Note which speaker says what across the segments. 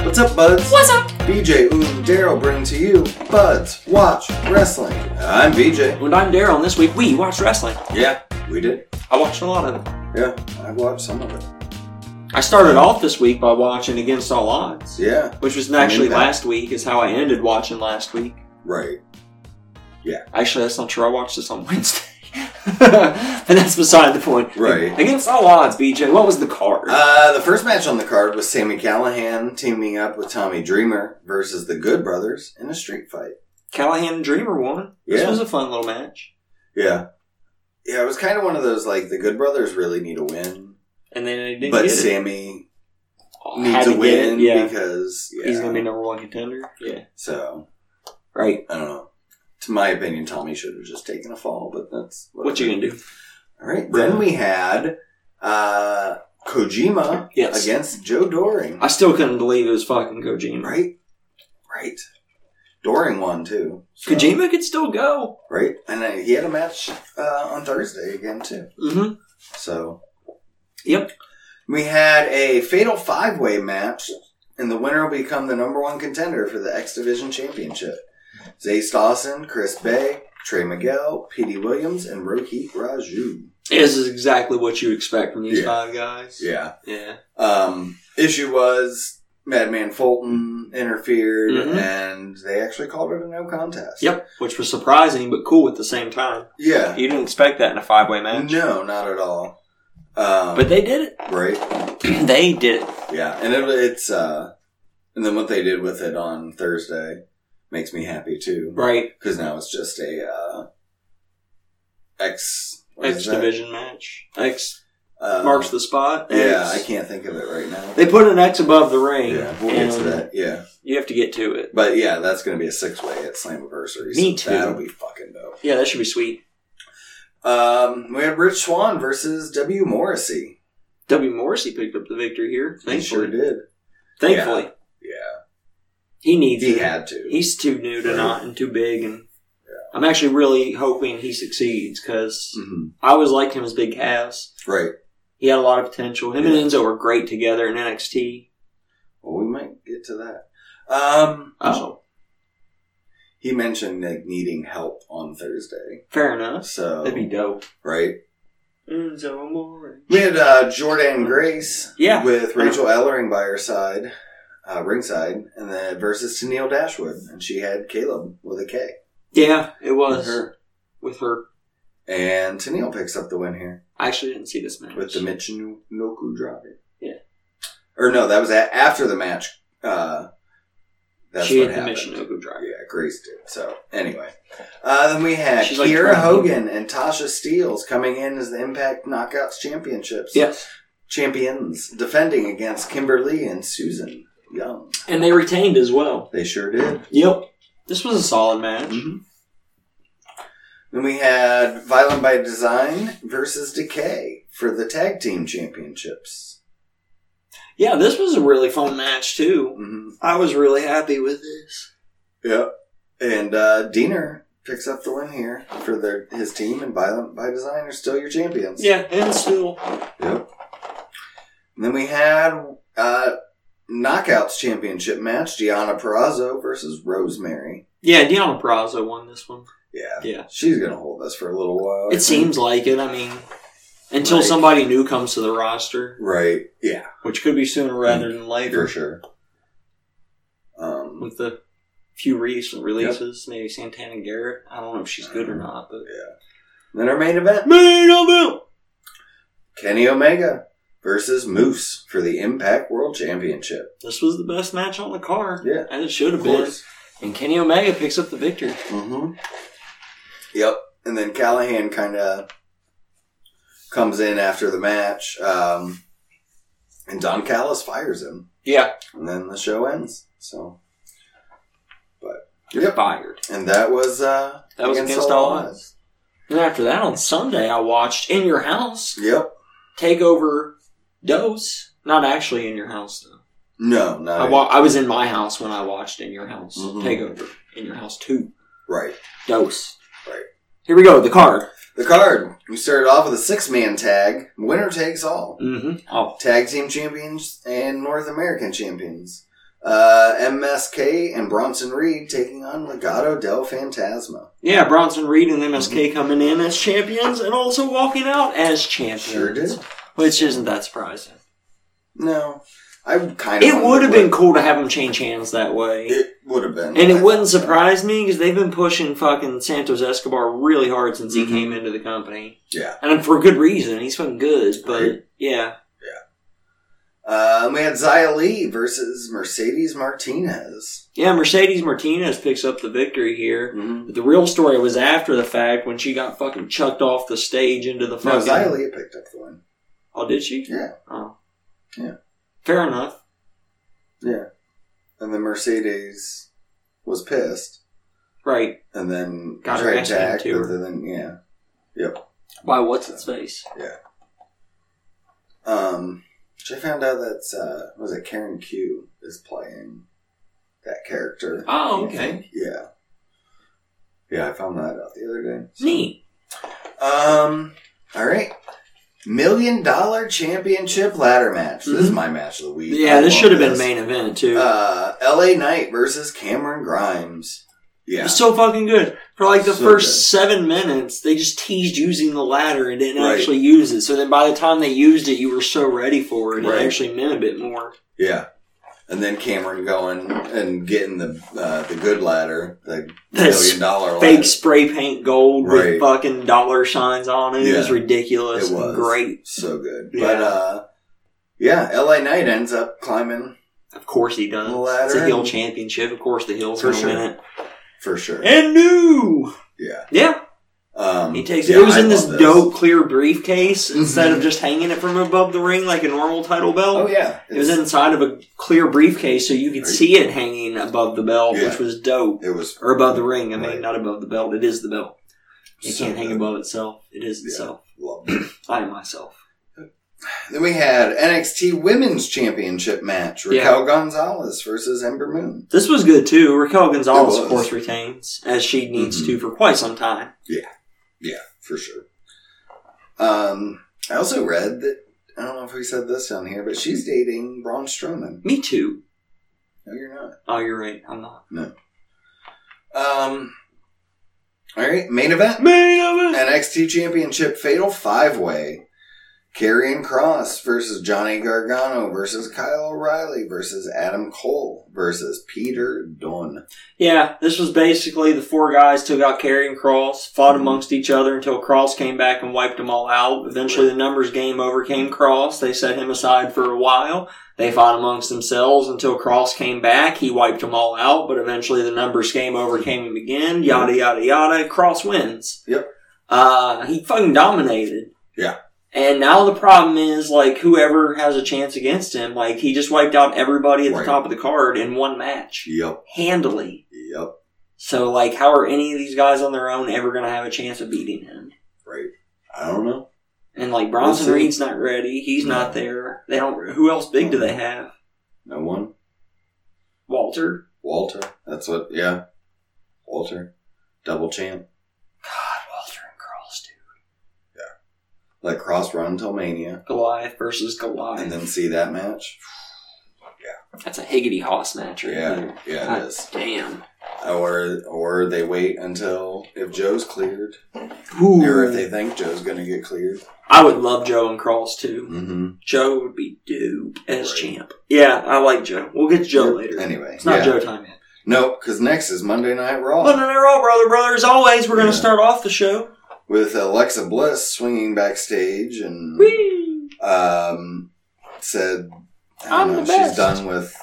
Speaker 1: What's up, buds?
Speaker 2: What's up?
Speaker 1: BJ, Ood, and Daryl bring to you Buds Watch Wrestling. I'm BJ.
Speaker 2: And I'm Daryl, and this week we watched wrestling.
Speaker 1: Yeah, we did.
Speaker 2: I watched a lot of it.
Speaker 1: Yeah, I watched some of it.
Speaker 2: I started off this week by watching Against All Odds,
Speaker 1: Yeah,
Speaker 2: which was actually
Speaker 1: that.
Speaker 2: last week, is how I ended watching last week.
Speaker 1: right.
Speaker 2: Actually, that's not true. I watched this on Wednesday. and that's beside the point.
Speaker 1: Right.
Speaker 2: Against All Odds, BJ, what was the card?
Speaker 1: Uh, the first match on the card was Sammy Callahan teaming up with Tommy Dreamer versus the Good Brothers in a street fight.
Speaker 2: Callahan and Dreamer won. This
Speaker 1: Yeah.
Speaker 2: was a fun little match.
Speaker 1: Yeah. Yeah, it was kind of one of those like the Good Brothers really need a win,
Speaker 2: And then they didn't
Speaker 1: but
Speaker 2: get it.
Speaker 1: Sammy
Speaker 2: Had
Speaker 1: needs
Speaker 2: to
Speaker 1: a
Speaker 2: get
Speaker 1: win
Speaker 2: it, Yeah.
Speaker 1: because yeah.
Speaker 2: He's going to be number one contender. Yeah.
Speaker 1: so
Speaker 2: Right.
Speaker 1: I don't know. To my opinion, Tommy should have just taken a fall, but that's
Speaker 2: What you going to do?
Speaker 1: All right. Then we had uh, Kojima
Speaker 2: Yes.
Speaker 1: against Joe Doring.
Speaker 2: I still couldn't believe it was fucking Kojima.
Speaker 1: Right. Right. Doring won too. so-
Speaker 2: Kojima could still go.
Speaker 1: Right. And uh, he had a match uh, on Thursday again too.
Speaker 2: Mm-hmm.
Speaker 1: So.
Speaker 2: Yep.
Speaker 1: We had a fatal five way match, and the winner will become the number one contender for the X Division Championship. Zace Dawson, Chris Bay, Trey Miguel, Petey Williams, and Rohit Raju.
Speaker 2: This is exactly what you expect from these
Speaker 1: Yeah.
Speaker 2: five guys.
Speaker 1: Yeah.
Speaker 2: Yeah.
Speaker 1: Um, issue was Madman Fulton interfered,
Speaker 2: Mhm.
Speaker 1: and they actually called it a no contest.
Speaker 2: Yep. Which was surprising, but cool at the same time.
Speaker 1: Yeah.
Speaker 2: You didn't expect that in a five way match.
Speaker 1: No, not at all. Um,
Speaker 2: But they did
Speaker 1: right,
Speaker 2: it. they did it.
Speaker 1: yeah, and it, it's uh, and then what they did with it on Thursday makes me happy too,
Speaker 2: Right.
Speaker 1: because now it's just a uh, X what is
Speaker 2: X
Speaker 1: that?
Speaker 2: division match. X
Speaker 1: Uh,
Speaker 2: marks the spot.
Speaker 1: Yeah,
Speaker 2: X-
Speaker 1: I can't think of it right now.
Speaker 2: They put an X above the ring.
Speaker 1: yeah, we'll get to
Speaker 2: and
Speaker 1: that. Yeah.
Speaker 2: You have to get to it.
Speaker 1: But yeah, that's going to be a six way at Slammiversary.
Speaker 2: Me
Speaker 1: so
Speaker 2: too.
Speaker 1: That'll be fucking dope.
Speaker 2: Yeah, that should be sweet.
Speaker 1: Um, we have Rich Swan versus W. Morrissey.
Speaker 2: W. Morrissey picked up the victory here.
Speaker 1: He
Speaker 2: Thankfully.
Speaker 1: sure did.
Speaker 2: Thankfully.
Speaker 1: Yeah.
Speaker 2: He needs
Speaker 1: He
Speaker 2: it.
Speaker 1: had to.
Speaker 2: He's too new to
Speaker 1: Right.
Speaker 2: not and too big, and I'm actually really hoping he succeeds because
Speaker 1: Mhm.
Speaker 2: I always liked him as big calves.
Speaker 1: Right.
Speaker 2: He had a lot of potential. Him
Speaker 1: Yeah.
Speaker 2: and Enzo were great together in NXT.
Speaker 1: Well, we might get to that. Um,
Speaker 2: Oh,
Speaker 1: he mentioned like needing help on Thursday.
Speaker 2: fair enough.
Speaker 1: So,
Speaker 2: That'd be dope.
Speaker 1: right.
Speaker 2: Enzo Amore.
Speaker 1: We had uh, Jordan Grace
Speaker 2: Yeah.
Speaker 1: with Rachel Ellering by her side, uh, ringside, and then versus Tennille Dashwood. And she had Caleb with a K.
Speaker 2: Yeah, it
Speaker 1: With
Speaker 2: was
Speaker 1: her.
Speaker 2: with her.
Speaker 1: And Tennille picks up the win here.
Speaker 2: I actually didn't see this match.
Speaker 1: with the Michinoku driver.
Speaker 2: Yeah.
Speaker 1: Or no, that was a- after the match. Uh, that's
Speaker 2: she
Speaker 1: what
Speaker 2: had
Speaker 1: happened.
Speaker 2: the Michinoku driver.
Speaker 1: Yeah, Grace did. So anyway, uh, then we had
Speaker 2: She's like
Speaker 1: Kiera
Speaker 2: 20.
Speaker 1: Hogan and Tasha Steeles coming in as the Impact Knockouts Championships
Speaker 2: Yes,
Speaker 1: champions, defending against Kimberly and Susan Young.
Speaker 2: and they retained as well.
Speaker 1: They sure did. Mm-hmm.
Speaker 2: Yep. Mm-hmm. This was a solid match.
Speaker 1: Then we had Violent by Design versus Decay for the tag team championships.
Speaker 2: Yeah, this was a really fun match too.
Speaker 1: hmm
Speaker 2: I was really happy with this.
Speaker 1: Yep. And uh, Diener picks up the win here for their his team, and Violent by Design are still your champions.
Speaker 2: Yeah, and still.
Speaker 1: Yep. And then we had uh, Knockouts Championship match Gianna Perazzo versus Rosemary.
Speaker 2: Yeah, Deanna Prazo won this one.
Speaker 1: Yeah.
Speaker 2: Yeah.
Speaker 1: She's going to hold us for a little while. I
Speaker 2: It
Speaker 1: think.
Speaker 2: seems like it. I mean, until
Speaker 1: Right.
Speaker 2: somebody new comes to the roster,
Speaker 1: Right. Yeah,
Speaker 2: which could be sooner rather than
Speaker 1: for
Speaker 2: later,
Speaker 1: sure. Um,
Speaker 2: with the few recent releases, maybe Santana Garrett. I don't know if she's good or not, but.
Speaker 1: then our main event
Speaker 2: Main event!
Speaker 1: Kenny Omega versus Moose for the Impact World Championship.
Speaker 2: This was the best match on the card.
Speaker 1: Yeah.
Speaker 2: And it should have been. And Kenny Omega picks up the victory.
Speaker 1: Mm-hmm. Yep. And then Callahan kind of comes in after the match, um, and Don Callis fires him,
Speaker 2: Yeah.
Speaker 1: and then the show ends. So,
Speaker 2: You're
Speaker 1: Yep.
Speaker 2: fired.
Speaker 1: and that was uh,
Speaker 2: That was against, all odds. And after that, on Sunday, I watched In Your House
Speaker 1: Yep.
Speaker 2: take over Dose. Not actually in your house, though.
Speaker 1: No, not
Speaker 2: I,
Speaker 1: it.
Speaker 2: wa- I was in my house when I watched In Your House
Speaker 1: Mhm.
Speaker 2: Takeover. In Your House 2.
Speaker 1: right.
Speaker 2: Dose.
Speaker 1: Right.
Speaker 2: Here we go, the card.
Speaker 1: The card. We started off with a six-man tag. Winner takes all.
Speaker 2: Mm-hmm. Oh.
Speaker 1: Tag team champions and North American champions. Uh, MSK and Bronson Reed taking on Legado del Fantasma.
Speaker 2: Yeah, Bronson Reed and MSK coming in as champions and also walking out as champions.
Speaker 1: Mm-hmm. Sure did.
Speaker 2: Which isn't that surprising.
Speaker 1: No, I kind of.
Speaker 2: It would have been cool to have them change hands that way.
Speaker 1: It would have been.
Speaker 2: And
Speaker 1: I
Speaker 2: it
Speaker 1: thought
Speaker 2: wouldn't
Speaker 1: so.
Speaker 2: surprise me because they've been pushing fucking Santos Escobar really hard since
Speaker 1: Mhm.
Speaker 2: he came into the company.
Speaker 1: Yeah.
Speaker 2: And for good reason. He's fucking good, but
Speaker 1: Right.
Speaker 2: yeah.
Speaker 1: Um, we had Xia Li versus Mercedes Martinez.
Speaker 2: Yeah, Mercedes Martinez picks up the victory here. But the real story was after the fact when she got fucking chucked off the stage into the
Speaker 1: No,
Speaker 2: fucking.
Speaker 1: Xia Li picked up the win.
Speaker 2: Oh, did she?
Speaker 1: Yeah.
Speaker 2: Oh.
Speaker 1: Yeah.
Speaker 2: Fair enough.
Speaker 1: And then Mercedes was pissed
Speaker 2: Right.
Speaker 1: and then
Speaker 2: Got her
Speaker 1: tried
Speaker 2: ass
Speaker 1: to act
Speaker 2: into her.
Speaker 1: and then, yeah.
Speaker 2: By what's its face?
Speaker 1: Um, which I found out that's, uh, was it Karen Q is playing that character.
Speaker 2: Oh, okay.
Speaker 1: Yeah. Yeah, I found that out the other day. so.
Speaker 2: Neat.
Speaker 1: Um. All right. Million dollar championship ladder match. This is my match of the week.
Speaker 2: Mm-hmm. Yeah,
Speaker 1: I
Speaker 2: this
Speaker 1: love
Speaker 2: should have been main event too.
Speaker 1: Uh, L.A. Knight versus Cameron Grimes.
Speaker 2: It
Speaker 1: Yeah.
Speaker 2: was so fucking good. For like the
Speaker 1: So
Speaker 2: first
Speaker 1: good.
Speaker 2: seven minutes, they just teased using the ladder and didn't
Speaker 1: Right.
Speaker 2: actually use it. So then by the time they used it, you were so ready for it.
Speaker 1: Right.
Speaker 2: It actually meant a bit more.
Speaker 1: Yeah. And then Cameron going and getting the uh, the good ladder, the
Speaker 2: This
Speaker 1: million dollar
Speaker 2: fake spray paint gold
Speaker 1: Oh, Right.
Speaker 2: with fucking dollar signs on it. It was
Speaker 1: Yeah.
Speaker 2: ridiculous.
Speaker 1: It was.
Speaker 2: Great.
Speaker 1: ladder. So good.
Speaker 2: Yeah.
Speaker 1: But uh, yeah, L.A. Knight ends up climbing
Speaker 2: Of course he does.
Speaker 1: Ladder.
Speaker 2: It's a hill championship. Of course the hill's
Speaker 1: For
Speaker 2: going to
Speaker 1: sure.
Speaker 2: win it.
Speaker 1: for sure.
Speaker 2: And new.
Speaker 1: Yeah.
Speaker 2: Yeah,
Speaker 1: Um,
Speaker 2: he takes
Speaker 1: yeah,
Speaker 2: it. It was
Speaker 1: I
Speaker 2: in this,
Speaker 1: love
Speaker 2: dope clear briefcase instead
Speaker 1: Mhm.
Speaker 2: of just hanging it from above the ring like a normal title belt.
Speaker 1: Oh yeah.
Speaker 2: It was inside of a clear briefcase, so you could
Speaker 1: Right.
Speaker 2: see it hanging above the belt,
Speaker 1: Yeah.
Speaker 2: which was dope.
Speaker 1: It was
Speaker 2: Or above the ring. I mean,
Speaker 1: Right.
Speaker 2: not above the belt. It is the belt. It
Speaker 1: so
Speaker 2: can't hang
Speaker 1: good.
Speaker 2: above itself. It is
Speaker 1: Yeah.
Speaker 2: itself.
Speaker 1: Love it.
Speaker 2: I am myself.
Speaker 1: Then we had NXT Women's Championship match:
Speaker 2: Yeah.
Speaker 1: Raquel Gonzalez versus Ember Moon.
Speaker 2: This was good too. Raquel Gonzalez,
Speaker 1: was.
Speaker 2: of course, retains as she needs
Speaker 1: Mhm.
Speaker 2: to for quite some time.
Speaker 1: Yeah, for sure. Um, I also read that I don't know if we said this down here, but she's dating Braun Strowman.
Speaker 2: Me too.
Speaker 1: No, you're not.
Speaker 2: Oh, you're right. I'm not.
Speaker 1: Um, all right, main event:
Speaker 2: Man,
Speaker 1: NXT Championship Fatal Five Way. Karrion Cross versus Johnny Gargano versus Kyle O'Reilly versus Adam Cole versus Peter Dunne.
Speaker 2: Yeah, this was basically the four guys took out Carrying Cross, fought
Speaker 1: Mhm.
Speaker 2: amongst each other until Cross came back and wiped them all out. Eventually, the numbers game overcame Cross. They set him aside for a while. They fought amongst themselves until Cross came back. He wiped them all out, but eventually the numbers game overcame him again. Yada, yada, yada. Cross wins.
Speaker 1: Mhm. Yep.
Speaker 2: Uh, he fucking dominated.
Speaker 1: Yeah.
Speaker 2: And now the problem is, like, whoever has a chance against him, like, he just wiped out everybody at
Speaker 1: Right.
Speaker 2: the top of the card in one match.
Speaker 1: Yep,
Speaker 2: Handily.
Speaker 1: yep.
Speaker 2: So, like, how are any of these guys on their own ever going to have a chance of beating him?
Speaker 1: Right. I don't know.
Speaker 2: And like Bronson
Speaker 1: We'll see.
Speaker 2: Reed's not ready. He's not there. They don't. Who else big do they have?
Speaker 1: No one.
Speaker 2: Walter.
Speaker 1: Walter. That's what. Yeah, Walter, double champ.
Speaker 2: God, Walter and Cross, dude.
Speaker 1: Let Cross run till Mania,
Speaker 2: Goliath versus Goliath.
Speaker 1: and then see that match.
Speaker 2: That's a higgity hoss match, right
Speaker 1: Yeah,
Speaker 2: there.
Speaker 1: yeah,
Speaker 2: God
Speaker 1: it is.
Speaker 2: damn.
Speaker 1: Or or they wait until if Joe's cleared, or if they
Speaker 2: Ooh.
Speaker 1: think Joe's gonna get cleared.
Speaker 2: I would love Joe and Cross too.
Speaker 1: Mm-hmm.
Speaker 2: Joe would be dope as
Speaker 1: Right.
Speaker 2: champ. Yeah, I like Joe. We'll get to Joe later.
Speaker 1: Anyway,
Speaker 2: It's not
Speaker 1: yeah.
Speaker 2: Joe time yet.
Speaker 1: Nope, because next is Monday Night Raw
Speaker 2: Monday Night Raw, brother, brother. As always, we're going
Speaker 1: Yeah.
Speaker 2: to start off the show.
Speaker 1: with Alexa Bliss swinging backstage and
Speaker 2: Whee!
Speaker 1: um said I
Speaker 2: I'm
Speaker 1: don't know,
Speaker 2: the
Speaker 1: she's
Speaker 2: best.
Speaker 1: done with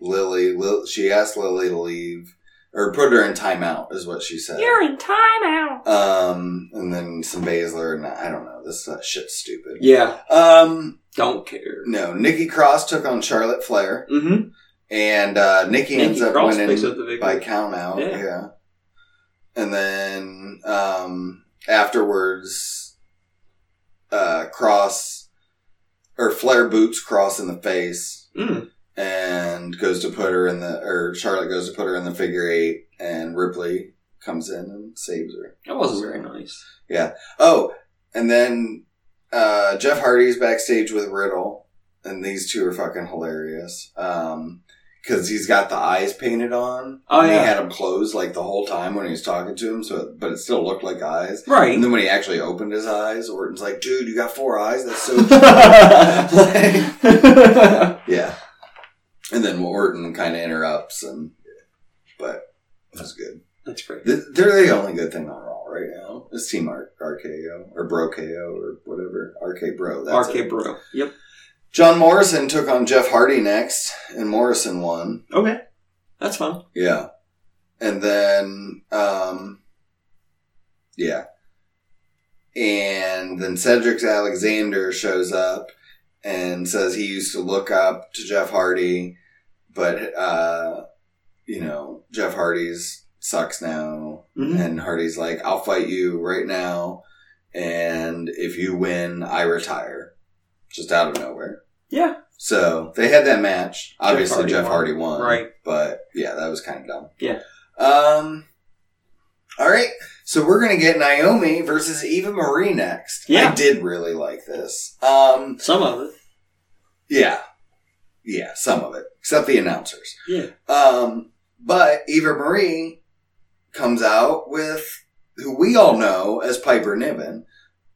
Speaker 1: Lily. Lil she asked Lily to leave or put her in timeout is what she said.
Speaker 2: You're in timeout.
Speaker 1: Um, and then some Baszler, and I don't know. This uh, shit's stupid.
Speaker 2: Yeah.
Speaker 1: Um,
Speaker 2: Don't care.
Speaker 1: no, Nikki Cross took on Charlotte Flair,
Speaker 2: Mm-hmm.
Speaker 1: and uh, Nikki, ends up
Speaker 2: Cross picks
Speaker 1: winning
Speaker 2: up the victory.
Speaker 1: by count out. Yeah.
Speaker 2: Yeah.
Speaker 1: And then um, afterwards, uh, Cross or Flair boots Cross in the face
Speaker 2: Mm.
Speaker 1: and goes to put her in the or Charlotte goes to put her in the figure eight, and Ripley comes in and saves her.
Speaker 2: That wasn't very nice.
Speaker 1: Oh, and then uh, Jeff Hardy's backstage with Riddle, and these two are fucking hilarious. Um, because he's got the eyes painted on.
Speaker 2: Oh,
Speaker 1: and
Speaker 2: yeah.
Speaker 1: They had him closed like the whole time when he was talking to him, so but it still looked like eyes.
Speaker 2: Right.
Speaker 1: And then when he actually opened his eyes, Orton's like, "Dude, you got four eyes. That's so cute." Like, yeah. And then Orton kind of interrupts, and but it was good.
Speaker 2: That's great.
Speaker 1: Th- They're the only good thing on Raw right now. It's Team R- RKO or Bro KO or whatever RK Bro. That's
Speaker 2: RK
Speaker 1: it.
Speaker 2: Bro. Yep.
Speaker 1: John Morrison took on Jeff Hardy next, and Morrison won.
Speaker 2: Okay. That's fun.
Speaker 1: Yeah. And then, um, yeah. And then Cedric Alexander shows up and says he used to look up to Jeff Hardy, but, uh, you know, Jeff Hardy's sucks now.
Speaker 2: Mhm.
Speaker 1: And Hardy's like, I'll fight you right now. And if you win, I retire. Just out of nowhere.
Speaker 2: Yeah.
Speaker 1: So they had that match. Obviously,
Speaker 2: Hardy
Speaker 1: Jeff
Speaker 2: won.
Speaker 1: Hardy, won.
Speaker 2: Right.
Speaker 1: But yeah, that was kind of dumb.
Speaker 2: Yeah.
Speaker 1: Um. All right. So we're gonna get Naomi versus Eva Marie next.
Speaker 2: Yeah.
Speaker 1: I did really like this. Um.
Speaker 2: Some of it.
Speaker 1: Yeah. Yeah. Some of it, except the announcers.
Speaker 2: Yeah.
Speaker 1: Um. But Eva Marie comes out with who we all know as Piper Niven.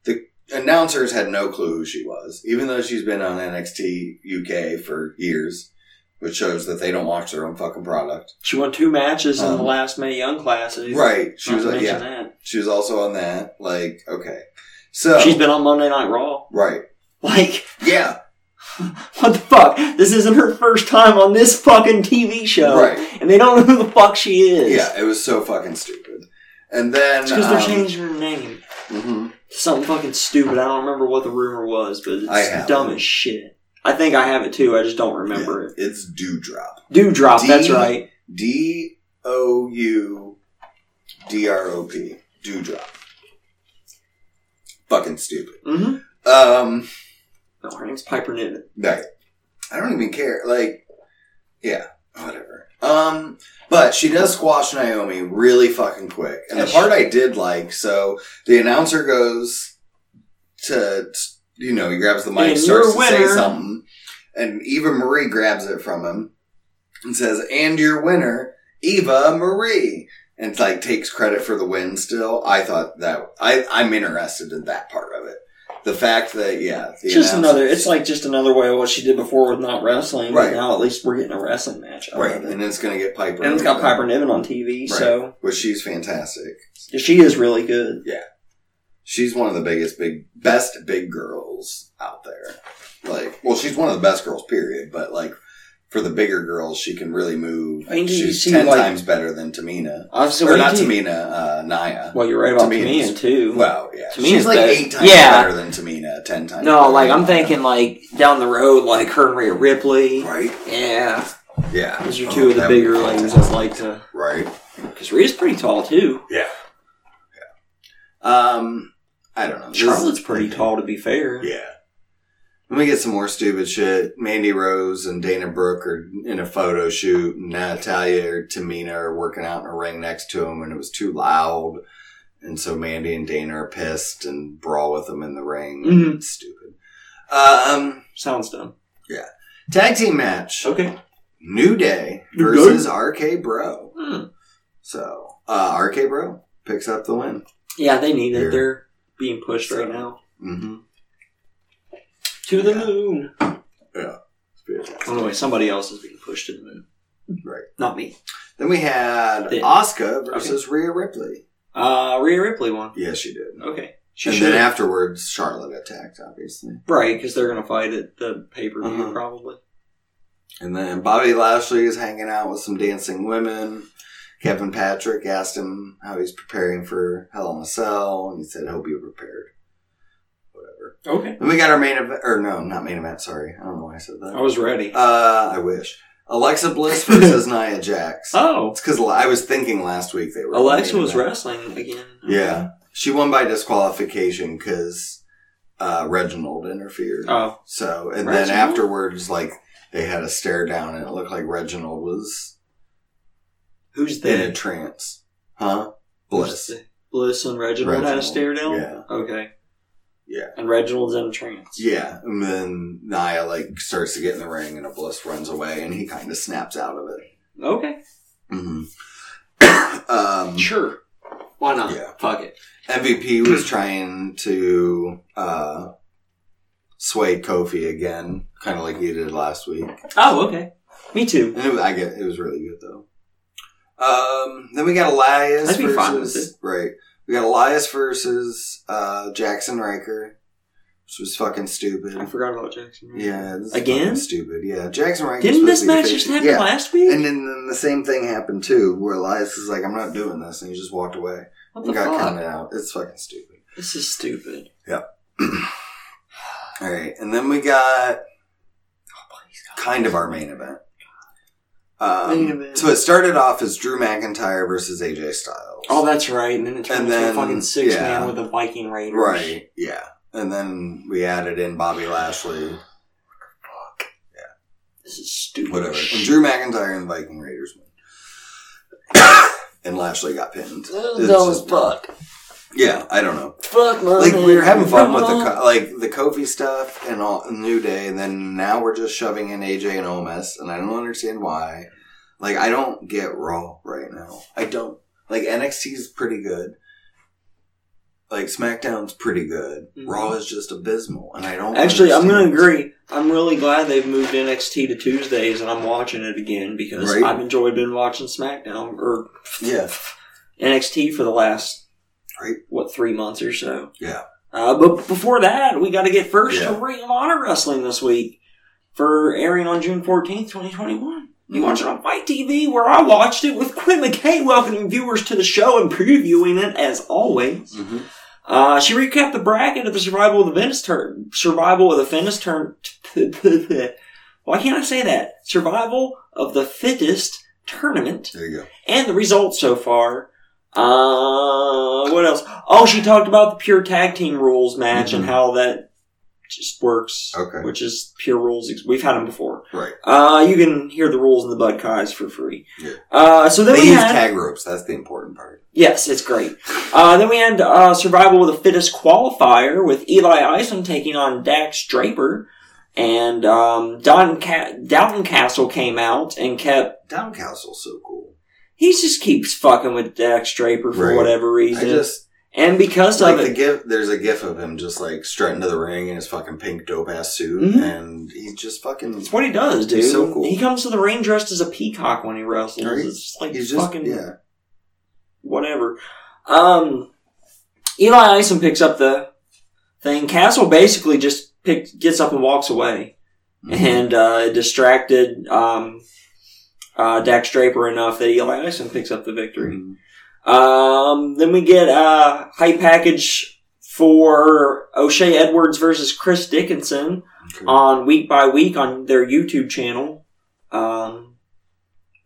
Speaker 1: The announcers had no clue who she was, even though she's been on NXT UK for years, which shows that they don't watch their own fucking product.
Speaker 2: She won two matches in
Speaker 1: Um,
Speaker 2: the last May Young classes.
Speaker 1: Right.
Speaker 2: She
Speaker 1: She was like,
Speaker 2: mention
Speaker 1: yeah.
Speaker 2: that.
Speaker 1: She was also on that. Like, okay. So
Speaker 2: She's been on Monday Night Raw.
Speaker 1: right.
Speaker 2: Like,
Speaker 1: Yeah.
Speaker 2: what the fuck? This isn't her first time on this fucking TV show.
Speaker 1: Right.
Speaker 2: And they don't know who the fuck she is.
Speaker 1: Yeah. It was so fucking stupid. And then
Speaker 2: It's because
Speaker 1: um,
Speaker 2: they're changing her name.
Speaker 1: mhm.
Speaker 2: something fucking stupid. I don't remember what the rumor was, but
Speaker 1: I
Speaker 2: it's
Speaker 1: have
Speaker 2: dumb
Speaker 1: it.
Speaker 2: as shit. I think I have it too. I just don't remember it.
Speaker 1: Yeah, it's Dewdrop.
Speaker 2: Dewdrop.
Speaker 1: D-
Speaker 2: that's right.
Speaker 1: D O U D R O P. Dewdrop. Fucking stupid.
Speaker 2: Mm-hmm.
Speaker 1: Um,
Speaker 2: No, her name's Piper Niven.
Speaker 1: right. I don't even care. Like, yeah, whatever. Um, but she does squash Naomi really fucking quick. And the
Speaker 2: Yes.
Speaker 1: part I did like, so the announcer goes to, you know, he grabs the mic,
Speaker 2: And
Speaker 1: starts to
Speaker 2: your
Speaker 1: say
Speaker 2: winner-
Speaker 1: something, and Eva Marie grabs it from him and says, "And your winner, Eva Marie." And like takes credit for the win still. I thought that I, I'm interested in that part of it. The fact that yeah, the
Speaker 2: It's just
Speaker 1: announcer-
Speaker 2: another. It's like just another way of what she did before with not wrestling. Right.
Speaker 1: Right.
Speaker 2: now at least we're getting a wrestling match. out of
Speaker 1: right,
Speaker 2: it.
Speaker 1: and it's gonna get Piper,
Speaker 2: And it's got Piper Niven on TV,
Speaker 1: Right.
Speaker 2: so
Speaker 1: which she's fantastic.
Speaker 2: she is really good.
Speaker 1: She's one of the biggest, big, best big girls out there. Like, well, she's one of the best girls, period. But like, for the bigger girls, she can really move.
Speaker 2: I mean, did you
Speaker 1: she's
Speaker 2: see,
Speaker 1: ten
Speaker 2: like-
Speaker 1: times better than Tamina,
Speaker 2: Obviously,
Speaker 1: or not
Speaker 2: to me.
Speaker 1: Tamina, uh, Naya.
Speaker 2: Well, you're right about
Speaker 1: Tamina
Speaker 2: Tamina,
Speaker 1: is-
Speaker 2: too.
Speaker 1: Well, yeah,
Speaker 2: Tamina's
Speaker 1: she's like
Speaker 2: better.
Speaker 1: eight times
Speaker 2: Yeah.
Speaker 1: better than Tamina, ten times.
Speaker 2: no,
Speaker 1: better
Speaker 2: like
Speaker 1: than
Speaker 2: I'm
Speaker 1: Naya.
Speaker 2: thinking, like down the road, like her and Rhea Ripley.
Speaker 1: right?
Speaker 2: Yeah,
Speaker 1: Yeah,
Speaker 2: those are
Speaker 1: Oh,
Speaker 2: two of the
Speaker 1: that would
Speaker 2: bigger
Speaker 1: be
Speaker 2: ones
Speaker 1: fantastic.
Speaker 2: I'd like to.
Speaker 1: right?
Speaker 2: Because Rhea's pretty tall too.
Speaker 1: Yeah, yeah. Um, I don't know. This-
Speaker 2: Charlotte's pretty tall, to be fair.
Speaker 1: Yeah. Let me get some more stupid shit. Mandy Rose and Dana Brooke are in a photo shoot, and Natalia or Tamina are working out in a ring next to them, and it was too loud. And so Mandy and Dana are pissed and brawl with them in the ring.
Speaker 2: Mhm.
Speaker 1: It's stupid. Um,
Speaker 2: Sounds dumb.
Speaker 1: tag team match
Speaker 2: Okay.
Speaker 1: New Day
Speaker 2: New Day.
Speaker 1: versus RK Bro.
Speaker 2: Hmm.
Speaker 1: So, uh, RK Bro picks up the win.
Speaker 2: Yeah, they need
Speaker 1: Here.
Speaker 2: it. They're being pushed
Speaker 1: So-
Speaker 2: right now.
Speaker 1: Mm-hmm.
Speaker 2: To the
Speaker 1: Yeah.
Speaker 2: moon. Oh, no, wait, somebody else is being pushed to the moon.
Speaker 1: Right.
Speaker 2: Not me.
Speaker 1: Then we had
Speaker 2: Then-
Speaker 1: Asuka versus Rhea Ripley.
Speaker 2: Uh, Rhea Ripley won.
Speaker 1: Yes, she did.
Speaker 2: Okay. She
Speaker 1: and
Speaker 2: should.
Speaker 1: then afterwards, Charlotte attacked, obviously.
Speaker 2: right, because they're going to fight at the pay per view,
Speaker 1: Uh-huh.
Speaker 2: probably.
Speaker 1: And then Bobby Lashley is hanging out with some dancing women. Kevin Patrick asked him how he's preparing for Hell in a Cell, and he said he'll be prepared. Whatever.
Speaker 2: Okay.
Speaker 1: And we got our main event, or no, not main event. Sorry, I don't know why I said
Speaker 2: I
Speaker 1: that.
Speaker 2: was ready.
Speaker 1: Uh, I wish Alexa Bliss versus Nia Jax.
Speaker 2: oh.
Speaker 1: It's because I was thinking last week they were
Speaker 2: Alexa
Speaker 1: main
Speaker 2: was
Speaker 1: event.
Speaker 2: wrestling again.
Speaker 1: Yeah, she won by disqualification because uh, Reginald interfered.
Speaker 2: Oh.
Speaker 1: So, and
Speaker 2: Reginald?
Speaker 1: then afterwards, like, they had a stare down and it looked like Reginald was
Speaker 2: Who's
Speaker 1: in a
Speaker 2: they?
Speaker 1: trance. Huh?
Speaker 2: Who's
Speaker 1: Bliss.
Speaker 2: they? Bliss and Reginald, had a
Speaker 1: Reginald,
Speaker 2: stare down?
Speaker 1: yeah.
Speaker 2: Okay.
Speaker 1: Yeah.
Speaker 2: And Reginald's in a trance.
Speaker 1: Yeah, and then Naya like starts to get in the ring, and Bliss runs away, and he kind of snaps out of it.
Speaker 2: Okay.
Speaker 1: Mm-hmm. um,
Speaker 2: Sure. Why not?
Speaker 1: Yeah.
Speaker 2: Fuck it.
Speaker 1: MVP was trying to uh, sway Kofi again, kind of like he did last week.
Speaker 2: Oh, okay. Me too.
Speaker 1: And it was, I get it was really good though. Um, then we got Elias
Speaker 2: I'd be
Speaker 1: versus
Speaker 2: fine with
Speaker 1: right. We got Elias versus uh, Jackson Riker, which was fucking stupid.
Speaker 2: I forgot about Jackson.
Speaker 1: Yeah, this is
Speaker 2: Again?
Speaker 1: fucking stupid. Yeah, Jackson Riker.
Speaker 2: Didn't this match just happen
Speaker 1: Yeah,
Speaker 2: last week?
Speaker 1: and then, then the same thing happened too, where Elias is like, "I'm not doing this," and he just walked away
Speaker 2: what the
Speaker 1: and got
Speaker 2: fuck?
Speaker 1: counted out. It's fucking stupid.
Speaker 2: This is stupid.
Speaker 1: All right, and then we got kind of our main event. Um,
Speaker 2: Main event.
Speaker 1: So it started off as Drew McIntyre versus AJ Styles.
Speaker 2: Oh, that's right. And then it turned
Speaker 1: And
Speaker 2: into
Speaker 1: then-
Speaker 2: a fucking six
Speaker 1: yeah.
Speaker 2: man with the Viking Raiders.
Speaker 1: Right, yeah. And then we added in Bobby Lashley,
Speaker 2: This is stupid.
Speaker 1: whatever. And Drew McIntyre and Viking Raiders won. and Lashley got pinned. It's
Speaker 2: Dumb as
Speaker 1: just-
Speaker 2: fuck.
Speaker 1: Yeah, I don't know.
Speaker 2: Fuck my
Speaker 1: Like we were having fun with the
Speaker 2: cup.
Speaker 1: co- like the Kofi stuff and all and New Day, and then now we're just shoving in AJ and Omis, and I don't understand why. Like I don't get Raw right now. I don't like NXT's pretty good. Like SmackDown's pretty good.
Speaker 2: Mhm.
Speaker 1: Raw is just abysmal, and I don't.
Speaker 2: Actually, I'm going
Speaker 1: understand.
Speaker 2: to agree. I'm really glad they've moved NXT to Tuesdays and I'm watching it again because
Speaker 1: Right.
Speaker 2: I've enjoyed been watching SmackDown or
Speaker 1: Yeah,
Speaker 2: NXT for the last,
Speaker 1: Right.
Speaker 2: what, three months or so.
Speaker 1: Yeah.
Speaker 2: Uh, but before that, we got to get first
Speaker 1: Yeah.
Speaker 2: to Ring of Honor Wrestling this week for airing on June 14th, 2021. You watch it on Fight TV, where I watched it with Quinn McKay welcoming viewers to the show and previewing it as always.
Speaker 1: hmm
Speaker 2: Uh, she recapped the bracket of the survival of the Venice turn. Survival of the Venice turn. Why can't I say that? Survival of the fittest tournament
Speaker 1: There you go.
Speaker 2: and the results so far. Uh, what else? Oh, she talked about the pure tag team rules match and
Speaker 1: Mhm.
Speaker 2: how that just works.
Speaker 1: Okay.
Speaker 2: Which is pure rules. ex- We've had them before.
Speaker 1: Right.
Speaker 2: Uh, you can hear the rules in the Bud Kais for free.
Speaker 1: Yeah.
Speaker 2: Uh, so then
Speaker 1: They
Speaker 2: we
Speaker 1: use
Speaker 2: had,
Speaker 1: tag ropes. That's the important part.
Speaker 2: Yes, it's great. Uh, then we had uh, Survival with the Fittest qualifier with Eli Eisen taking on Dax Draper. And um, Don Ca- Downton Castle came out and kept.
Speaker 1: Down Castle's so cool.
Speaker 2: He just keeps fucking with Dax Draper for
Speaker 1: Right.
Speaker 2: whatever
Speaker 1: I
Speaker 2: reason.
Speaker 1: just
Speaker 2: and because
Speaker 1: like
Speaker 2: of
Speaker 1: the
Speaker 2: it.
Speaker 1: gif. There's a gif of him just like strutting to the ring in his fucking pink dope ass suit,
Speaker 2: Mhm.
Speaker 1: and he's just fucking.
Speaker 2: It's what he does, dude.
Speaker 1: He's so cool.
Speaker 2: He comes to the ring dressed as a peacock when he wrestles.
Speaker 1: Right.
Speaker 2: It's just like
Speaker 1: He's just
Speaker 2: fucking
Speaker 1: yeah.
Speaker 2: whatever. Um, Eli Eisen picks up the thing. Castle basically just pick, gets up and walks away.
Speaker 1: Mm-hmm.
Speaker 2: and uh, it distracted um, uh, Dax Draper enough that Eli Eisen picks up the victory.
Speaker 1: Mhm.
Speaker 2: Um, then we get a hype package for O'Shea Edwards versus Chris Dickinson
Speaker 1: Okay.
Speaker 2: on week by week on their YouTube channel um,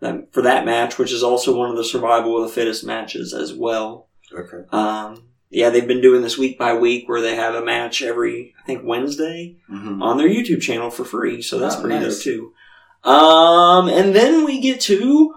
Speaker 2: that, for that match, which is also one of the survival of the fittest matches as well.
Speaker 1: Okay.
Speaker 2: Um, yeah, they've been doing this week by week where they have a match every, I think, Wednesday
Speaker 1: Mhm.
Speaker 2: on their YouTube channel for free, so that's
Speaker 1: Oh,
Speaker 2: pretty
Speaker 1: nice.
Speaker 2: dope too. Um, and then we get to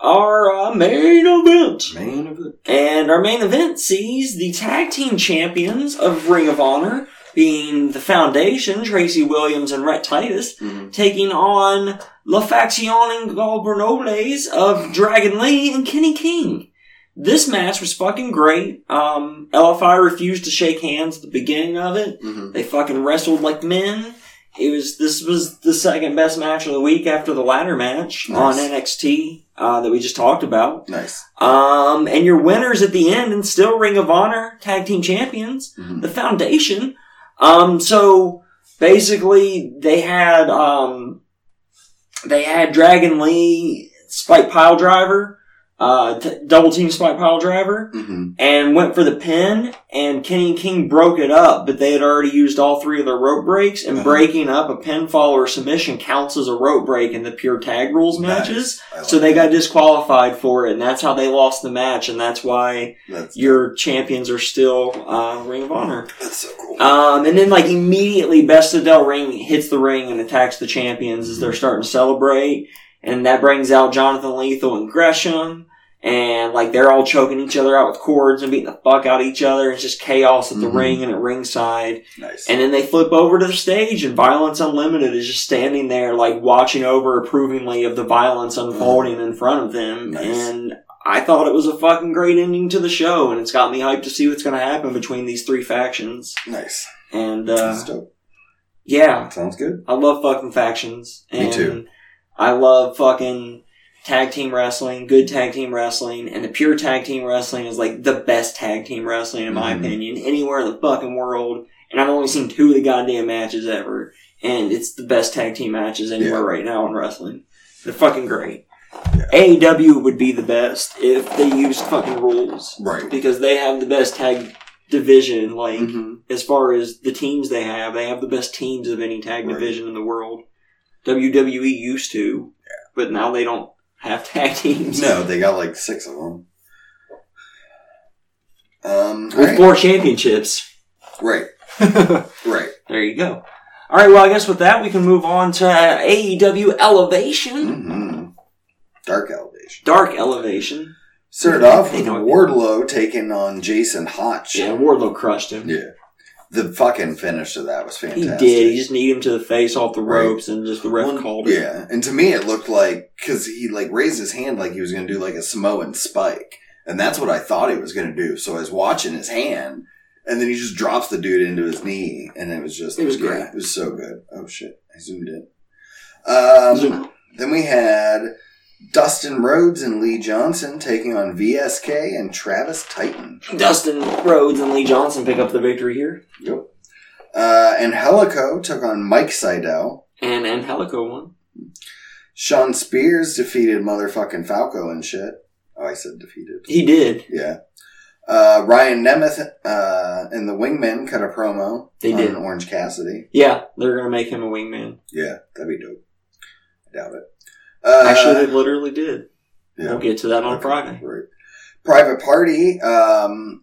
Speaker 2: our uh, main event,
Speaker 1: Main event.
Speaker 2: and our main event sees the tag team champions of Ring of Honor, being the Foundation, Tracy Williams and Rhett Titus,
Speaker 1: mm-hmm.
Speaker 2: taking on La Faction Ingobernables of Dragon Lee and Kenny King. This match was fucking great. Um, LFI refused to shake hands at the beginning of it.
Speaker 1: Mhm.
Speaker 2: They fucking wrestled like men. It was this was the second best match of the week after the ladder match on
Speaker 1: Nice.
Speaker 2: NXT uh, that we just talked about.
Speaker 1: Nice.
Speaker 2: Um, and your winners at the end and still Ring of Honor tag team champions,
Speaker 1: Mhm.
Speaker 2: the Foundation. Um, so basically they had um, they had Dragon Lee, Spike Pile Driver, uh, t- double team Spike Pile Driver
Speaker 1: Mhm.
Speaker 2: and went for the pin and Kenny King broke it up, but they had already used all three of their rope breaks and
Speaker 1: Uh-huh.
Speaker 2: breaking up a pinfall or submission counts as a rope break in the pure tag rules
Speaker 1: Nice.
Speaker 2: matches.
Speaker 1: I like
Speaker 2: So they
Speaker 1: that.
Speaker 2: got disqualified for it and that's how they lost the match and that's why
Speaker 1: That's,
Speaker 2: your champions are still uh, Ring of Honor.
Speaker 1: that's so cool.
Speaker 2: Um, and then like immediately Best of Del Ring hits the ring and attacks the champions as they're starting to celebrate. And that brings out Jonathan Lethal and Gresham. and like they're all choking each other out with cords and beating the fuck out of each other. It's just chaos at the
Speaker 1: Mhm.
Speaker 2: ring and at ringside.
Speaker 1: Nice.
Speaker 2: And then they flip over to the stage, and Violence Unlimited is just standing there, like watching over approvingly of the violence unfolding in front of them.
Speaker 1: Nice.
Speaker 2: And I thought it was a fucking great ending to the show, and it's got me hyped to see what's going to happen between these three factions.
Speaker 1: nice.
Speaker 2: And
Speaker 1: That's
Speaker 2: uh,
Speaker 1: dope.
Speaker 2: yeah,
Speaker 1: Sounds good.
Speaker 2: I love fucking factions.
Speaker 1: Me
Speaker 2: And
Speaker 1: too.
Speaker 2: I love fucking tag team wrestling, good tag team wrestling, and the pure tag team wrestling is like the best tag team wrestling in my
Speaker 1: Mhm.
Speaker 2: opinion anywhere in the fucking world. And I've only seen two of the goddamn matches ever, and it's the best tag team matches anywhere right now in wrestling. They're fucking great. AEW would be the best if they used fucking rules
Speaker 1: Right.
Speaker 2: because they have the best tag division. Like
Speaker 1: hmm
Speaker 2: as far as the teams they have, they have the best teams of any tag
Speaker 1: Right.
Speaker 2: division in the world. WWE used to, but now they don't have tag teams.
Speaker 1: No, they got like six of them. Um.
Speaker 2: With
Speaker 1: all
Speaker 2: four championships.
Speaker 1: Right.
Speaker 2: there
Speaker 1: Right. right.
Speaker 2: you go. All right, well, I guess with that, we can move on to AEW Elevation.
Speaker 1: hmm Dark elevation.
Speaker 2: Dark Elevation.
Speaker 1: Started off
Speaker 2: They
Speaker 1: with
Speaker 2: know it.
Speaker 1: Wardlow taking on Jason Hotch.
Speaker 2: Yeah, Wardlow crushed him.
Speaker 1: Yeah. The fucking finish to that was
Speaker 2: He
Speaker 1: fantastic.
Speaker 2: did. He just kneed him to the face off the
Speaker 1: Right.
Speaker 2: ropes, and just the ref
Speaker 1: Well,
Speaker 2: called it.
Speaker 1: Yeah, and to me it looked like because he like raised his hand like he was going to do like a Samoan spike, and that's what I thought he was going to do. So I was watching his hand, and then he just drops the dude into his knee, and it was just
Speaker 2: It was
Speaker 1: yeah,
Speaker 2: great.
Speaker 1: It was so good. Oh shit, I zoomed in. Um,
Speaker 2: Zoom.
Speaker 1: Then we had Dustin Rhodes and Lee Johnson taking on VSK and Travis Titan.
Speaker 2: Dustin Rhodes and Lee Johnson pick up the victory here,
Speaker 1: Yep. Uh, and Helico took on Mike Seidel.
Speaker 2: and and Helico won.
Speaker 1: Sean Spears defeated motherfucking Falco and shit. Oh, I said defeated.
Speaker 2: He did.
Speaker 1: Yeah. Uh, Ryan Nemeth uh, and the Wingmen cut a promo
Speaker 2: They
Speaker 1: on
Speaker 2: did.
Speaker 1: Orange Cassidy.
Speaker 2: Yeah, they're gonna make him a wingman.
Speaker 1: Yeah, that'd be dope. I doubt it. Uh,
Speaker 2: Actually, they literally did.
Speaker 1: yeah.
Speaker 2: We'll get to that on
Speaker 1: Okay,
Speaker 2: Friday.
Speaker 1: Right. Private Party um,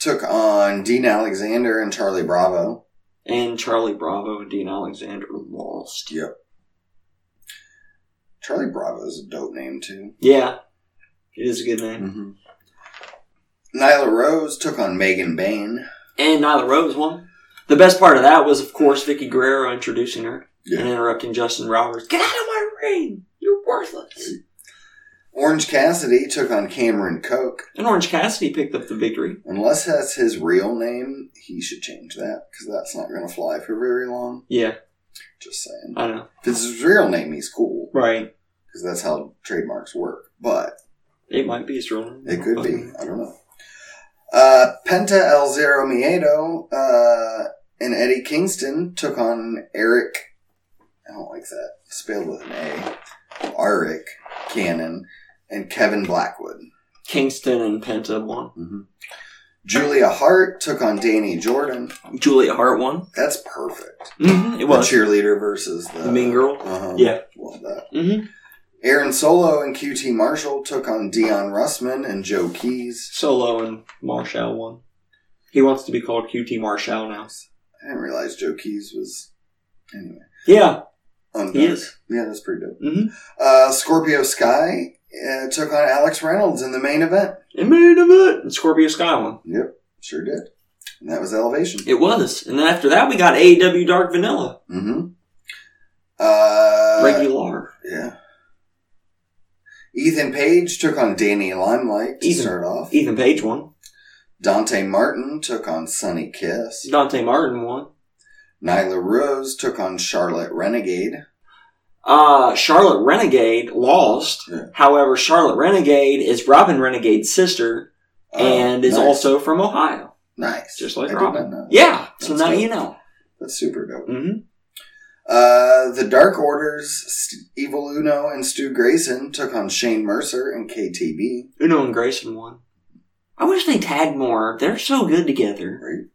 Speaker 1: took on Dean Alexander and Charlie Bravo.
Speaker 2: And Charlie Bravo and Dean Alexander lost.
Speaker 1: Charlie Bravo is a dope name too.
Speaker 2: Yeah, it is a good name.
Speaker 1: Mm-hmm. Nyla Rose took on Megan Bain.
Speaker 2: And Nyla Rose won. The best part of that was, of course, Vicky Guerrero introducing her
Speaker 1: Yeah.
Speaker 2: and interrupting Justin Roberts. Get out of my ring! You're worthless.
Speaker 1: Orange Cassidy took on Cameron Koch.
Speaker 2: And Orange Cassidy picked up the victory.
Speaker 1: Unless that's his real name, he should change that because that's not going to fly for very long.
Speaker 2: Yeah,
Speaker 1: Just saying.
Speaker 2: I know.
Speaker 1: If it's his real name, he's cool
Speaker 2: Right.
Speaker 1: because that's how trademarks work. But
Speaker 2: It might be his real name.
Speaker 1: it could be. I don't know. Uh, Penta El Zero Miedo uh, and Eddie Kingston took on Eric. I don't like that. It's Spelled with an A. Eric Cannon and Kevin Blackwood.
Speaker 2: Kingston and Penta won.
Speaker 1: Julia Hart took on Danny Jordan.
Speaker 2: Julia Hart won.
Speaker 1: That's perfect.
Speaker 2: Mm-hmm, it
Speaker 1: The
Speaker 2: was.
Speaker 1: cheerleader versus the,
Speaker 2: The mean girl?
Speaker 1: Uh-huh.
Speaker 2: Yeah.
Speaker 1: Love that.
Speaker 2: Mm-hmm.
Speaker 1: Aaron Solo and QT Marshall took on Dion Russman and Joe Keys.
Speaker 2: Solo and Marshall won. He wants to be called QT Marshall now.
Speaker 1: I didn't realize Joe Keys was anyway.
Speaker 2: Yeah,
Speaker 1: on
Speaker 2: he
Speaker 1: Dark.
Speaker 2: is.
Speaker 1: Yeah, that's pretty dope.
Speaker 2: Mm-hmm.
Speaker 1: Uh, Scorpio Sky uh, took on Alex Reynolds in the main event.
Speaker 2: It made of it. And Scorpio Sky won.
Speaker 1: Yep, sure did. And that was Elevation.
Speaker 2: It was. And then after that, we got AEW Dark Vanilla.
Speaker 1: Mm-hmm. Uh,
Speaker 2: Regular.
Speaker 1: Yeah. Ethan Page took on Danny Limelight to
Speaker 2: Ethan-
Speaker 1: start off.
Speaker 2: Ethan Page won.
Speaker 1: Dante Martin took on Sunny Kiss.
Speaker 2: Dante Martin won.
Speaker 1: Nyla Rose took on Charlotte Renegade.
Speaker 2: Uh, Charlotte Renegade lost.
Speaker 1: Yeah.
Speaker 2: However, Charlotte Renegade is Robin Renegade's sister and
Speaker 1: Oh,
Speaker 2: is
Speaker 1: nice.
Speaker 2: also from Ohio.
Speaker 1: nice,
Speaker 2: just like
Speaker 1: I did not
Speaker 2: Robin.
Speaker 1: know.
Speaker 2: Yeah. So
Speaker 1: That's
Speaker 2: now
Speaker 1: dope.
Speaker 2: you know.
Speaker 1: That's super dope.
Speaker 2: hmm
Speaker 1: Uh, the Dark Orders, St- Evil Uno and Stu Grayson took on Shane Mercer and KTB.
Speaker 2: Uno and Grayson won. I wish they tagged more. They're so good together.
Speaker 1: Right.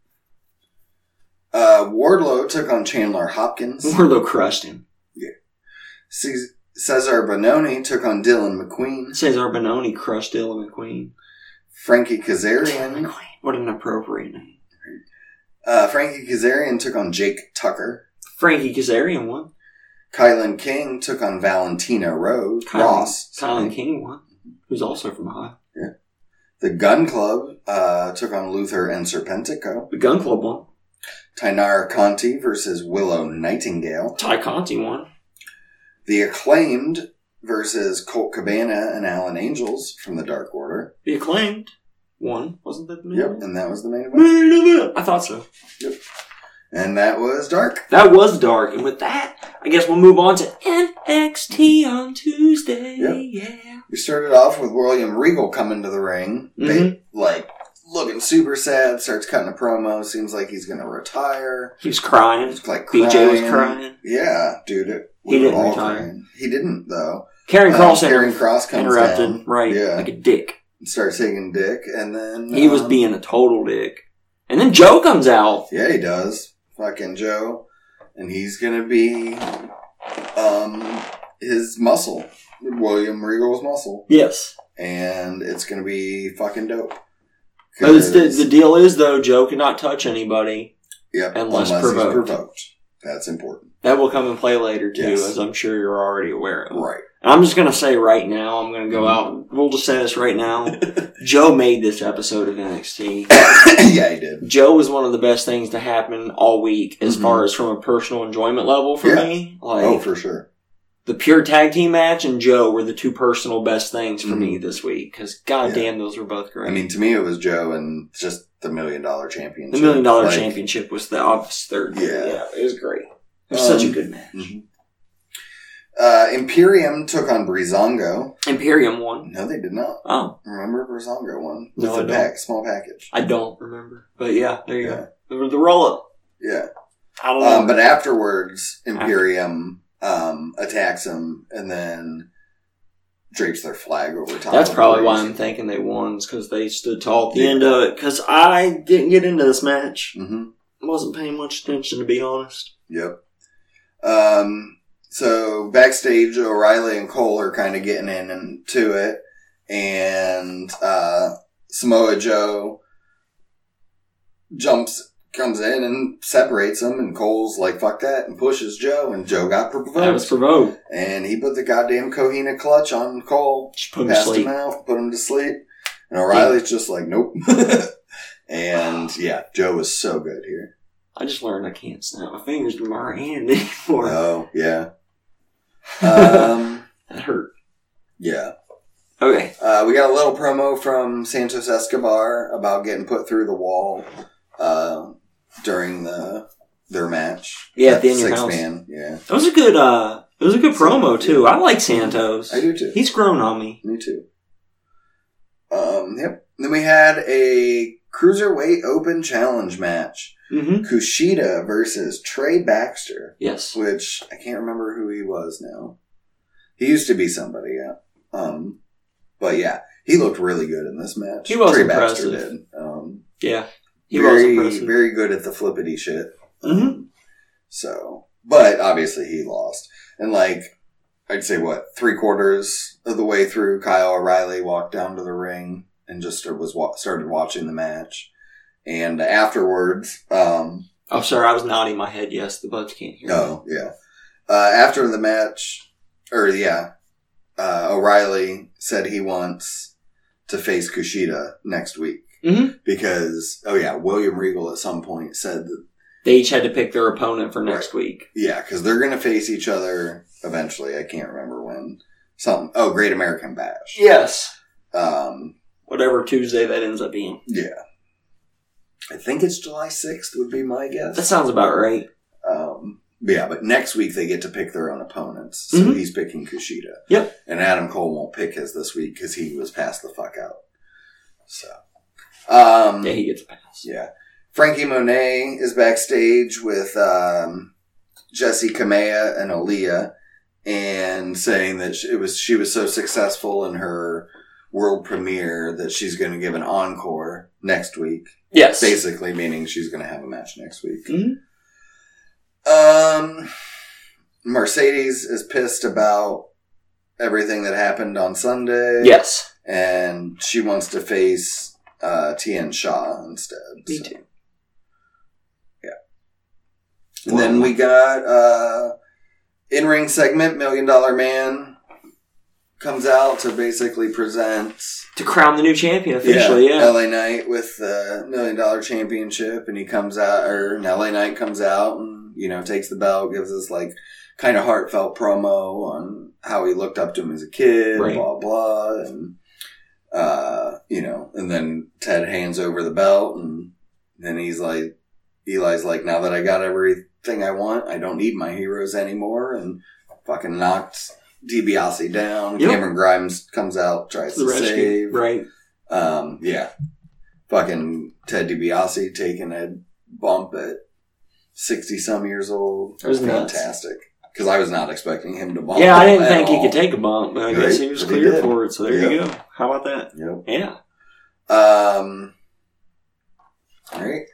Speaker 1: Uh, Wardlow took on Chandler Hopkins.
Speaker 2: Warlow crushed him.
Speaker 1: Ce- Cesar Bononi took on Dylan McQueen.
Speaker 2: Cesar Bononi crushed Dylan McQueen.
Speaker 1: Frankie
Speaker 2: Dylan
Speaker 1: Kazarian.
Speaker 2: McQueen. What an appropriate name.
Speaker 1: Uh, Frankie Kazarian took on Jake Tucker.
Speaker 2: Frankie Kazarian won.
Speaker 1: Kylan King took on Valentina Rose.
Speaker 2: Kylan-
Speaker 1: Ross.
Speaker 2: Colin King won. who's also from Ohio.
Speaker 1: The Gun Club uh, took on Luther and Serpentico.
Speaker 2: The Gun Club won.
Speaker 1: Tainara Conti versus Willow Nightingale.
Speaker 2: Ty Conti won.
Speaker 1: The Acclaimed versus Colt Cabana and Alan Angels from the Dark Order.
Speaker 2: The Acclaimed won. Wasn't that the main
Speaker 1: Yep,
Speaker 2: event?
Speaker 1: and that was the main event.
Speaker 2: Main event! I thought so.
Speaker 1: And that was Dark.
Speaker 2: That was dark. And with that, I guess we'll move on to NXT on Tuesday. Yeah.
Speaker 1: We started off with William Regal coming to the ring.
Speaker 2: Mm-hmm.
Speaker 1: They, like, looking super sad, starts cutting a promo, seems like he's going to retire.
Speaker 2: He was crying.
Speaker 1: It's like
Speaker 2: BJ was crying.
Speaker 1: Yeah, dude. It,
Speaker 2: He
Speaker 1: we were
Speaker 2: didn't
Speaker 1: all
Speaker 2: retire.
Speaker 1: crying. He didn't, though.
Speaker 2: Karen
Speaker 1: Uh,
Speaker 2: Cross
Speaker 1: Karen Cross comes
Speaker 2: interrupted.
Speaker 1: down.
Speaker 2: Right.
Speaker 1: Yeah.
Speaker 2: Like a dick.
Speaker 1: and starts taking dick, and then
Speaker 2: He was
Speaker 1: um,
Speaker 2: being a total dick. And then Joe comes out.
Speaker 1: Yeah, he does. Fucking Joe, and he's gonna be, um, his muscle, William Regal's muscle,
Speaker 2: Yes.
Speaker 1: and it's gonna be fucking dope.
Speaker 2: But it's the,
Speaker 1: 'Cause-
Speaker 2: the deal Oh, is, though, Joe cannot touch anybody.
Speaker 1: yep,
Speaker 2: unless
Speaker 1: unless,
Speaker 2: provoked.
Speaker 1: he's provoked, that's important,
Speaker 2: That will come and play later, too,
Speaker 1: Yes.
Speaker 2: as I'm sure you're already aware of.
Speaker 1: right? Mm-hmm.
Speaker 2: And I'm just going to say right now, I'm going to go out. We'll just say this right now. Joe made this episode of NXT.
Speaker 1: yeah, he did.
Speaker 2: Joe was one of the best things to happen all week as
Speaker 1: Mhm.
Speaker 2: far as from a personal enjoyment level for
Speaker 1: Yeah.
Speaker 2: me. Like
Speaker 1: Oh, for sure.
Speaker 2: the pure tag team match and Joe were the two personal best things for
Speaker 1: Mhm.
Speaker 2: me this week because goddamn, those were both great.
Speaker 1: I mean, to me, it was Joe and just the million dollar championship.
Speaker 2: the million dollar
Speaker 1: Like,
Speaker 2: championship was the obvious third.
Speaker 1: Yeah.
Speaker 2: it was great. It was
Speaker 1: Um,
Speaker 2: such a good match.
Speaker 1: mhm. Uh, Imperium took on Brizongo.
Speaker 2: Imperium won.
Speaker 1: No, they did not.
Speaker 2: Oh,
Speaker 1: Remember Brazongo one? With
Speaker 2: No, I
Speaker 1: the
Speaker 2: don't.
Speaker 1: pack, small package.
Speaker 2: I don't remember, but yeah, there you
Speaker 1: Yeah.
Speaker 2: go. The, the roll up.
Speaker 1: Yeah.
Speaker 2: I don't know.
Speaker 1: Um, but afterwards, Imperium um, attacks him and then drapes their flag over top.
Speaker 2: That's
Speaker 1: of
Speaker 2: probably why I'm
Speaker 1: Breeze.
Speaker 2: thinking they won, because they stood tall at the end of it. Because I didn't get into this match.
Speaker 1: Mhm.
Speaker 2: wasn't paying much attention to be honest.
Speaker 1: Yep. Um, so backstage, O'Reilly and Cole are kind of getting in and to it, and uh, Samoa Joe jumps. Comes in and separates them, and Cole's like, "Fuck that," and pushes Joe, and Joe got provoked.
Speaker 2: I was provoked.
Speaker 1: And he put the goddamn Kohina clutch on Cole,
Speaker 2: Just put him to
Speaker 1: passed him
Speaker 2: sleep.
Speaker 1: out, put him to sleep. And O'Reilly's just like, nope. and yeah, Joe was so good here.
Speaker 2: I just learned I can't snap my fingers to my right hand anymore.
Speaker 1: Oh, yeah. Um,
Speaker 2: that hurt.
Speaker 1: yeah.
Speaker 2: Okay.
Speaker 1: Uh, we got a little promo from Santos Escobar about getting put through the wall uh, during the their match.
Speaker 2: Yeah, at the In Your
Speaker 1: Six
Speaker 2: House.
Speaker 1: man. Yeah.
Speaker 2: That was a good uh it was a good promo too. I like Santos.
Speaker 1: I do too.
Speaker 2: He's grown on me.
Speaker 1: Me too. Um, yep. Then we had a cruiserweight open challenge match.
Speaker 2: Mm-hmm.
Speaker 1: Kushida versus Trey Baxter,
Speaker 2: Yes.
Speaker 1: which I can't remember who he was now. He used to be somebody, yeah. Um, but yeah, he looked really good in this match.
Speaker 2: He was
Speaker 1: Trey Baxter
Speaker 2: impressive.
Speaker 1: did. Um,
Speaker 2: Yeah. He
Speaker 1: very,
Speaker 2: was impressive.
Speaker 1: very good at the flippity shit.
Speaker 2: Mhm.
Speaker 1: So, but obviously he lost, and like I'd say, what three quarters of the way through, Kyle O'Reilly walked down to the ring and just was wa- started watching the match, and afterwards, um,
Speaker 2: I'm sorry, I was nodding my head yes, the buds can't hear me.
Speaker 1: Oh, yeah. Uh, after the match, or yeah, uh, O'Reilly said he wants to face Kushida next week.
Speaker 2: Mhm.
Speaker 1: Because, oh yeah, William Regal at some point said, that,
Speaker 2: They each had to pick their opponent for next week.
Speaker 1: yeah, because they're going to face each other eventually. I can't remember when. Something. Oh, Great American Bash.
Speaker 2: Yes.
Speaker 1: Um,
Speaker 2: Whatever Tuesday that ends up being.
Speaker 1: yeah. I think it's July 6th would be my guess.
Speaker 2: That sounds about right.
Speaker 1: Um, but yeah, but next week they get to pick their own opponents. So
Speaker 2: Mhm.
Speaker 1: he's picking Kushida.
Speaker 2: Yep.
Speaker 1: And Adam Cole won't pick his this week because he was passed the fuck out. So, um,
Speaker 2: Yeah,
Speaker 1: yeah.
Speaker 2: he gets a pass.
Speaker 1: Frankie Monet is backstage with um, Jesse Kamea and Aaliyah, and saying that it was she was so successful in her world premiere that she's going to give an encore next week
Speaker 2: Yes.
Speaker 1: basically meaning she's going to have a match next week.
Speaker 2: Mhm.
Speaker 1: Um, Mercedes is pissed about everything that happened on Sunday.
Speaker 2: Yes.
Speaker 1: and she wants to face uh, Tian Shaw instead.
Speaker 2: Me
Speaker 1: so.
Speaker 2: too.
Speaker 1: And then we got uh, in ring segment Million Dollar Man comes out to basically present
Speaker 2: to crown the new champion officially. Yeah,
Speaker 1: LA Knight with the million dollar championship, and he comes out, or and LA Knight comes out and you know takes the belt, gives us like kind of heartfelt promo on how he looked up to him as a kid,
Speaker 2: Right.
Speaker 1: blah blah, and uh, you know, and then Ted hands over the belt, and then he's like, Eli's like, now that I got everything I want, I don't need my heroes anymore, and fucking knocked. DiBiase down.
Speaker 2: Yep.
Speaker 1: Cameron Grimes comes out, tries
Speaker 2: the
Speaker 1: to
Speaker 2: rescue.
Speaker 1: save.
Speaker 2: Right.
Speaker 1: Um, yeah. Fucking Ted DiBiase taking a bump at 60 some years old.
Speaker 2: That was nuts.
Speaker 1: fantastic. Because I was not expecting him to bump.
Speaker 2: Yeah, I didn't
Speaker 1: at
Speaker 2: think he
Speaker 1: all.
Speaker 2: could take a bump, but I
Speaker 1: Right,
Speaker 2: guess he was
Speaker 1: but he
Speaker 2: clear
Speaker 1: did.
Speaker 2: for it. So there you go. How about that? Yeah.
Speaker 1: Yep. Um, all right.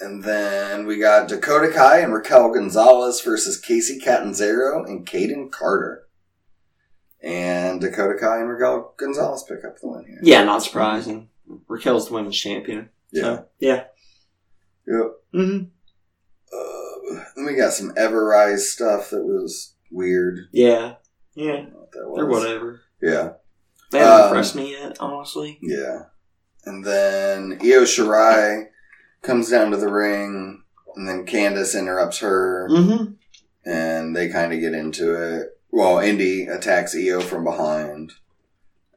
Speaker 1: And then we got Dakota Kai and Raquel Gonzalez versus Casey Catanzaro and Caden Carter. And Dakota Kai and Raquel Gonzalez pick up the win here.
Speaker 2: Yeah, not surprising.
Speaker 1: Mm-hmm.
Speaker 2: Raquel's the women's champion.
Speaker 1: Yeah.
Speaker 2: So, yeah.
Speaker 1: Yep. Mm-hmm.
Speaker 2: hmm
Speaker 1: Uh, then we got some Everrise stuff that was weird.
Speaker 2: Yeah. Yeah.
Speaker 1: I don't know what that was.
Speaker 2: Or whatever.
Speaker 1: Yeah,
Speaker 2: They haven't
Speaker 1: Um,
Speaker 2: impressed me yet, honestly.
Speaker 1: yeah. And then Io Shirai comes down to the ring, and then Candace interrupts her,
Speaker 2: Mm-hmm.
Speaker 1: and they kind of get into it. Well, Indy attacks Io from behind,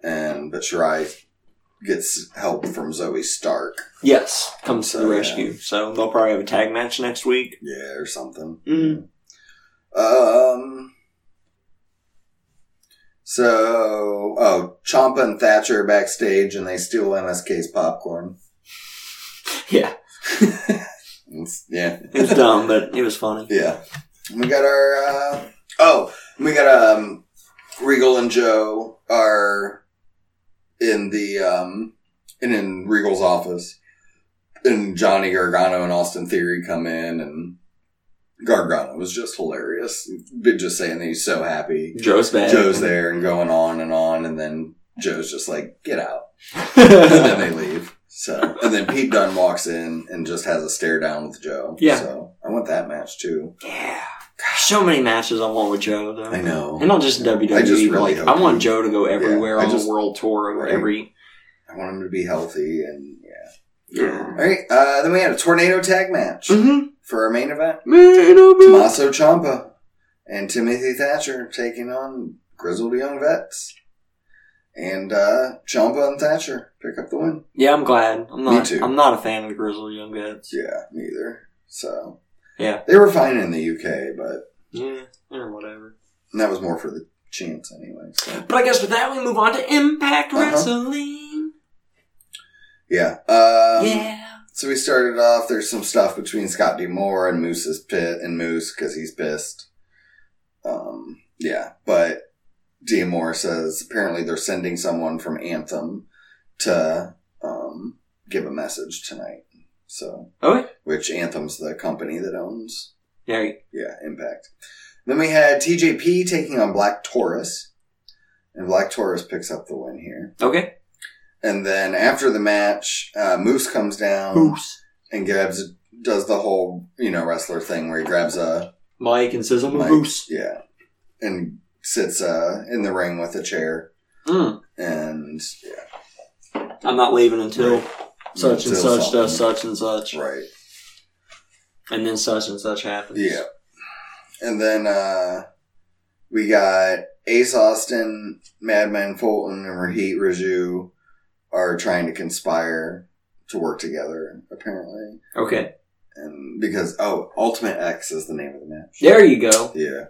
Speaker 1: and but Shirai gets help from Zoe Stark,
Speaker 2: Yes. Comes to
Speaker 1: So,
Speaker 2: the
Speaker 1: Oh, yeah.
Speaker 2: rescue. So they'll probably have a tag match next week.
Speaker 1: yeah, or something.
Speaker 2: Mhm.
Speaker 1: Um. So, oh, Champa and Thatcher are backstage, and they steal MSK's popcorn.
Speaker 2: Yeah.
Speaker 1: It's- yeah,
Speaker 2: It was dumb, but it was funny.
Speaker 1: yeah. We got our uh, oh, we got um, Regal and Joe are in the um, and in Regal's office, and Johnny Gargano and Austin Theory come in, and Gargano was just hilarious. Just saying that he's so happy.
Speaker 2: Joe's bad.
Speaker 1: Joe's there and going on and on, and then Joe's just like, get out. And then they
Speaker 2: there.
Speaker 1: leave. So, and then Pete Dunne walks in and just has a stare down with Joe.
Speaker 2: Yeah.
Speaker 1: So, I want that match too.
Speaker 2: yeah. Gosh, so many matches I want with Joe, though.
Speaker 1: I know.
Speaker 2: And not just WWE.
Speaker 1: I just
Speaker 2: but,
Speaker 1: really
Speaker 2: like,
Speaker 1: hope
Speaker 2: I want
Speaker 1: he-
Speaker 2: Joe to go everywhere
Speaker 1: I
Speaker 2: on
Speaker 1: just-
Speaker 2: the world tour of
Speaker 1: Right.
Speaker 2: every.
Speaker 1: I want him to be healthy and yeah.
Speaker 2: Yeah.
Speaker 1: All right. Uh, then we had a tornado tag match
Speaker 2: Mm-hmm.
Speaker 1: for our main event.
Speaker 2: Man,
Speaker 1: Tommaso Ciampa and Timothy Thatcher taking on grizzled young vets. And uh, Ciampa and Thatcher pick up the win.
Speaker 2: yeah, I'm glad. I'm not.
Speaker 1: too.
Speaker 2: I'm not a fan of the Grizzly Young Vets.
Speaker 1: Yeah, neither. So
Speaker 2: Yeah.
Speaker 1: they were fine in the UK, but
Speaker 2: Yeah, or whatever.
Speaker 1: that was more for the chance anyway. So
Speaker 2: But I guess with that, we move on to Impact
Speaker 1: Uh-huh.
Speaker 2: Wrestling.
Speaker 1: yeah, um,
Speaker 2: yeah.
Speaker 1: So we started off. There's some stuff between Scott D. Moore and Moose's pit and Moose because he's pissed. Um, yeah, but D. Moore says apparently they're sending someone from Anthem to um, give a message tonight. So
Speaker 2: Okay.
Speaker 1: which Anthem's the company that owns
Speaker 2: There you
Speaker 1: Yeah, Impact. Then we had TJP taking on Black Taurus. And Black Taurus picks up the win here.
Speaker 2: Okay.
Speaker 1: And then after the match, uh, Moose comes down
Speaker 2: Who's
Speaker 1: and grabs, does the whole, you know, wrestler thing where he grabs a,
Speaker 2: Mike and says I'm a
Speaker 1: Mike.
Speaker 2: moose.
Speaker 1: yeah, and sits uh, in the ring with a chair.
Speaker 2: Mm.
Speaker 1: And, yeah,
Speaker 2: I'm not leaving until such and
Speaker 1: Until
Speaker 2: such does
Speaker 1: something.
Speaker 2: such and such,
Speaker 1: right.
Speaker 2: and then such and such happens.
Speaker 1: Yeah. And then uh, we got Ace Austin, Madman Fulton, and Raheet Raju are trying to conspire to work together, apparently.
Speaker 2: Okay.
Speaker 1: And because oh, Ultimate X is the name of the match.
Speaker 2: There you go.
Speaker 1: Yeah.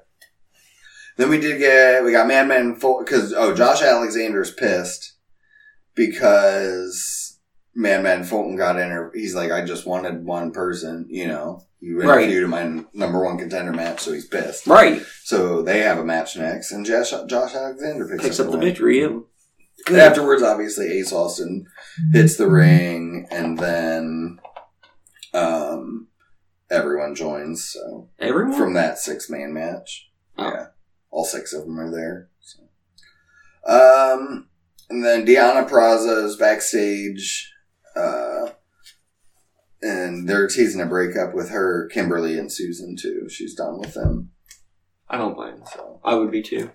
Speaker 1: Then we did get we got Madman Fulton because oh Josh Alexander's pissed because Madman Fulton got in. He's like, I just wanted one person, you know. You
Speaker 2: Right.
Speaker 1: interviewed him in my number one contender match, so he's pissed.
Speaker 2: Right.
Speaker 1: So they have a match next, and Josh, Josh Alexander picks,
Speaker 2: Picks up the
Speaker 1: win.
Speaker 2: victory. Yeah.
Speaker 1: And afterwards, obviously, Ace Austin hits the ring, and then um, everyone joins. So
Speaker 2: Everyone.
Speaker 1: from that six man match.
Speaker 2: Oh.
Speaker 1: Yeah, all six of them are there. So. Um, and then Deanna Prazo's backstage, uh, and they're teasing a breakup with her, Kimberly and Susan too. She's done with them.
Speaker 2: I don't blame. them.
Speaker 1: So
Speaker 2: I would be too.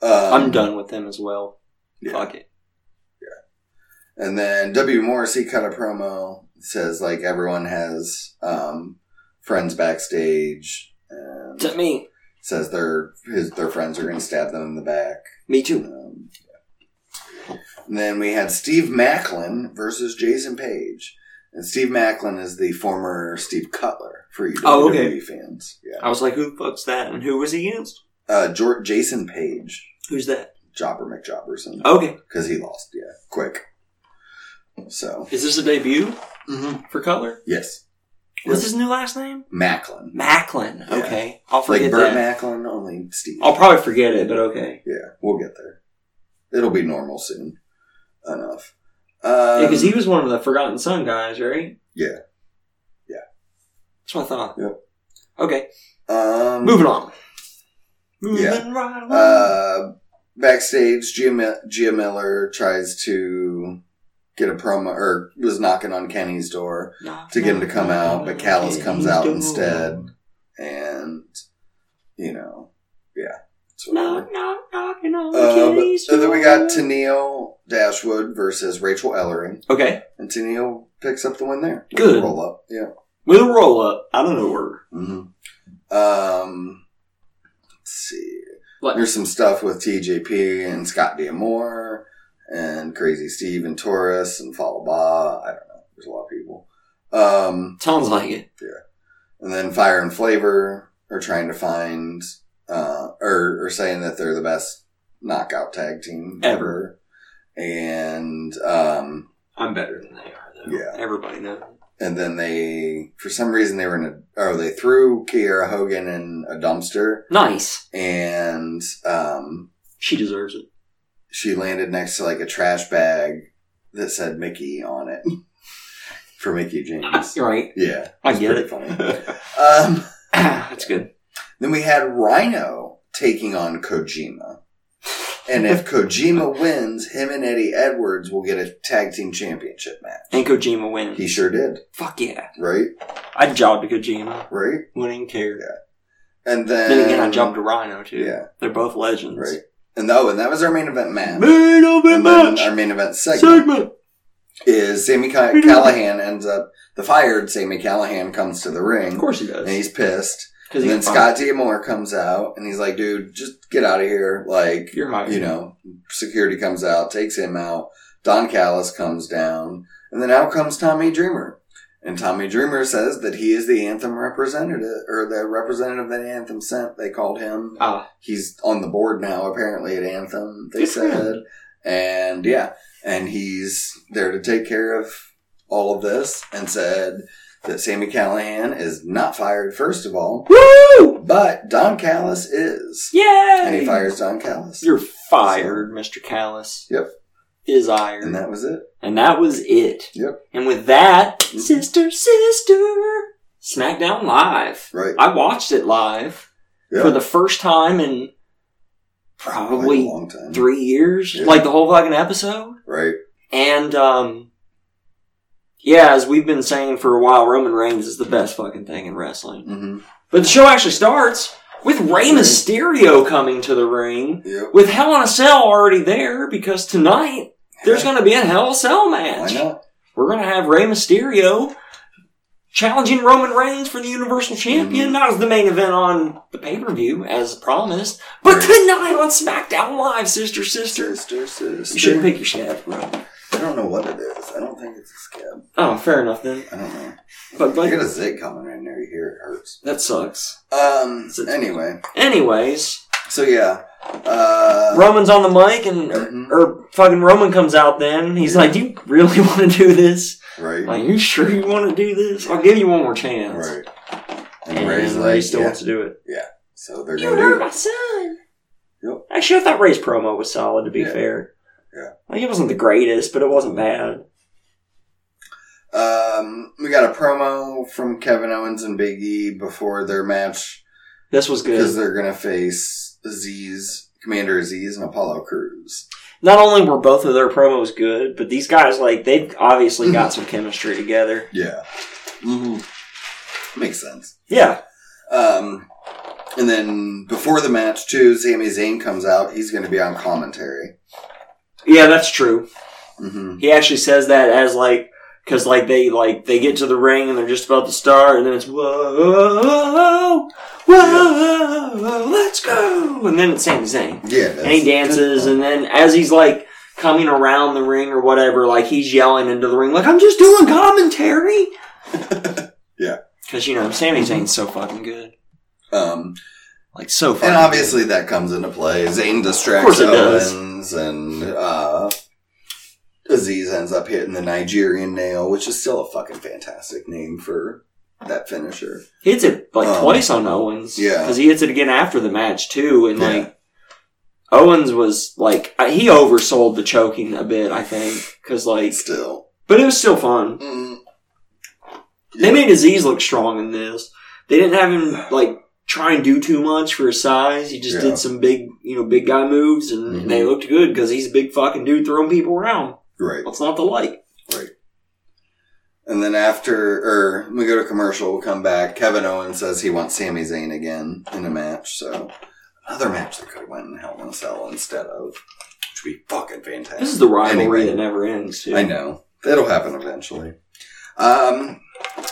Speaker 1: Um,
Speaker 2: I'm done with him as well.
Speaker 1: Yeah.
Speaker 2: Fuck it.
Speaker 1: And then W. Morrissey cut a promo. Says like everyone has um, friends backstage. And
Speaker 2: To me.
Speaker 1: says their his their friends are gonna stab them in the back.
Speaker 2: Me too.
Speaker 1: Um, yeah. and then we had Steve Macklin versus Jason Page. And Steve Macklin is the former Steve Cutler for E you WWE
Speaker 2: Oh, okay.
Speaker 1: fans. Yeah.
Speaker 2: I was like, who the fuckks that? And who was he against?
Speaker 1: Uh, Jor- Jason Page,
Speaker 2: Who's that?
Speaker 1: Jobber McJobberson,
Speaker 2: Okay.
Speaker 1: because he lost, yeah, quick. So,
Speaker 2: Is this a debut for Cutler?
Speaker 1: Mm-hmm. yes,
Speaker 2: What's his new last name?
Speaker 1: Macklin.
Speaker 2: Macklin.
Speaker 1: Yeah.
Speaker 2: Okay. I'll
Speaker 1: Like
Speaker 2: forget
Speaker 1: Burt
Speaker 2: that.
Speaker 1: Macklin, only Steve.
Speaker 2: I'll probably forget it, but okay.
Speaker 1: yeah, we'll get there. It'll be normal soon enough.
Speaker 2: Because
Speaker 1: Um,
Speaker 2: he was one of the Forgotten Son guys, right?
Speaker 1: Yeah. Yeah.
Speaker 2: That's what I thought.
Speaker 1: Yep.
Speaker 2: Okay.
Speaker 1: um,
Speaker 2: Moving on. Moving
Speaker 1: Yeah.
Speaker 2: right along.
Speaker 1: Uh, backstage, Gia, Mi- Gia Miller tries to get a promo, or was knocking on Kenny's door to get him to come out, but Callus comes out instead, and you know, yeah. it's whatever.
Speaker 2: Knock, knock, knocking on
Speaker 1: Uh, but-
Speaker 2: Kenny's
Speaker 1: so then we
Speaker 2: door.
Speaker 1: got Tennille Dashwood versus Rachel Ellering,
Speaker 2: Okay.
Speaker 1: and Tennille picks up the win there. with
Speaker 2: Good.
Speaker 1: the roll up, yeah.
Speaker 2: With a roll up out of nowhere.
Speaker 1: Mm-hmm. Um, let's see.
Speaker 2: What?
Speaker 1: There's some stuff with TJP and Scott D'Amore and Crazy Steve and Taurus and Falaba. I don't know. There's a lot of people. Um,
Speaker 2: Sounds like it.
Speaker 1: and then Fire and Flavor are trying to find, uh, or, or saying that they're the best knockout tag team
Speaker 2: Ever.
Speaker 1: ever. And, um,
Speaker 2: I'm better than they are, though.
Speaker 1: Yeah.
Speaker 2: Everybody knows.
Speaker 1: and then they, for some reason, they were in a, or they threw Kiara Hogan in a dumpster
Speaker 2: Nice.
Speaker 1: and, um,
Speaker 2: She deserves it.
Speaker 1: she landed next to like a trash bag that said Mickey on it for Mickey James.
Speaker 2: You're right.
Speaker 1: Yeah,
Speaker 2: I
Speaker 1: it's
Speaker 2: get
Speaker 1: pretty
Speaker 2: it.
Speaker 1: funny. Um,
Speaker 2: That's good.
Speaker 1: then we had Rhino taking on Kojima, and if Kojima wins, him and Eddie Edwards will get a tag team championship match.
Speaker 2: And Kojima wins.
Speaker 1: He sure did,
Speaker 2: Fuck yeah.
Speaker 1: right?
Speaker 2: I jobbed to Kojima.
Speaker 1: Right.
Speaker 2: Wouldn't care.
Speaker 1: Yeah. And then
Speaker 2: Then again, I jobbed to Rhino, too.
Speaker 1: Yeah,
Speaker 2: They're both legends.
Speaker 1: right. And oh, and that was our main event match.
Speaker 2: Main event
Speaker 1: And then
Speaker 2: match!
Speaker 1: our main event segment.
Speaker 2: Segment!
Speaker 1: is Sammy Ca- Callahan ends up the fired Sammy Callahan comes to the
Speaker 2: Of
Speaker 1: ring
Speaker 2: course he
Speaker 1: and
Speaker 2: does.
Speaker 1: he's pissed.
Speaker 2: Because
Speaker 1: And then Scott D'Amore comes out and he's like, "Dude, just get out of here!" Like
Speaker 2: You're hired.
Speaker 1: you know, security comes out, takes him out. Don Callis comes down, and then out comes Tommy Dreamer. And Tommy Dreamer says that he is the anthem representative, or the representative that Anthem sent. They called him.
Speaker 2: Ah.
Speaker 1: He's on the board now, apparently at Anthem. They
Speaker 2: Good for
Speaker 1: said, and yeah, and he's there to take care of all of this, and said that Sammy Callahan is not fired first of all,
Speaker 2: Woo!
Speaker 1: but Don Callis is,
Speaker 2: Yay!
Speaker 1: and he fires Don Callis,
Speaker 2: You're fired, Mr. Callis.
Speaker 1: Yep.
Speaker 2: Is iron.
Speaker 1: and that was it.
Speaker 2: And that was it.
Speaker 1: Yep.
Speaker 2: And with that,
Speaker 1: Mhm.
Speaker 2: sister, sister, SmackDown Live.
Speaker 1: Right.
Speaker 2: I watched it live
Speaker 1: Yeah.
Speaker 2: for the first time in
Speaker 1: Like a
Speaker 2: probably
Speaker 1: long time.
Speaker 2: three years,
Speaker 1: Yeah.
Speaker 2: like the whole fucking episode.
Speaker 1: Right.
Speaker 2: And, um, yeah, as we've been saying for a while, Roman Reigns is the best fucking thing in wrestling.
Speaker 1: Mm-hmm.
Speaker 2: But the show actually starts with Rey Mysterio coming to the ring
Speaker 1: Yep.
Speaker 2: with Hell in a Cell already there because tonight there's going to be a Hell in a Cell
Speaker 1: Why
Speaker 2: match.
Speaker 1: not?
Speaker 2: We're going to have Rey Mysterio challenging Roman Reigns for the Universal Champion,
Speaker 1: Mm-hmm.
Speaker 2: not as the main event on the pay per view as promised, but
Speaker 1: Right.
Speaker 2: tonight on SmackDown Live, sister, sister.
Speaker 1: Sister, sister.
Speaker 2: You should pick your scab, bro.
Speaker 1: I don't know what it is. I don't think it's a scab.
Speaker 2: Oh, fair enough then.
Speaker 1: I don't know.
Speaker 2: But
Speaker 1: I got
Speaker 2: like,
Speaker 1: a zit coming right there. You hear it hurts.
Speaker 2: that sucks.
Speaker 1: Um.
Speaker 2: Zit.
Speaker 1: Anyway.
Speaker 2: Anyways,
Speaker 1: So yeah. Uh.
Speaker 2: Roman's on the mic and.
Speaker 1: mhm,
Speaker 2: Or fucking Roman comes out then. He's like, Do you really want to do this?
Speaker 1: Right.
Speaker 2: Like, you sure you want to do this? I'll give you one more chance.
Speaker 1: right. And,
Speaker 2: And
Speaker 1: Ray's
Speaker 2: Ray's
Speaker 1: like,
Speaker 2: still
Speaker 1: yeah.
Speaker 2: wants to do it.
Speaker 1: So they're
Speaker 2: You
Speaker 1: gonna do
Speaker 2: hurt
Speaker 1: it.
Speaker 2: my son.
Speaker 1: Yep.
Speaker 2: Actually, I thought Ray's promo was solid. To be
Speaker 1: Yeah.
Speaker 2: fair,
Speaker 1: Yeah.
Speaker 2: like it wasn't the greatest, but it wasn't bad.
Speaker 1: Um. We got a promo from Kevin Owens and Big E before their match
Speaker 2: This was
Speaker 1: because
Speaker 2: good.
Speaker 1: they're gonna face Aziz, Commander Aziz, and Apollo Crews.
Speaker 2: Not only were both of their promos good, but these guys like they've obviously got some chemistry together.
Speaker 1: Yeah. Mm-hmm. Makes sense.
Speaker 2: Yeah,
Speaker 1: Um, And then before the match, too, Sami Zayn comes out. He's going to be on commentary.
Speaker 2: Yeah, that's true.
Speaker 1: hmm
Speaker 2: He actually says that as like because like they like they get to the ring and they're just about to start and then it's whoa whoa let's go and then it's Sami Zayn.
Speaker 1: Yeah, that's,
Speaker 2: and he dances and then as he's like coming around the ring or whatever like he's yelling into the ring like i'm just doing commentary
Speaker 1: Yeah.
Speaker 2: because you know Sami Zayn's so fucking good
Speaker 1: Um,
Speaker 2: like so fucking
Speaker 1: and obviously that comes into play. Zayn
Speaker 2: Of
Speaker 1: distracts
Speaker 2: course it does.
Speaker 1: Owens, and uh, Aziz ends up hitting the Nigerian nail, which is still a fucking fantastic name for that finisher.
Speaker 2: good. hits it like
Speaker 1: Um,
Speaker 2: twice on Owens
Speaker 1: yeah.
Speaker 2: because he hits it again after the match too and
Speaker 1: Yeah.
Speaker 2: like Owens was like I- he oversold the choking a bit I think because like
Speaker 1: Still.
Speaker 2: but it was still fun
Speaker 1: Mm,
Speaker 2: They made Aziz look strong in this. They didn't have him like try and do too much for his size. He just
Speaker 1: Yeah.
Speaker 2: did some big, you know, big guy moves, and
Speaker 1: Mhm.
Speaker 2: they looked good because he's a big fucking dude throwing people around.
Speaker 1: great.
Speaker 2: What's not to like?
Speaker 1: And then after, or we go to commercial, we'll come back. Kevin Owens says he wants Sami Zayn again in a match, so another match that could have went in Hell in a Cell instead of, which would be fucking fantastic.
Speaker 2: This is the rivalry
Speaker 1: Anyway.
Speaker 2: that never ends. Too.
Speaker 1: I know. It'll happen eventually. Um,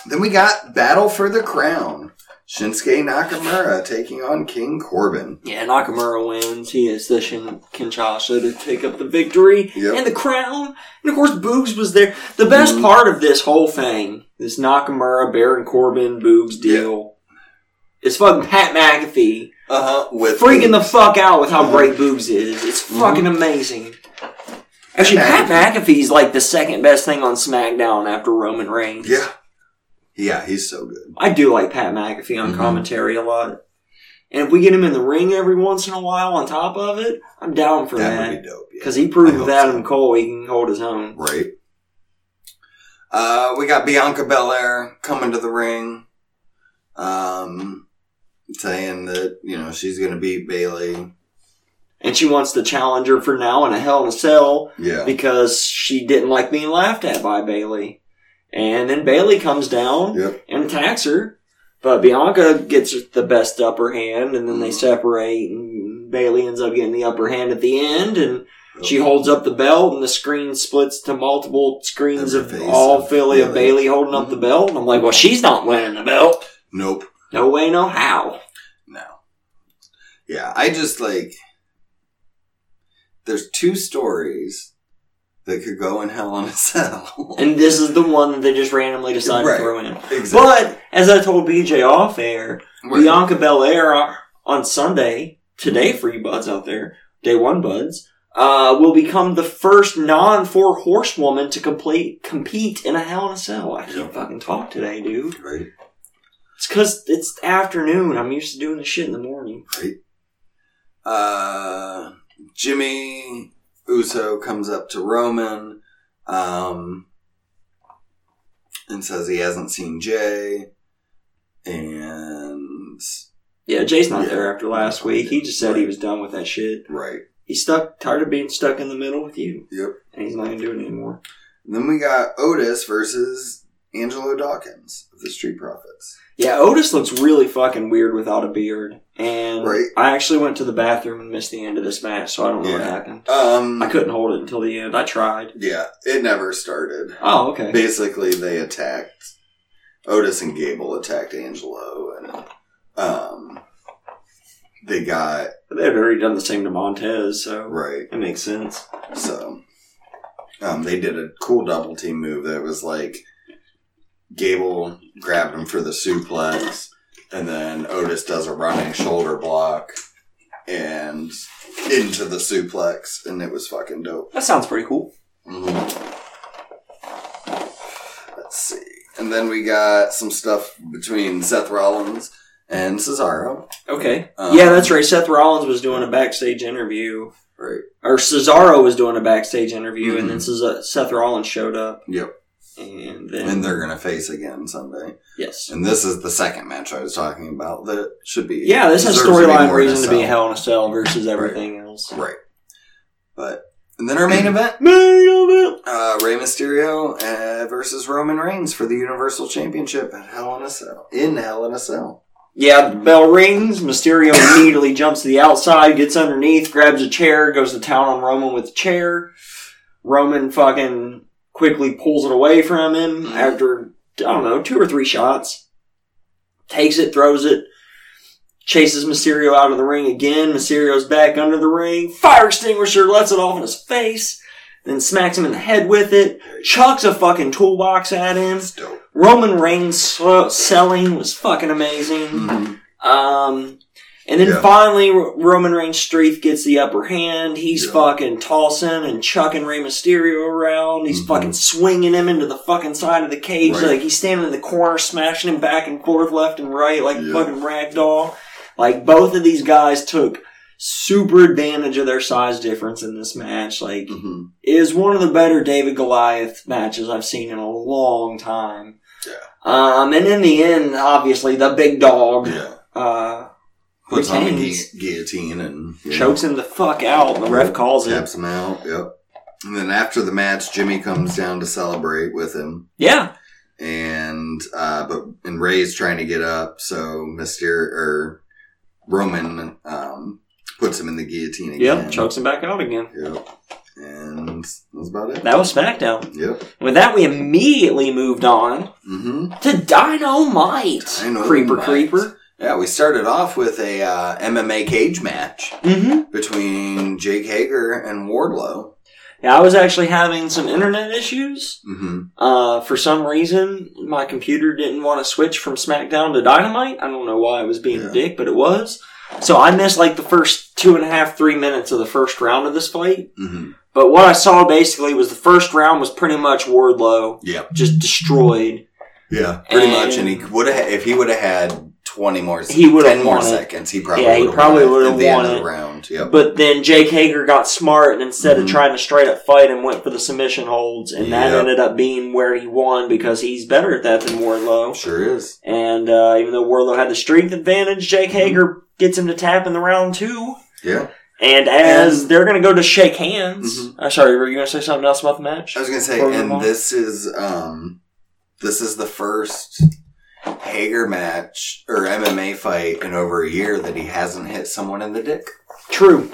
Speaker 1: then we got Battle for the Crown. Shinsuke Nakamura taking on King Corbin.
Speaker 2: Yeah, Nakamura wins. He is the Shin- Kinshasa to take up the victory
Speaker 1: Yep.
Speaker 2: and the crown. And of course, Boogs was there. The best
Speaker 1: Mhm.
Speaker 2: part of this whole thing, this Nakamura, Baron Corbin, Boogs deal, is fucking Pat McAfee
Speaker 1: Uh huh. With
Speaker 2: freaking the fuck out with how great Boobs is. It's fucking amazing. Actually,
Speaker 1: Pat
Speaker 2: Pat McAfee's like the second best thing on SmackDown after Roman Reigns.
Speaker 1: yeah, yeah. He's so good.
Speaker 2: I do like Pat McAfee on
Speaker 1: Mhm.
Speaker 2: commentary a lot. And if we get him in the ring every once in a while on top of it, I'm down for
Speaker 1: that
Speaker 2: that.
Speaker 1: would be dope. yeah.
Speaker 2: Because he proved
Speaker 1: I hope
Speaker 2: with Adam
Speaker 1: so.
Speaker 2: Cole he can hold his own.
Speaker 1: Right. Uh, we got Bianca Belair coming to the ring, um, saying that you know she's going to beat Bailey.
Speaker 2: And she wants to challenge her for now in a Hell in a Cell
Speaker 1: Yeah,
Speaker 2: because she didn't like being laughed at by Bailey. And then Bailey comes down
Speaker 1: yep.
Speaker 2: and attacks her. But Bianca gets the best upper hand, and then they
Speaker 1: Mm-hmm.
Speaker 2: separate, and Bailey ends up getting the upper hand at the end, and she holds up the belt, and the screen splits to multiple screens
Speaker 1: And
Speaker 2: of
Speaker 1: the face
Speaker 2: all
Speaker 1: of Mm-hmm.
Speaker 2: Philly of
Speaker 1: Bayley.
Speaker 2: Bailey holding up the belt. And I'm like, well, she's not winning the belt.
Speaker 1: Nope.
Speaker 2: No way, no how.
Speaker 1: No. Yeah, I just like. There's two stories that could go in Hell in a Cell.
Speaker 2: And this is the one that they just randomly decided
Speaker 1: Right.
Speaker 2: to throw in.
Speaker 1: exactly.
Speaker 2: But as I told BJ off air,
Speaker 1: Right.
Speaker 2: Bianca Belair on- on Sunday, today for you buds out there, day one buds, uh, will become the first non four horsewoman to complete compete in a Hell in a Cell. I can't fucking talk today, dude.
Speaker 1: Right.
Speaker 2: It's because it's afternoon. I'm used to doing the shit in the morning.
Speaker 1: Uh, Jimmy Uso comes up to Roman um, and says he hasn't seen Jay. And.
Speaker 2: Yeah, Jay's not
Speaker 1: Yeah.
Speaker 2: there after last week. He just said he was done with that shit.
Speaker 1: Right.
Speaker 2: He's stuck, tired of being stuck in the middle with you,
Speaker 1: Yep.
Speaker 2: and he's not gonna do it anymore.
Speaker 1: Then we got Otis versus Angelo Dawkins of the Street Profits.
Speaker 2: Yeah, Otis looks really fucking weird without a beard, and
Speaker 1: Right.
Speaker 2: I actually went to the bathroom and missed the end of this match, so I don't know what
Speaker 1: Yeah.
Speaker 2: happened.
Speaker 1: Um,
Speaker 2: I couldn't hold it until the end. I tried.
Speaker 1: Yeah, it never started.
Speaker 2: Oh, okay.
Speaker 1: Basically, they attacked Otis and Gable attacked Angelo, and um, they got
Speaker 2: They had already done the same to Montez, so
Speaker 1: right.
Speaker 2: it makes sense.
Speaker 1: So um, they did a cool double team move that was like Gable grabbed him for the suplex, and then Otis does a running shoulder block and into the suplex, and it was fucking dope.
Speaker 2: That sounds pretty cool.
Speaker 1: Let's see. And then we got some stuff between Seth Rollins and Cesaro.
Speaker 2: Okay.
Speaker 1: Um,
Speaker 2: yeah, that's right. Seth Rollins was doing a backstage interview,
Speaker 1: Right.
Speaker 2: or Cesaro was doing a backstage interview, and then
Speaker 1: Mhm.
Speaker 2: Cesa- Seth Rollins showed up,
Speaker 1: Yep.
Speaker 2: and then
Speaker 1: And they're going to face again Sunday.
Speaker 2: yes,
Speaker 1: And this is the second match I was talking about that should be.
Speaker 2: yeah, this has
Speaker 1: deserves to be
Speaker 2: storyline
Speaker 1: more in a
Speaker 2: reason to be
Speaker 1: cell.
Speaker 2: Hell in a Cell versus everything else.
Speaker 1: Right. But. And then our main event uh, Rey Mysterio uh, versus Roman Reigns for the Universal Championship at Hell in a Cell. In Hell in a Cell.
Speaker 2: Yeah, the bell rings. Mysterio immediately jumps to the outside, gets underneath, grabs a chair, goes to town on Roman with the chair. Roman fucking quickly pulls it away from him after, I don't know, two or three shots. Takes it, throws it, chases Mysterio out of the ring again. Mysterio's back under the ring. Fire extinguisher lets it off in his face, then smacks him in the head with it. Chucks a fucking toolbox at him.
Speaker 1: It's dope.
Speaker 2: Roman Reigns sl- selling was fucking amazing.
Speaker 1: Mhm.
Speaker 2: Um, and then
Speaker 1: Yeah.
Speaker 2: finally, R- Roman Reigns' strength gets the upper hand. He's
Speaker 1: Yeah.
Speaker 2: fucking tossing and chucking Rey Mysterio around. He's
Speaker 1: Mhm.
Speaker 2: fucking swinging him into the fucking side of the cage.
Speaker 1: Right.
Speaker 2: Like he's standing in the corner, smashing him back and forth, left and right, like
Speaker 1: Yeah.
Speaker 2: a fucking ragdoll. Like both of these guys took super advantage of their size difference in this match. Like
Speaker 1: Mhm.
Speaker 2: is one of the better David Goliath matches I've seen in a long time.
Speaker 1: Yeah.
Speaker 2: Um, and in the end, obviously, the big dog
Speaker 1: Yeah.
Speaker 2: uh,
Speaker 1: Puts on a gu-
Speaker 2: Retains.
Speaker 1: guillotine and you know,
Speaker 2: chokes him the fuck out. The ref calls it.
Speaker 1: taps him out. Yep. And then after the match, Jimmy comes down to celebrate with him.
Speaker 2: Yeah.
Speaker 1: and uh, but and Ray's trying to get up, so Mister or Roman um, puts him in the guillotine
Speaker 2: Yep.
Speaker 1: again.
Speaker 2: Chokes him back out again.
Speaker 1: Yep. And that's about it.
Speaker 2: That was SmackDown.
Speaker 1: Yep.
Speaker 2: With that, we immediately moved on
Speaker 1: Mm-hmm.
Speaker 2: to Dynamite.
Speaker 1: Dynamite.
Speaker 2: Creeper, creeper.
Speaker 1: Yeah, we started off with a uh, MMA cage match
Speaker 2: Mm-hmm.
Speaker 1: between Jake Hager and Wardlow.
Speaker 2: Yeah, I was actually having some internet issues.
Speaker 1: Mm-hmm.
Speaker 2: Uh, for some reason, my computer didn't want to switch from SmackDown to Dynamite. I don't know why it was being
Speaker 1: Yeah.
Speaker 2: a dick, but it was. So I missed like the first two and a half, three minutes of the first round of this fight.
Speaker 1: Mm-hmm.
Speaker 2: But what I saw basically was the first round was pretty much Wardlow
Speaker 1: Yep.
Speaker 2: just destroyed.
Speaker 1: Yeah. Pretty
Speaker 2: And-
Speaker 1: much, and he would have if he would have had twenty more,
Speaker 2: He would've
Speaker 1: ten more
Speaker 2: won it.
Speaker 1: seconds. He probably
Speaker 2: Yeah, he
Speaker 1: would've
Speaker 2: probably
Speaker 1: won it
Speaker 2: would've
Speaker 1: at the end
Speaker 2: won
Speaker 1: of
Speaker 2: it.
Speaker 1: the round. Yep.
Speaker 2: But then Jake Hager got smart and instead
Speaker 1: Mhm.
Speaker 2: of trying to straight up fight him, went for the submission holds, and that
Speaker 1: Yep.
Speaker 2: ended up being where he won because he's better at that than Wardlow.
Speaker 1: sure is.
Speaker 2: And uh, even though Wardlow had the strength advantage,
Speaker 1: Mm-hmm.
Speaker 2: Jake Hager gets him to tap in the round two.
Speaker 1: Yeah.
Speaker 2: And as they're going to go to shake hands,
Speaker 1: Mhm.
Speaker 2: I'm sorry, were you going to say something else about the match?
Speaker 1: I was gonna say,
Speaker 2: Or
Speaker 1: and
Speaker 2: Lamar.
Speaker 1: this is um, this is the first Hager match or MMA fight in over a year that he hasn't hit someone in the dick.
Speaker 2: True.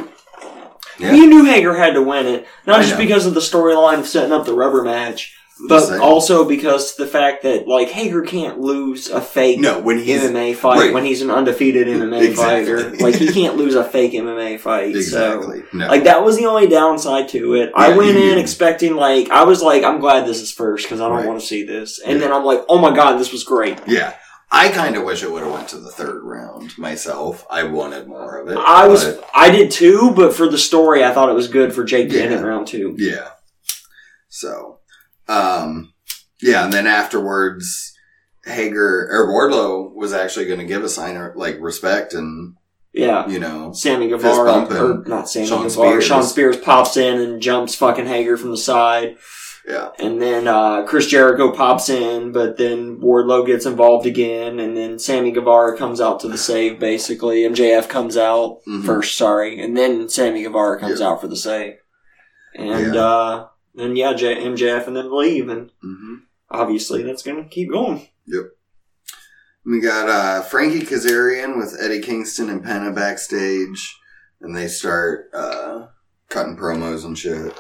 Speaker 1: Yeah.
Speaker 2: You knew Hager had to win it,
Speaker 1: I
Speaker 2: not just
Speaker 1: know.
Speaker 2: because of the storyline of setting up the rubber match,
Speaker 1: Just
Speaker 2: but
Speaker 1: saying.
Speaker 2: also because the fact that like Hager can't lose a fake
Speaker 1: no, when he's
Speaker 2: MMA fight
Speaker 1: Right.
Speaker 2: when he's an undefeated MMA
Speaker 1: Exactly.
Speaker 2: fighter. Like he can't lose a fake MMA fight. So
Speaker 1: exactly no,
Speaker 2: Like that was the only downside to it. I
Speaker 1: Yeah,
Speaker 2: went
Speaker 1: you-
Speaker 2: in expecting like I was like I'm glad this is first because I don't
Speaker 1: Right.
Speaker 2: want to see this, and
Speaker 1: Yeah.
Speaker 2: then I'm like oh my god this was great.
Speaker 1: yeah. I kind of wish it would have went to the third round myself. I wanted more of it.
Speaker 2: I was
Speaker 1: but,
Speaker 2: I did too, but for the story I thought it was good for Jake to end
Speaker 1: Yeah.
Speaker 2: it round two.
Speaker 1: yeah. So, um, yeah, and then afterwards. Hager or Wardlow was actually going to give a sign of like respect and
Speaker 2: Yeah.
Speaker 1: you know
Speaker 2: Sammy
Speaker 1: bump
Speaker 2: Guevara, or
Speaker 1: and
Speaker 2: not Sammy
Speaker 1: Shawn
Speaker 2: Guevara,
Speaker 1: Spears.
Speaker 2: Sean Spears pops in and jumps fucking Hager from the side.
Speaker 1: Yeah.
Speaker 2: And then uh, Chris Jericho pops in, but then Wardlow gets involved again, and then Sammy Guevara comes out to the save, basically. MJF comes out
Speaker 1: Mhm.
Speaker 2: first, sorry, and then Sammy Guevara comes out for the save. And
Speaker 1: Yeah.
Speaker 2: uh, then, yeah, J- MJF and then leave, and
Speaker 1: Mhm.
Speaker 2: obviously that's going to keep going.
Speaker 1: We got uh, Frankie Kazarian with Eddie Kingston and Penna backstage, and they start uh, cutting promos and shit.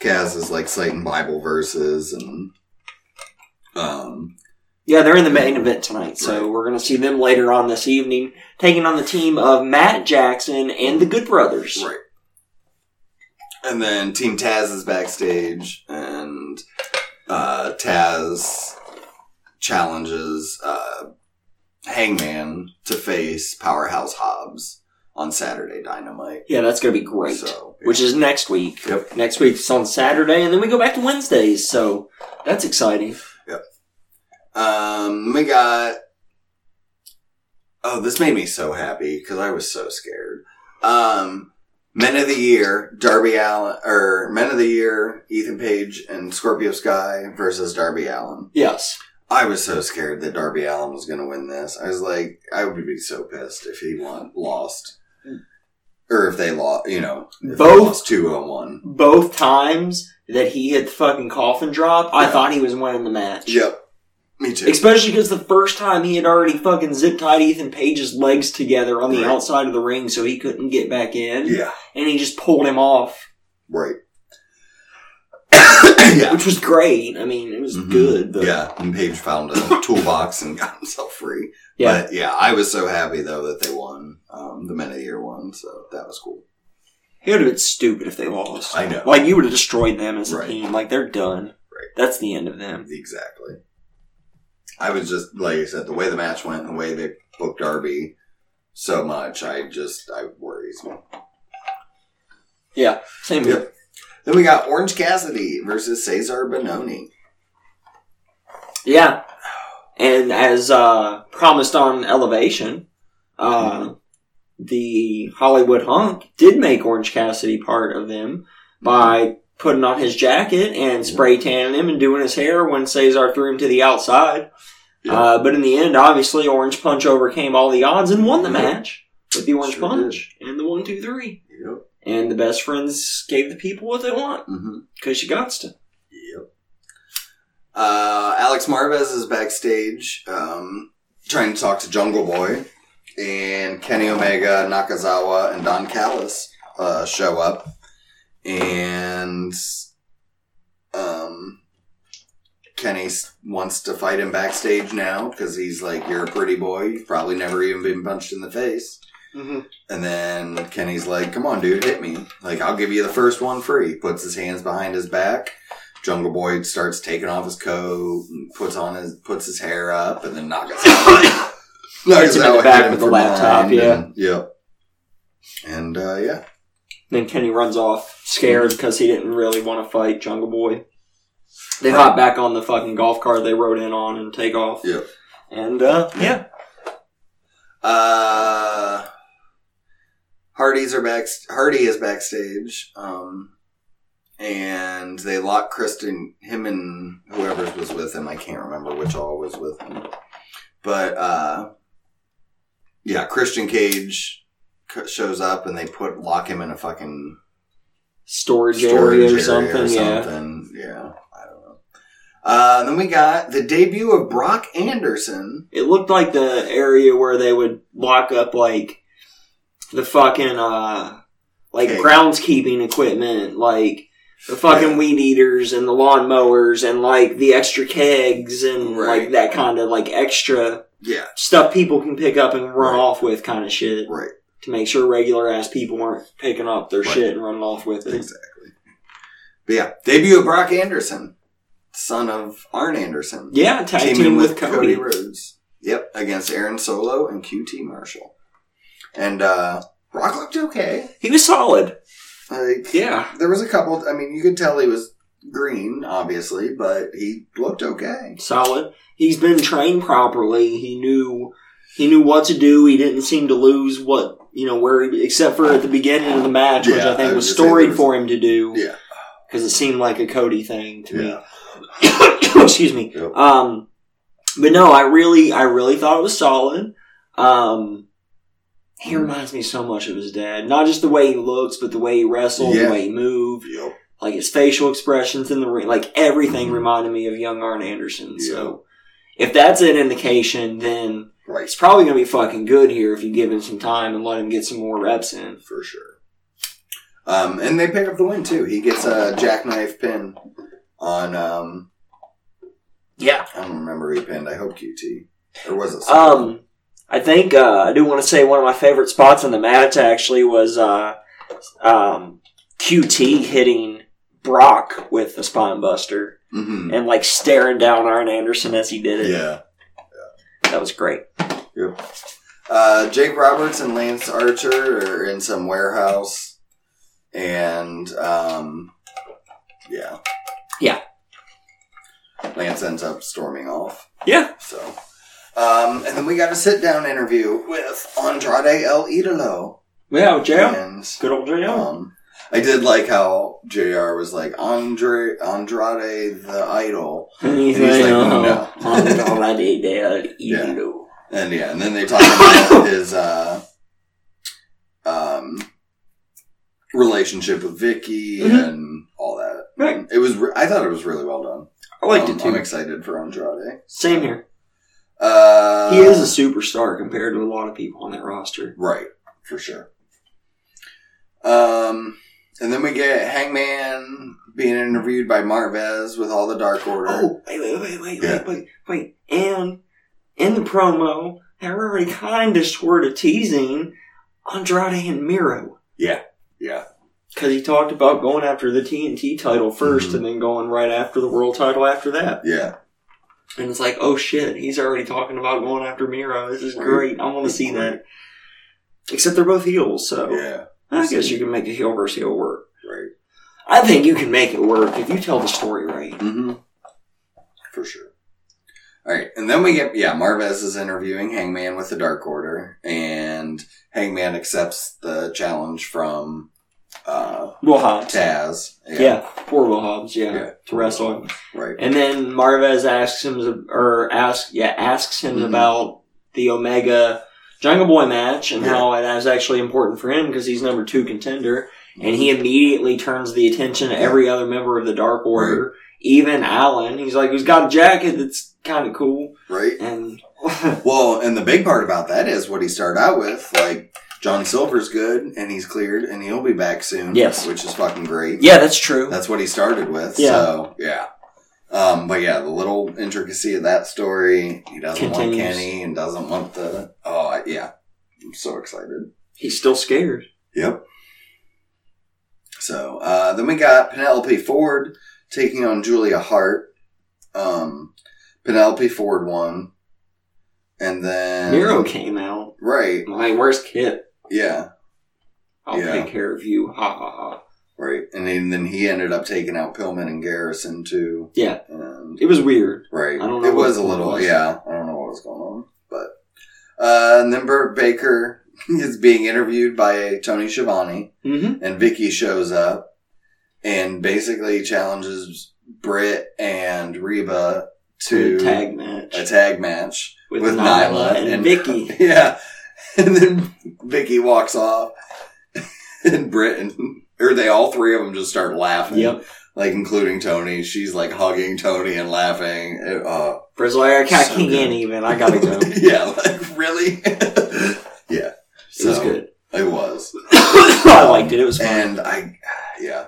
Speaker 1: Kaz is like citing Bible verses, and um,
Speaker 2: Yeah, they're in the main event tonight, so
Speaker 1: Right.
Speaker 2: we're going to see them later on this evening, taking on the team of Matt Jackson and the Good Brothers.
Speaker 1: right. And then Team Taz is backstage, and uh, Taz challenges uh, Hangman to face Powerhouse Hobbs on Saturday Dynamite.
Speaker 2: Yeah, that's going to be great.
Speaker 1: So,
Speaker 2: Which is next week.
Speaker 1: Yep.
Speaker 2: Next week's on Saturday, and then we go back to Wednesdays, so that's exciting.
Speaker 1: Um, we got. Oh, this made me so happy because I was so scared. Um, Men of the Year, Darby Allen, or Men of the Year, Ethan Page and Scorpio Sky versus Darby Allen.
Speaker 2: Yes.
Speaker 1: I was so scared that Darby Allen was going to win this. I was like, I would be so pissed if he won, lost, or if they lost. You know, if they
Speaker 2: Both-
Speaker 1: lost two oh one.
Speaker 2: Both times that he hit the fucking coffin drop, I
Speaker 1: Yeah.
Speaker 2: thought he was winning the match.
Speaker 1: Yep. Me too.
Speaker 2: Especially because the first time he had already fucking zip tied Ethan Page's legs together on the
Speaker 1: Right.
Speaker 2: outside of the ring so he couldn't get back in.
Speaker 1: yeah.
Speaker 2: And he just pulled him off,
Speaker 1: Right. yeah.
Speaker 2: which was great. I mean, it was
Speaker 1: Mhm.
Speaker 2: good, but
Speaker 1: Yeah, and Paige found a toolbox and got himself free.
Speaker 2: Yeah.
Speaker 1: But yeah, I was so happy though that they won um, the men of the year one, so that was cool.
Speaker 2: it would have been stupid if they lost.
Speaker 1: I know.
Speaker 2: Like, you would have destroyed them as a
Speaker 1: Right.
Speaker 2: team. Like, they're done.
Speaker 1: Right.
Speaker 2: That's the end of them.
Speaker 1: Exactly. I was just like I said, the way the match went, the way they booked Darby so much, I just I worries me.
Speaker 2: Yeah. Same
Speaker 1: Yep.
Speaker 2: here.
Speaker 1: Then we got Orange Cassidy versus Cesar Bononi.
Speaker 2: Yeah. And as uh, promised on Elevation,
Speaker 1: Mm-hmm.
Speaker 2: uh, the Hollywood Hunk did make Orange Cassidy part of them by putting on his jacket and
Speaker 1: Mm-hmm.
Speaker 2: spray tanning him and doing his hair when Cesar threw him to the outside.
Speaker 1: Yeah.
Speaker 2: Uh, but in the end, obviously, Orange Punch overcame all the odds and won the match with the Orange
Speaker 1: Mm-hmm. Sure
Speaker 2: Punch and the one, two, three.
Speaker 1: Yep.
Speaker 2: And the best friends gave the people what they want
Speaker 1: Mm-hmm.
Speaker 2: because you got to.
Speaker 1: Yep. Uh, Alex Marvez is backstage um, trying to talk to Jungle Boy, and Kenny Omega, Nakazawa, and Don Callis uh, show up, and um, Kenny s- wants to fight him backstage now because he's like, "You're a pretty boy. You've probably never even been punched in the face."
Speaker 2: Mm-hmm.
Speaker 1: And then Kenny's like, come on, dude, hit me. Like, I'll give you the first one free. Puts his hands behind his back. Jungle Boy starts taking off his coat, and puts on his puts his hair up, and then knocks out.
Speaker 2: Hits him in the back with the laptop, yeah.
Speaker 1: And, yep. And uh, yeah,
Speaker 2: Then Kenny runs off scared because he didn't really want to fight Jungle Boy. They
Speaker 1: Right.
Speaker 2: hop back on the fucking golf cart they rode in on and take off.
Speaker 1: Yep.
Speaker 2: And uh, yeah,
Speaker 1: uh, Hardy's are back. Hardy is backstage, um, and they lock Kristen, him and whoever was with him. I can't remember which all was with him, but uh, yeah, Christian Cage c- shows up and they put lock him in a fucking
Speaker 2: storage,
Speaker 1: storage
Speaker 2: area
Speaker 1: area
Speaker 2: or something. Yeah.
Speaker 1: Yeah. I don't know. Uh, then we got the debut of Brock Anderson.
Speaker 2: It looked like the area where they would lock up like the fucking uh like
Speaker 1: Okay.
Speaker 2: groundskeeping equipment, like the fucking
Speaker 1: Yeah.
Speaker 2: weed eaters and the lawnmowers and like the extra kegs and like
Speaker 1: Right.
Speaker 2: that kind of like extra
Speaker 1: Yeah,
Speaker 2: stuff people can pick up and run
Speaker 1: Right.
Speaker 2: off with kind of shit.
Speaker 1: right.
Speaker 2: to make sure regular ass people weren't picking up their
Speaker 1: Right.
Speaker 2: shit and running off with it.
Speaker 1: Exactly. But yeah, debut of Brock Anderson, son of Arn Anderson.
Speaker 2: Yeah, tag team, with, Cody.
Speaker 1: Rhodes. Yep, against Aaron Solo and QT Marshall. And uh, Brock looked okay.
Speaker 2: He was solid.
Speaker 1: Like
Speaker 2: Yeah.
Speaker 1: there was a couple. I mean, you could tell he was green, obviously, but he looked okay.
Speaker 2: Solid. He's been trained properly. He knew he knew what to do. He didn't seem to lose what you know where he, except for at the beginning of the match, which
Speaker 1: Yeah,
Speaker 2: I
Speaker 1: I
Speaker 2: think
Speaker 1: was
Speaker 2: was
Speaker 1: gonna say there
Speaker 2: storied
Speaker 1: was-
Speaker 2: for him to do.
Speaker 1: Yeah.
Speaker 2: Because it seemed like a Cody thing to me.
Speaker 1: Yeah.
Speaker 2: excuse me.
Speaker 1: Yep.
Speaker 2: Um, but no, I really, I really thought it was solid. Um, he
Speaker 1: Mm.
Speaker 2: reminds me so much of his dad. Not just the way he looks, but the way he wrestled,
Speaker 1: Yeah.
Speaker 2: the way he moved,
Speaker 1: Yep.
Speaker 2: like his facial expressions in the ring, like everything
Speaker 1: Mhm.
Speaker 2: reminded me of young Arn Anderson. So, if that's an indication, then
Speaker 1: Right.
Speaker 2: it's probably gonna be fucking good here if you give him some time and let him get some more reps in.
Speaker 1: for sure. Um, and they pick up the win too. He gets a jackknife pin on. Um,
Speaker 2: Yeah.
Speaker 1: I don't remember who he pinned. I hope QT or was it? Solo?
Speaker 2: Um, I think uh, I do want to say one of my favorite spots in the match actually was uh, um, QT hitting Brock with the spine buster
Speaker 1: Mhm.
Speaker 2: and like staring down Arn Anderson as he did it.
Speaker 1: Yeah.
Speaker 2: That was great.
Speaker 1: Uh, Jake Roberts and Lance Archer are in some warehouse, and um, yeah,
Speaker 2: Yeah.
Speaker 1: Lance ends up storming off.
Speaker 2: Yeah.
Speaker 1: So, um, and then we got a sit down interview with Andrade El Idolo,
Speaker 2: Yeah, Joe.
Speaker 1: and
Speaker 2: Good old Joe.
Speaker 1: um, I did like how Jr. was like Andre Andrade the Idol.
Speaker 2: And he's
Speaker 1: and he's like,
Speaker 2: "Oh,
Speaker 1: no."
Speaker 2: I'm already dead, you
Speaker 1: Yeah.
Speaker 2: know."
Speaker 1: And yeah, and then they talk about his uh, um, relationship with Vicky
Speaker 2: Mhm.
Speaker 1: and all that.
Speaker 2: Right.
Speaker 1: It was. Re- I thought it was really well done. Um,
Speaker 2: liked it
Speaker 1: I'm
Speaker 2: too.
Speaker 1: excited for Andrade.
Speaker 2: Same here.
Speaker 1: Uh,
Speaker 2: He is a superstar compared to a lot of people on that roster.
Speaker 1: Right, for sure. Um, and then we get Hangman being interviewed by Marvez with all the Dark Order.
Speaker 2: Oh, wait, wait, wait, wait,
Speaker 1: Yeah.
Speaker 2: wait, wait, wait. And in the promo, they were already kind of sort of teasing Andrade and Miro.
Speaker 1: Yeah,
Speaker 2: Because he talked about going after the TNT title 1st
Speaker 1: Mm-hmm.
Speaker 2: and then going right after the world title after that.
Speaker 1: yeah.
Speaker 2: And it's like, oh shit, he's already talking about going after Miro. This is
Speaker 1: Right.
Speaker 2: great. I want to see that. Except they're both heels, so
Speaker 1: Yeah,
Speaker 2: I guess you can make a heel versus heel work.
Speaker 1: right.
Speaker 2: I think you can make it work if you tell the story right.
Speaker 1: Mm-hmm. For sure. All right, and then we get yeah, Marvez is interviewing Hangman with the Dark Order, and Hangman accepts the challenge from uh,
Speaker 2: Will Hobbs.
Speaker 1: Taz.
Speaker 2: Yeah. poor Will Hobbs, yeah,
Speaker 1: Yeah.
Speaker 2: to wrestle him.
Speaker 1: right.
Speaker 2: And then Marvez asks him, or ask, yeah, asks him
Speaker 1: Mhm.
Speaker 2: about the Omega Jungle Boy match and
Speaker 1: Yeah.
Speaker 2: how it is actually important for him because he's number two contender. And he immediately turns the attention to every other member of the Dark Order, even Allen. He's like, who's got a jacket that's kind of cool.
Speaker 1: right.
Speaker 2: And
Speaker 1: Well, and the big part about that is what he started out with. Like, John Silver's good, and he's cleared, and he'll be back soon.
Speaker 2: Yes.
Speaker 1: Which is fucking great.
Speaker 2: yeah, that's true.
Speaker 1: That's what he started with.
Speaker 2: Yeah.
Speaker 1: So, yeah. Um, but yeah, the little intricacy of that story. He doesn't want
Speaker 2: Continues.
Speaker 1: Kenny and doesn't want the. Oh, I- yeah. I'm so excited.
Speaker 2: he's still scared.
Speaker 1: Yep. So, uh, then we got Penelope Ford taking on Julia Hart. Um, Penelope Ford won. And then.
Speaker 2: Miro came out.
Speaker 1: Right.
Speaker 2: My worst hit.
Speaker 1: Yeah.
Speaker 2: I'll
Speaker 1: Yeah.
Speaker 2: take care of you. Ha ha ha.
Speaker 1: Right. And then, then he ended up taking out Pillman and Garrison too.
Speaker 2: Yeah.
Speaker 1: And
Speaker 2: It was weird.
Speaker 1: right.
Speaker 2: I don't know
Speaker 1: it
Speaker 2: what
Speaker 1: was a
Speaker 2: was
Speaker 1: little
Speaker 2: going on.
Speaker 1: yeah. I don't know what was going on. But uh and then Burt Baker is being interviewed by Tony Schiavone
Speaker 2: Mm-hmm.
Speaker 1: and Vicky shows up and basically challenges Britt and Reba to
Speaker 2: tag match.
Speaker 1: a tag match.
Speaker 2: with,
Speaker 1: with
Speaker 2: Nyla,
Speaker 1: Nyla
Speaker 2: and,
Speaker 1: and-
Speaker 2: Vicky.
Speaker 1: Yeah. And then Vicky walks off and Britt and or they all three of them just start laughing.
Speaker 2: yep.
Speaker 1: like including Tony. She's like hugging Tony and laughing. It- Uh,
Speaker 2: Brazil Eric, I
Speaker 1: So
Speaker 2: can't
Speaker 1: good.
Speaker 2: even. I gotta go. It
Speaker 1: yeah, like really. yeah, so
Speaker 2: was good.
Speaker 1: it was,
Speaker 2: I liked it. It was fun.
Speaker 1: and I, yeah,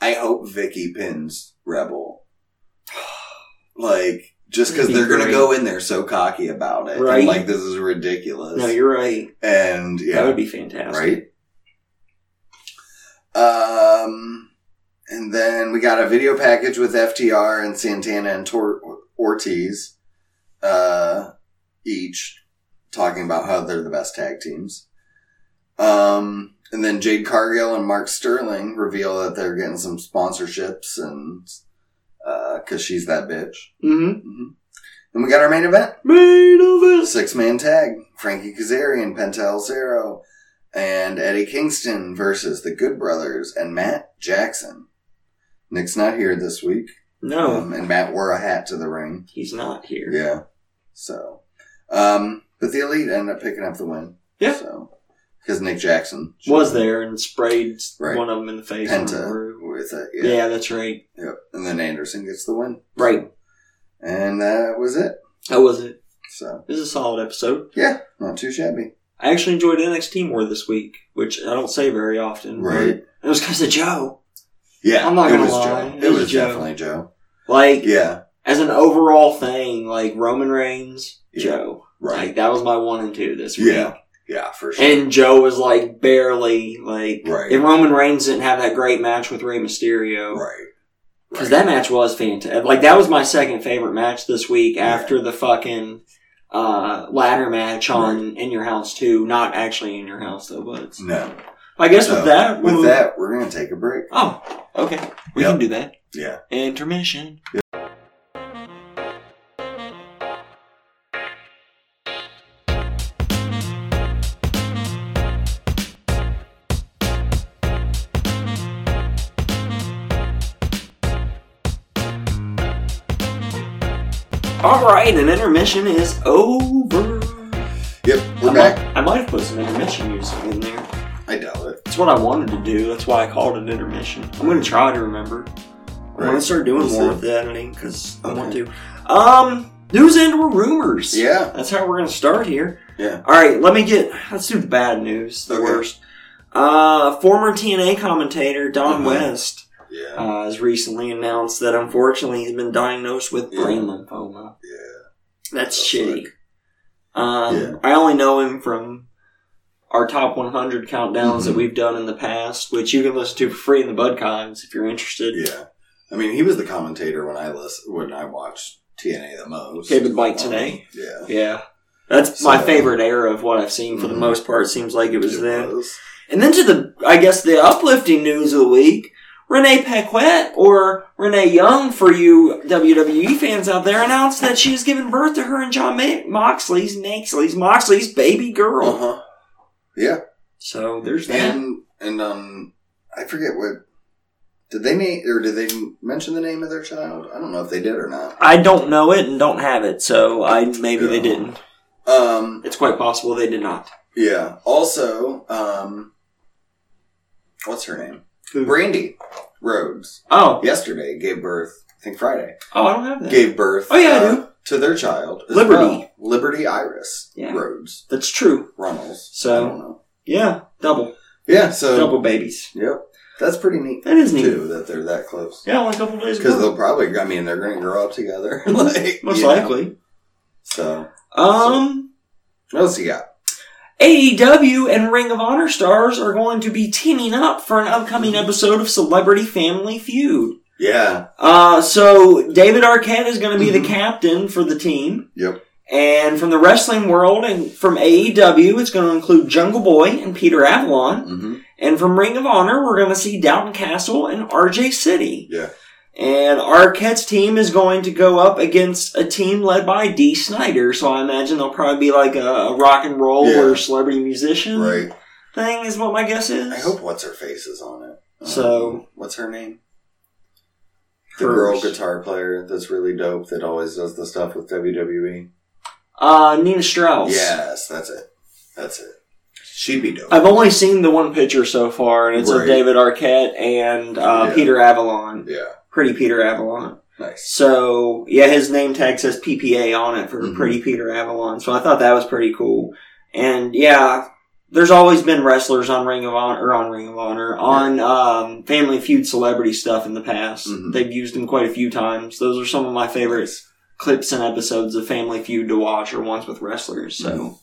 Speaker 1: I hope Vicky pins Rebel, like just because
Speaker 2: That'd be
Speaker 1: they're gonna
Speaker 2: great.
Speaker 1: go in there so cocky about it, and,
Speaker 2: Right.
Speaker 1: like this is ridiculous,
Speaker 2: no, you're right.
Speaker 1: and
Speaker 2: That
Speaker 1: yeah,
Speaker 2: would be fantastic.
Speaker 1: right. Um, and then we got a video package with FTR and Santana and Tor- Ortiz, uh, each talking about how they're the best tag teams. Um, and then Jade Cargill and Mark Sterling reveal that they're getting some sponsorships and, uh, cause she's that bitch.
Speaker 2: Mm-hmm.
Speaker 1: Mm-hmm. And we got our main event.
Speaker 2: Made of it.
Speaker 1: Six man tag Frankie Kazarian, Pentel Zero, and Eddie Kingston versus the Good Brothers and Matt Jackson. Nick's not here this week.
Speaker 2: No,
Speaker 1: Um, and Matt wore a hat to the ring.
Speaker 2: he's not here.
Speaker 1: Yeah. So, um, but the Elite ended up picking up the win.
Speaker 2: Yeah.
Speaker 1: So, because Nick Jackson
Speaker 2: Was there and sprayed
Speaker 1: Right.
Speaker 2: one of them in the face. on the
Speaker 1: Penta
Speaker 2: roof.
Speaker 1: with it.
Speaker 2: Yeah.
Speaker 1: Yeah.
Speaker 2: that's right.
Speaker 1: Yep. And then Anderson gets the win.
Speaker 2: Right.
Speaker 1: And that was it.
Speaker 2: That was it.
Speaker 1: So,
Speaker 2: This is a solid episode.
Speaker 1: yeah, not too shabby.
Speaker 2: I actually enjoyed NXT more this week, which I don't say very often. but
Speaker 1: Right.
Speaker 2: It was because of Joe.
Speaker 1: Yeah.
Speaker 2: I'm not
Speaker 1: it
Speaker 2: gonna
Speaker 1: was
Speaker 2: lie.
Speaker 1: Joe.
Speaker 2: It
Speaker 1: It
Speaker 2: was
Speaker 1: was
Speaker 2: Joe.
Speaker 1: definitely Joe.
Speaker 2: Like,
Speaker 1: Yeah.
Speaker 2: as an overall thing, like Roman Reigns,
Speaker 1: Yeah.
Speaker 2: Joe.
Speaker 1: Right.
Speaker 2: Like that was my one and two this week.
Speaker 1: Yeah, yeah, for sure.
Speaker 2: And Joe was like barely like
Speaker 1: Right.
Speaker 2: if Roman Reigns didn't have that great match with Rey Mysterio.
Speaker 1: right,
Speaker 2: Because that match was fantastic. Like that was my second favorite match this week after the fucking uh, ladder match on In Your House too. Not actually in your house though, but it's-
Speaker 1: no.
Speaker 2: I guess
Speaker 1: Mm. So,
Speaker 2: with that
Speaker 1: with
Speaker 2: we'll-
Speaker 1: that, we're gonna take a break.
Speaker 2: Oh, okay. We
Speaker 1: Yep.
Speaker 2: can do that.
Speaker 1: Yeah.
Speaker 2: Intermission. All right, an intermission is over.
Speaker 1: Yep,
Speaker 2: I
Speaker 1: we're
Speaker 2: might-
Speaker 1: back.
Speaker 2: I might have put some intermission music in there.
Speaker 1: I doubt it.
Speaker 2: That's what I wanted to do. That's why I called it intermission. I'm gonna try to remember. I'm gonna
Speaker 1: Right.
Speaker 2: start doing
Speaker 1: Just
Speaker 2: more
Speaker 1: it.
Speaker 2: with the editing because I want
Speaker 1: Okay.
Speaker 2: to. Um, news and or rumors.
Speaker 1: Yeah.
Speaker 2: that's how we're gonna start here.
Speaker 1: Yeah.
Speaker 2: All right, let me get. Let's do the bad news, the
Speaker 1: Okay.
Speaker 2: worst. Uh, former TNA commentator Don
Speaker 1: Mhm.
Speaker 2: West
Speaker 1: Yeah.
Speaker 2: uh, has recently announced that unfortunately he's been diagnosed with
Speaker 1: Yeah.
Speaker 2: brain lymphoma.
Speaker 1: Yeah. That's
Speaker 2: That's shitty. Um,
Speaker 1: Yeah.
Speaker 2: I only know him from our top 100 countdowns
Speaker 1: Mm-hmm.
Speaker 2: that we've done in the past, which you can listen to for free in the Budcons if you're interested.
Speaker 1: Yeah. I mean, he was the commentator when I listen, when I watched TNA the most. Um,
Speaker 2: David Mike today.
Speaker 1: Yeah.
Speaker 2: Yeah. That's my
Speaker 1: So-
Speaker 2: favorite era of what I've seen for the
Speaker 1: Mhm.
Speaker 2: most part. Seems like it was
Speaker 1: It
Speaker 2: then.
Speaker 1: was.
Speaker 2: And then to the, I guess, the uplifting news of the week. Renee Paquette, or Renee Young for you WWE fans out there, announced that she has given birth to her and John Ma- Moxley's, Moxley's, Moxley's baby girl.
Speaker 1: Uh-huh. Yeah.
Speaker 2: So there's that.
Speaker 1: And and um I forget what did they name or did they mention the name of their child? I don't know if they did or not.
Speaker 2: I don't know it and don't have it, so I maybe they
Speaker 1: Yeah.
Speaker 2: didn't.
Speaker 1: Um
Speaker 2: It's quite possible they did not.
Speaker 1: yeah. Also, um what's her name?
Speaker 2: Who?
Speaker 1: Brandy Rhodes.
Speaker 2: Oh,
Speaker 1: Yesterday gave birth, I think Friday.
Speaker 2: oh, I don't have that.
Speaker 1: Gave birth uh,
Speaker 2: Oh, yeah, I
Speaker 1: to their child. as
Speaker 2: Liberty.
Speaker 1: well. Liberty Iris
Speaker 2: Yeah.
Speaker 1: Rhodes.
Speaker 2: That's true.
Speaker 1: Runnels. I
Speaker 2: So
Speaker 1: don't know.
Speaker 2: yeah, double,
Speaker 1: Yeah, so
Speaker 2: double babies.
Speaker 1: Yep. That's pretty neat
Speaker 2: That is neat.
Speaker 1: too, that they're that close.
Speaker 2: Yeah, only a couple days
Speaker 1: Because
Speaker 2: ago.
Speaker 1: they'll probably, I mean, they're going to grow up together. like,
Speaker 2: Most
Speaker 1: you know.
Speaker 2: likely.
Speaker 1: So,
Speaker 2: Um,
Speaker 1: what else you got?
Speaker 2: AEW and Ring of Honor stars are going to be teaming up for an upcoming episode of Celebrity Family Feud.
Speaker 1: Yeah.
Speaker 2: Uh, so David Arquette is going to be
Speaker 1: Mhm.
Speaker 2: the captain for the team.
Speaker 1: Yep.
Speaker 2: And from the wrestling world and from AEW, it's going to include Jungle Boy and Peter Avalon.
Speaker 1: Mm-hmm.
Speaker 2: And from Ring of Honor, we're going to see Downton Castle and RJ City.
Speaker 1: Yeah.
Speaker 2: And Arquette's team is going to go up against a team led by D. Snyder. So I imagine they'll probably be like a, a rock and roll
Speaker 1: Yeah.
Speaker 2: or celebrity musician
Speaker 1: Right.
Speaker 2: thing, is what my guess is.
Speaker 1: I hope What's Her Face is on it. Um,
Speaker 2: So-
Speaker 1: what's her name? The girl
Speaker 2: Hers.
Speaker 1: guitar player that's really dope that always does the stuff with E. WWE.
Speaker 2: Uh, Nina Strauss.
Speaker 1: Yes, that's it. That's it. She'd be dope.
Speaker 2: I've only seen the one picture so far, and it's of
Speaker 1: Right.
Speaker 2: David Arquette and uh,
Speaker 1: Yeah.
Speaker 2: Peter Avalon.
Speaker 1: yeah.
Speaker 2: Pretty Peter Avalon.
Speaker 1: Nice.
Speaker 2: So yeah, his name tag says PPA on it for
Speaker 1: Mhm.
Speaker 2: Pretty Peter Avalon. So I thought that was pretty cool. And yeah, there's always been wrestlers on Ring of Honor or on Ring of Honor on um, Family Feud celebrity stuff in the past.
Speaker 1: Mhm.
Speaker 2: They've used them quite a few times. Those are some of my favorite clips and episodes of Family Feud to watch or ones with wrestlers. So,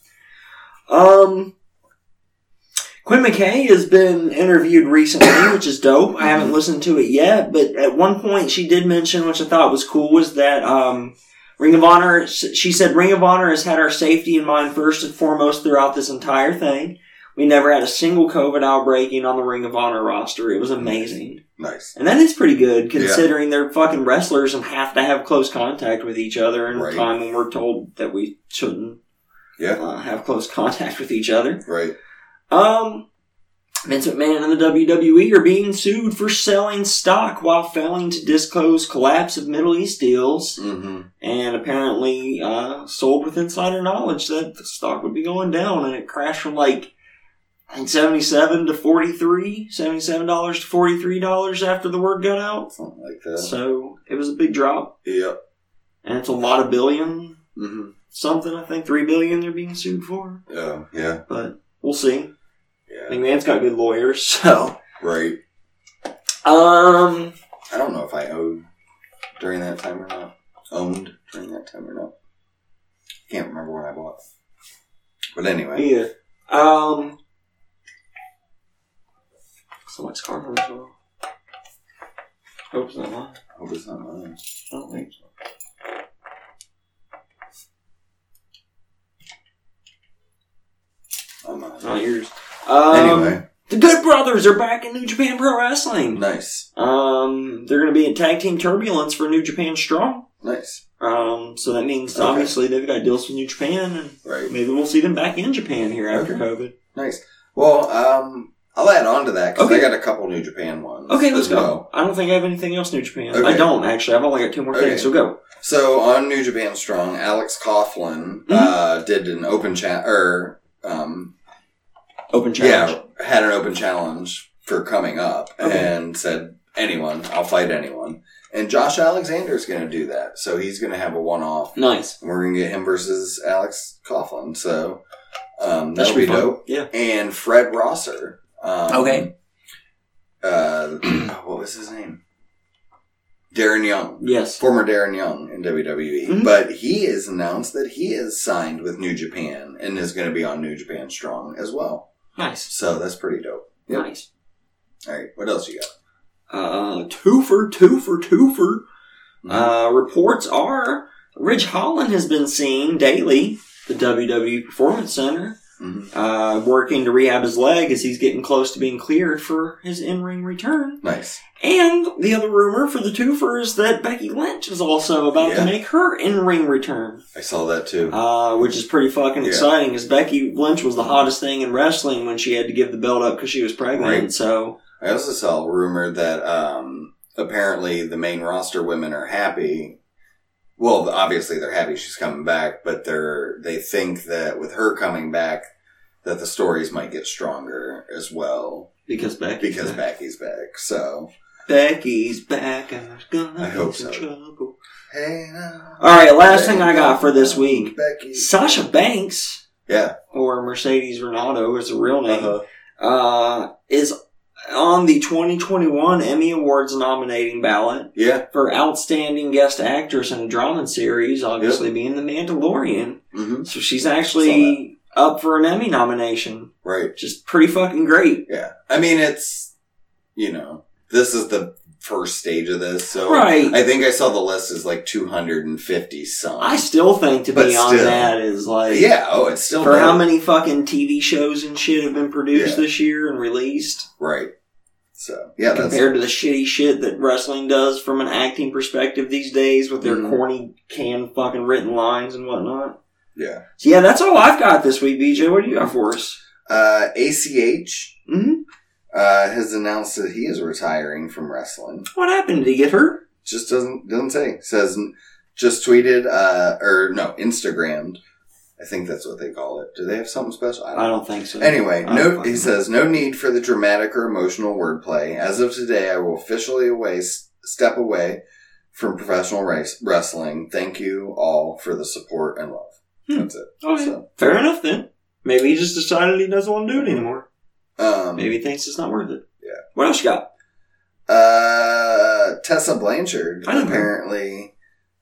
Speaker 2: um, Quinn McKay has been interviewed recently, which is dope. I haven't listened to it yet, but at one point she did mention, which I thought was cool, was that um, Ring of Honor. She said Ring of Honor has had our safety in mind first and foremost throughout this entire thing. We never had a single COVID outbreak in on the Ring of Honor roster. It was amazing.
Speaker 1: Nice.
Speaker 2: And that is pretty good
Speaker 1: Yeah.
Speaker 2: considering they're fucking wrestlers and have to have close contact with each other in
Speaker 1: Right.
Speaker 2: a time when we're told that we shouldn't
Speaker 1: Yeah.
Speaker 2: uh, have close contact with each other.
Speaker 1: Right.
Speaker 2: Um, Vince McMahon and the WWE are being sued for selling stock while failing to disclose collapse of Middle East deals
Speaker 1: Mm-hmm.
Speaker 2: and apparently uh, sold with insider knowledge that the stock would be going down and it crashed from like I think 77 to 43 $77 to $43 after the word got out
Speaker 1: Something like that.
Speaker 2: so it was a big drop,
Speaker 1: yep.
Speaker 2: and it's a lot of billion
Speaker 1: Mm-hmm.
Speaker 2: something. I think three billion they're being sued for,
Speaker 1: Yeah. Yeah.
Speaker 2: but we'll see. I
Speaker 1: Yeah.
Speaker 2: think Man's got good lawyers, so
Speaker 1: Right.
Speaker 2: um,
Speaker 1: I don't know if I owed during that time or not. Owned during that time or not. Can't remember when I bought. But anyway.
Speaker 2: yeah, um, someone's car as well. Hope it's not mine.
Speaker 1: Hope it's not mine.
Speaker 2: I don't think so.
Speaker 1: Not mine.
Speaker 2: Not yours. Um,
Speaker 1: anyway.
Speaker 2: the Good Brothers are back in New Japan Pro Wrestling.
Speaker 1: Nice.
Speaker 2: Um, they're going to be in tag team turbulence for New Japan Strong.
Speaker 1: Nice.
Speaker 2: Um, so that means
Speaker 1: Okay.
Speaker 2: obviously they've got deals with New Japan, and
Speaker 1: Right.
Speaker 2: maybe we'll see them back in Japan here after
Speaker 1: Okay.
Speaker 2: COVID.
Speaker 1: Nice. Well, um, I'll add on to that because
Speaker 2: Okay.
Speaker 1: I got a couple New Japan ones.
Speaker 2: Okay, let's
Speaker 1: as
Speaker 2: go.
Speaker 1: well.
Speaker 2: I don't think I have anything else New Japan. I
Speaker 1: Okay.
Speaker 2: don't actually. I've only got two more
Speaker 1: Okay.
Speaker 2: things. So go.
Speaker 1: So on New Japan Strong, Alex
Speaker 2: Mm-hmm.
Speaker 1: Coughlin uh, did an open chat or um,
Speaker 2: Open challenge.
Speaker 1: Yeah, had an open challenge for coming up
Speaker 2: Okay.
Speaker 1: and said, anyone, I'll fight anyone. And Josh Alexander is going to do that. So he's going to have a one off.
Speaker 2: Nice.
Speaker 1: We're going to get him versus Alex Coughlin. So um,
Speaker 2: That
Speaker 1: that'll
Speaker 2: should be
Speaker 1: be
Speaker 2: fun.
Speaker 1: dope.
Speaker 2: Yeah.
Speaker 1: And Fred Rosser. Um,
Speaker 2: Okay.
Speaker 1: Uh, what was his name? Darren Young.
Speaker 2: Yes.
Speaker 1: Former Darren Young in WWE.
Speaker 2: Mhm.
Speaker 1: But he has announced that he is signed with New Japan and is going to be on New Japan Strong as well.
Speaker 2: Nice.
Speaker 1: So that's pretty dope. Yep.
Speaker 2: Nice.
Speaker 1: All right. What else you got?
Speaker 2: Uh, twofer, twofer, twofer.
Speaker 1: Mm-hmm.
Speaker 2: Uh, reports are Ridge Holland has been seen daily at the WWE Performance Center,
Speaker 1: Mhm.
Speaker 2: uh, working to rehab his leg as he's getting close to being cleared for his in-ring return.
Speaker 1: Nice.
Speaker 2: And the other rumor for the twofer is that Becky Lynch is also about
Speaker 1: Yeah.
Speaker 2: to make her in-ring return,
Speaker 1: I saw that too.
Speaker 2: uh, which is pretty fucking
Speaker 1: Yeah.
Speaker 2: exciting because Becky Lynch was the hottest thing in wrestling when she had to give the belt up because she was pregnant.
Speaker 1: Right.
Speaker 2: So
Speaker 1: I also saw a rumor that um, apparently the main roster women are happy. Well, obviously they're happy she's coming back, but they're they think that with her coming back, that the stories might get stronger as well
Speaker 2: because Becky,
Speaker 1: because Becky's back. So
Speaker 2: Becky's back, and there's gonna
Speaker 1: I
Speaker 2: be
Speaker 1: hope
Speaker 2: some
Speaker 1: so.
Speaker 2: trouble.
Speaker 1: hey, now,
Speaker 2: All right, last thing I got for this week
Speaker 1: Becky.
Speaker 2: Sasha Banks,
Speaker 1: Yeah,
Speaker 2: or Mercedes Renato is the real name,
Speaker 1: uh-huh.
Speaker 2: uh, is on the 2021 Emmy Awards nominating ballot
Speaker 1: yeah,
Speaker 2: for Outstanding Guest Actress in a Drama Series, obviously being The Mandalorian.
Speaker 1: hmm
Speaker 2: So she's actually up for an Emmy nomination,
Speaker 1: right.
Speaker 2: which is pretty fucking great.
Speaker 1: Yeah, I mean it's you know this is the first stage of this, so
Speaker 2: Right.
Speaker 1: I think I saw the list is like two hundred and fifty some.
Speaker 2: I still think to
Speaker 1: But
Speaker 2: be on
Speaker 1: still.
Speaker 2: that is like.
Speaker 1: Yeah, oh, it's still
Speaker 2: For
Speaker 1: dope.
Speaker 2: how many fucking TV shows and shit have been produced
Speaker 1: Yeah.
Speaker 2: this year and released?
Speaker 1: Right. So yeah, that's
Speaker 2: compared to the shitty shit that wrestling does from an acting perspective these days with their
Speaker 1: Mhm.
Speaker 2: corny canned fucking written lines and whatnot.
Speaker 1: yeah.
Speaker 2: So yeah, that's all I've got this week, BJ. What do you got for us?
Speaker 1: Uh, ACH
Speaker 2: Mm-hmm.
Speaker 1: uh, has announced that he is retiring from wrestling.
Speaker 2: What happened? Did he get hurt?
Speaker 1: Just doesn't doesn't say. Says just tweeted uh, or no Instagrammed. I think that's what they call it. Do they have something special? I don't
Speaker 2: I don't think so.
Speaker 1: Anyway,
Speaker 2: I
Speaker 1: no,
Speaker 2: don't
Speaker 1: he says no need for the dramatic or emotional wordplay. As of today, I will officially away step away from professional race, wrestling. Thank you all for the support and love.
Speaker 2: Hmm.
Speaker 1: That's it.
Speaker 2: Okay.
Speaker 1: So,
Speaker 2: Fair enough then. Maybe he just decided he doesn't want to do it anymore.
Speaker 1: um,
Speaker 2: Maybe he thinks it's not worth it.
Speaker 1: Yeah.
Speaker 2: What else you got?
Speaker 1: Uh, Tessa Blanchard.
Speaker 2: I don't know.
Speaker 1: Apparently,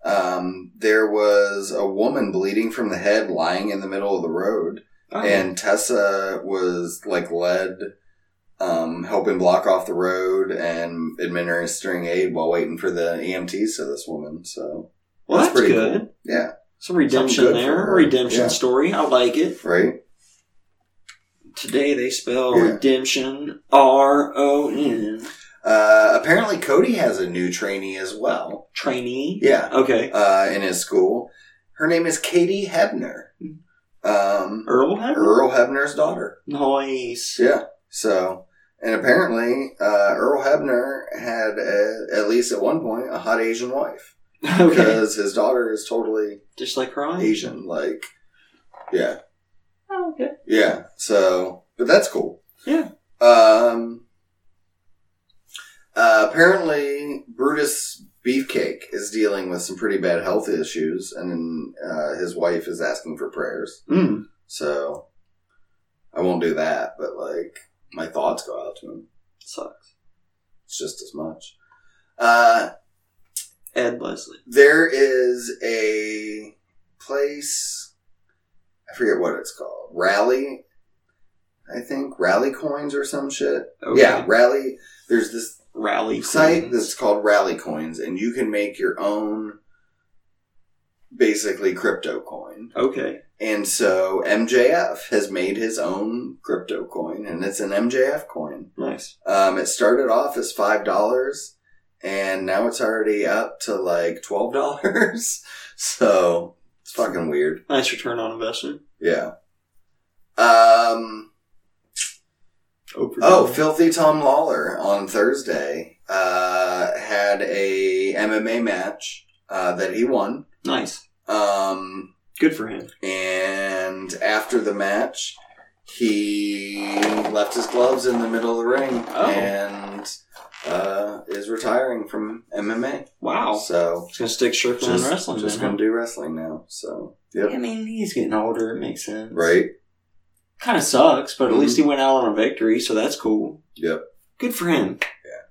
Speaker 1: um, there was a woman bleeding from the head, lying in the middle of the road.
Speaker 2: Oh,
Speaker 1: and Tessa was like led, um, helping block off the road and administering aid while waiting for the E EMTs to this woman. So
Speaker 2: well, that's,
Speaker 1: pretty
Speaker 2: good.
Speaker 1: cool. Yeah,
Speaker 2: Some redemption
Speaker 1: Something good for
Speaker 2: there.
Speaker 1: her.
Speaker 2: Redemption
Speaker 1: Yeah.
Speaker 2: story. I like it.
Speaker 1: right.
Speaker 2: Today they spell
Speaker 1: Yeah.
Speaker 2: redemption R O N.
Speaker 1: Uh, apparently, Cody has a new trainee as well.
Speaker 2: Trainee.
Speaker 1: Yeah,
Speaker 2: Okay.
Speaker 1: uh, in his school. Her name is Katie Hebner, um,
Speaker 2: Earl Hammer?
Speaker 1: Earl Hebner's daughter.
Speaker 2: Nice.
Speaker 1: Yeah. So, and apparently, uh, Earl Hebner had, a, at least at one point, a hot Asian wife.
Speaker 2: Okay.
Speaker 1: because his daughter is totally
Speaker 2: Just like Ron.
Speaker 1: Asian. Like, yeah,
Speaker 2: Oh, okay.
Speaker 1: yeah. So, but that's cool.
Speaker 2: Yeah.
Speaker 1: Um. Uh, apparently, Brutus Beefcake is dealing with some pretty bad health issues, and uh, his wife is asking for prayers.
Speaker 2: Mm.
Speaker 1: So, I won't do that, but like, my thoughts go out to him.
Speaker 2: Sucks.
Speaker 1: It's just as much. Uh,
Speaker 2: Ed Leslie.
Speaker 1: There is a place, I forget what it's called. Rally, I think. Rally coins or some shit.
Speaker 2: Okay.
Speaker 1: Yeah, Rally. There's this
Speaker 2: Rally
Speaker 1: site
Speaker 2: Queen.
Speaker 1: that's called Rally Coins, and you can make your own basically crypto coin.
Speaker 2: Okay.
Speaker 1: And so MJF has made his own crypto coin, and it's an MJF coin.
Speaker 2: Nice.
Speaker 1: Um, it started off as five dollars, and now it's already up to like twelve dollars. so it's fucking weird.
Speaker 2: Nice return on investment.
Speaker 1: Yeah. Um.
Speaker 2: Over
Speaker 1: Oh, filthy Tom Lawler on Thursday uh, had a MMA match uh, that he won.
Speaker 2: nice.
Speaker 1: Um,
Speaker 2: Good for him.
Speaker 1: and after the match, he left his gloves in the middle of the ring
Speaker 2: Oh.
Speaker 1: and uh, is retiring from MMA.
Speaker 2: Wow.
Speaker 1: So
Speaker 2: It's going to stick strictly in
Speaker 1: just,
Speaker 2: wrestling.
Speaker 1: just
Speaker 2: then,
Speaker 1: gonna do wrestling now. So
Speaker 2: huh?
Speaker 1: yep,
Speaker 2: I mean, he's getting older. It makes sense.
Speaker 1: right,
Speaker 2: Kind of sucks, but at
Speaker 1: Mhm.
Speaker 2: least he went out on a victory, so that's cool.
Speaker 1: yep.
Speaker 2: Good for him.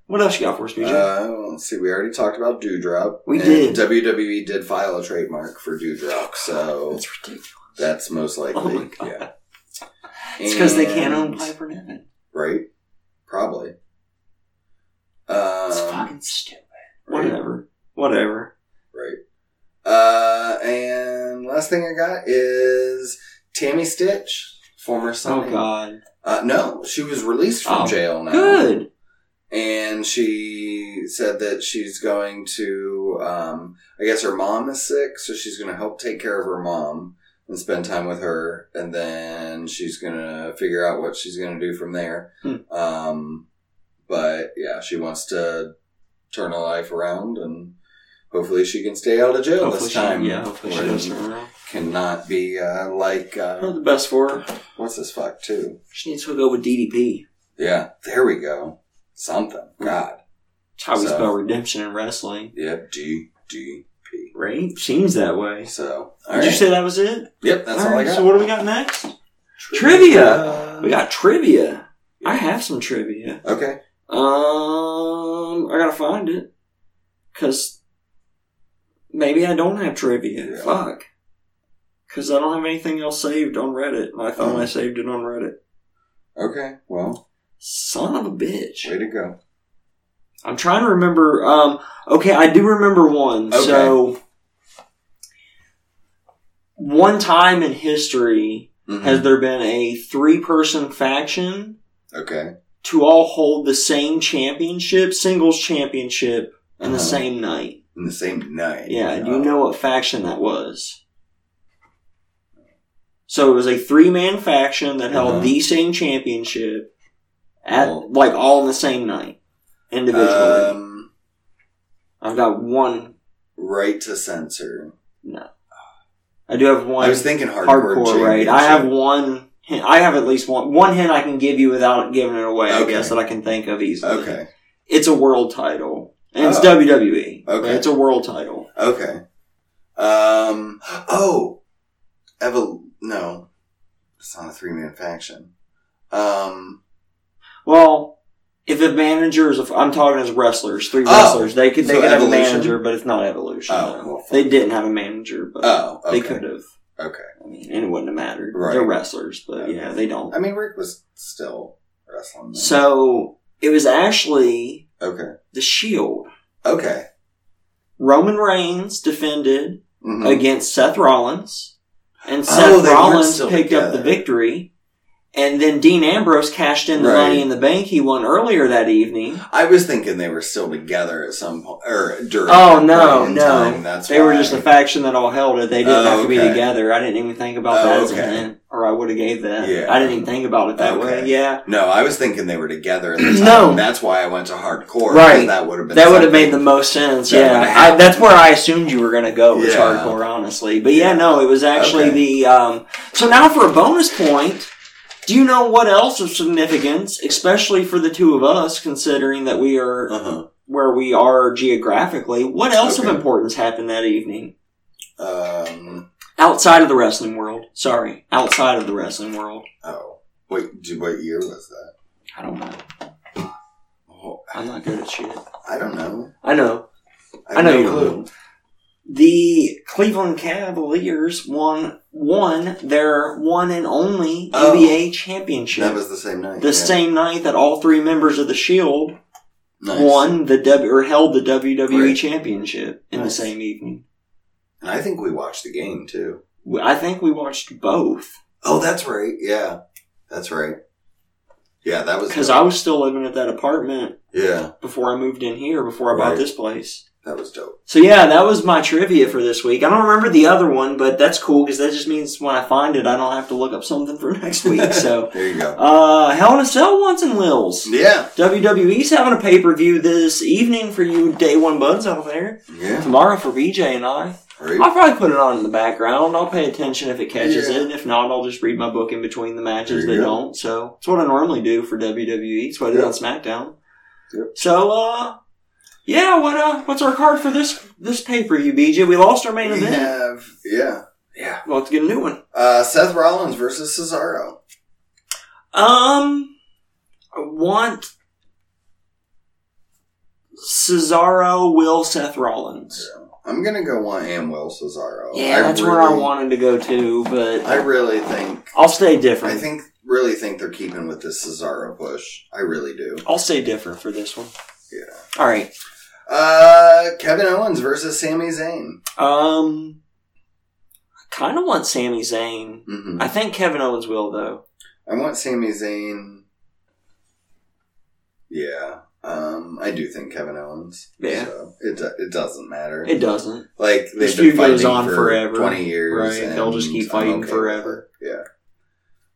Speaker 2: What else you got for us, BJ?
Speaker 1: Uh, let's see, we already talked about Dewdrop.
Speaker 2: We
Speaker 1: And
Speaker 2: did.
Speaker 1: WWE did file a trademark for Dewdrop, so
Speaker 2: that's ridiculous.
Speaker 1: that's most likely.
Speaker 2: Oh my God.
Speaker 1: Yeah,
Speaker 2: It's because they can't own
Speaker 1: And-
Speaker 2: Piper Niven.
Speaker 1: right, probably. Um,
Speaker 2: It's fucking stupid.
Speaker 1: right.
Speaker 2: Whatever. Whatever.
Speaker 1: Right. Uh, and last thing I got is Tammy Stitch, former
Speaker 2: Oh
Speaker 1: Sunny.
Speaker 2: God.
Speaker 1: Uh, no, she was released from
Speaker 2: Oh,
Speaker 1: jail now.
Speaker 2: Good.
Speaker 1: And she said that she's going to, um, I guess her mom is sick, so she's going to help take care of her mom and spend time with her. And then she's going to figure out what she's going to do from there.
Speaker 2: Hmm.
Speaker 1: Um, but yeah, she wants to turn her life around and hopefully she can stay out of jail
Speaker 2: Hopefully
Speaker 1: this time.
Speaker 2: she, yeah. Hopefully she
Speaker 1: Where
Speaker 2: does
Speaker 1: you
Speaker 2: turn around.
Speaker 1: Cannot be, uh, like,
Speaker 2: Well,
Speaker 1: uh,
Speaker 2: the best for her.
Speaker 1: what's this fuck too?
Speaker 2: She needs to go with DDP.
Speaker 1: Yeah, there we go. Something. God.
Speaker 2: It's how we
Speaker 1: So-
Speaker 2: spell redemption in wrestling.
Speaker 1: Yep, D D P.
Speaker 2: Right? Seems that way.
Speaker 1: So, all
Speaker 2: Did
Speaker 1: right.
Speaker 2: you say that was it?
Speaker 1: yep, that's all,
Speaker 2: Alright,
Speaker 1: I got.
Speaker 2: So what do we got next? Trivia. We got trivia. I have some trivia.
Speaker 1: Okay.
Speaker 2: Um, I gotta find it because maybe I don't have trivia.
Speaker 1: Yeah.
Speaker 2: Fuck. Because I don't have anything else saved on Reddit. My phone, I saved it on Reddit.
Speaker 1: Okay. Well,
Speaker 2: Son of a bitch.
Speaker 1: way to go.
Speaker 2: I'm trying to remember. Um, okay, I do remember one.
Speaker 1: Okay.
Speaker 2: So, one time in history
Speaker 1: Mhm.
Speaker 2: has there been a three person faction
Speaker 1: okay.
Speaker 2: to all hold the same championship, singles championship, in
Speaker 1: Uh-huh.
Speaker 2: the same night?
Speaker 1: in the same night.
Speaker 2: Yeah, do you know what faction that was? So it was a three man faction that held
Speaker 1: Uh-huh.
Speaker 2: the same championship at
Speaker 1: Well-
Speaker 2: like all in the same night. Individually.
Speaker 1: Um,
Speaker 2: I've got one
Speaker 1: right to censor.
Speaker 2: I do have one
Speaker 1: I was thinking hardcore,
Speaker 2: hardcore raid. I have
Speaker 1: championship.
Speaker 2: one. Hint, I have at least one one hint I can give you without giving it away. I
Speaker 1: Okay.
Speaker 2: guess that I can think of easily.
Speaker 1: Okay.
Speaker 2: it's a world title, and it's
Speaker 1: Oh.
Speaker 2: WWE.
Speaker 1: Okay.
Speaker 2: it's a world title.
Speaker 1: Okay. Um. Oh. Evol. No. It's not a three man faction. Um.
Speaker 2: Well, if a manager is, a, I'm talking as wrestlers, three
Speaker 1: Oh.
Speaker 2: wrestlers, they could they
Speaker 1: So
Speaker 2: could have a
Speaker 1: Evolution?
Speaker 2: manager, but it's not evolution.
Speaker 1: Oh,
Speaker 2: no.
Speaker 1: well, fuck.
Speaker 2: they didn't have a manager, but
Speaker 1: Oh. Okay.
Speaker 2: they could have.
Speaker 1: Okay.
Speaker 2: I mean, and it wouldn't have mattered.
Speaker 1: Right.
Speaker 2: They're wrestlers, but
Speaker 1: Okay.
Speaker 2: yeah, they don't.
Speaker 1: I mean, Rick was still wrestling. then.
Speaker 2: So it was actually
Speaker 1: okay.
Speaker 2: the Shield.
Speaker 1: Okay.
Speaker 2: Roman Reigns defended
Speaker 1: Mhm.
Speaker 2: against Seth Rollins, and Seth
Speaker 1: Oh, they weren't
Speaker 2: Rollins
Speaker 1: still
Speaker 2: picked up the
Speaker 1: together.
Speaker 2: victory. And then Dean Ambrose cashed in the
Speaker 1: Right.
Speaker 2: money in the bank he won earlier that evening.
Speaker 1: I was thinking they were still together at some point, or during.
Speaker 2: Oh,
Speaker 1: that
Speaker 2: no,
Speaker 1: point in
Speaker 2: no.
Speaker 1: That's
Speaker 2: They were
Speaker 1: why.
Speaker 2: just a faction that all held it. They didn't
Speaker 1: Oh,
Speaker 2: have to be
Speaker 1: okay.
Speaker 2: together. I didn't even think about
Speaker 1: Oh,
Speaker 2: that as a
Speaker 1: okay.
Speaker 2: hint, or I would have gave that.
Speaker 1: Yeah.
Speaker 2: I didn't even think about it that
Speaker 1: Okay.
Speaker 2: way. Yeah,
Speaker 1: No, I was thinking they were together. At the time.
Speaker 2: No.
Speaker 1: that's why I went to hardcore.
Speaker 2: Right.
Speaker 1: that would have been
Speaker 2: that would have
Speaker 1: something-
Speaker 2: made the most sense.
Speaker 1: That
Speaker 2: yeah,
Speaker 1: would've
Speaker 2: I,
Speaker 1: happened.
Speaker 2: that's where I assumed you were going to go was
Speaker 1: Yeah.
Speaker 2: hardcore, honestly. But yeah, no, it was actually
Speaker 1: Okay.
Speaker 2: the. Um, so now for a bonus point, do you know what else of significance, especially for the two of us, considering that we are uh,
Speaker 1: Uh-huh.
Speaker 2: where we are geographically? What else of
Speaker 1: Okay.
Speaker 2: importance happened that evening
Speaker 1: Um.
Speaker 2: outside of the wrestling world? Sorry, outside of the wrestling world.
Speaker 1: Oh, wait. do- What year was that?
Speaker 2: I don't know.
Speaker 1: Oh,
Speaker 2: I'm not good at shit.
Speaker 1: I don't know.
Speaker 2: I know.
Speaker 1: I, have
Speaker 2: I know
Speaker 1: no
Speaker 2: you
Speaker 1: clue.
Speaker 2: don't. The Cleveland Cavaliers won won their one and only
Speaker 1: Oh.
Speaker 2: NBA championship.
Speaker 1: That was the same night.
Speaker 2: the
Speaker 1: yeah.
Speaker 2: same night that all three members of the Shield
Speaker 1: Nice.
Speaker 2: won the W or held the WWE
Speaker 1: Right.
Speaker 2: championship in
Speaker 1: Nice.
Speaker 2: the same evening.
Speaker 1: And I think we watched the game too.
Speaker 2: W- I think we watched both
Speaker 1: Oh, that's right. Yeah, that's right. Yeah, that was.
Speaker 2: because I was still living at that apartment
Speaker 1: yeah,
Speaker 2: before I moved in here before I bought
Speaker 1: Right.
Speaker 2: this place.
Speaker 1: that was dope.
Speaker 2: So yeah, that was my trivia for this week. I don't remember the other one, but that's cool because that just means when I find it, I don't have to look up something for next week. So
Speaker 1: There you go.
Speaker 2: Uh, Hell in a Cell wants and Lils.
Speaker 1: Yeah.
Speaker 2: WWE's E having a pay per view this evening for you day one buds out there.
Speaker 1: Yeah.
Speaker 2: Tomorrow for BJ and I.
Speaker 1: Right.
Speaker 2: I'll probably put it on in the background. I'll pay attention if it catches
Speaker 1: Yeah.
Speaker 2: it. If not, I'll just read my book in between the
Speaker 1: There
Speaker 2: matches. They
Speaker 1: you go.
Speaker 2: don't. So E. it's what I normally do for WWE. It's what I did
Speaker 1: Yeah.
Speaker 2: on SmackDown.
Speaker 1: Yep.
Speaker 2: So, uh, yeah, what uh, what's our card for this this pay per view, BJ? We lost our main
Speaker 1: We
Speaker 2: event.
Speaker 1: have yeah, yeah.
Speaker 2: We'll have to get a new one.
Speaker 1: Uh, Seth Rollins versus Cesaro.
Speaker 2: Um, I want Cesaro will Seth Rollins.
Speaker 1: I'm gonna go want and Will Cesaro.
Speaker 2: Yeah, that's where I
Speaker 1: really-
Speaker 2: wanted to go to, but
Speaker 1: I really think.
Speaker 2: I'll stay different.
Speaker 1: I think really think they're keeping with this Cesaro push. I really do.
Speaker 2: I'll stay different for this one.
Speaker 1: Yeah.
Speaker 2: All right.
Speaker 1: Uh, Kevin Owens versus Sami Zayn.
Speaker 2: Um, I kind of want Sami Zayn.
Speaker 1: hmm
Speaker 2: I think Kevin Owens will though.
Speaker 1: I want Sami Zayn. Yeah. Um, I do think Kevin Owens.
Speaker 2: Yeah.
Speaker 1: So it do- it doesn't matter.
Speaker 2: It dousn't.
Speaker 1: like they've
Speaker 2: feud
Speaker 1: been
Speaker 2: goes
Speaker 1: fighting
Speaker 2: on
Speaker 1: for
Speaker 2: forever,
Speaker 1: twenty years.
Speaker 2: right? They'll just keep
Speaker 1: I'm
Speaker 2: fighting
Speaker 1: with
Speaker 2: forever.
Speaker 1: it. Yeah.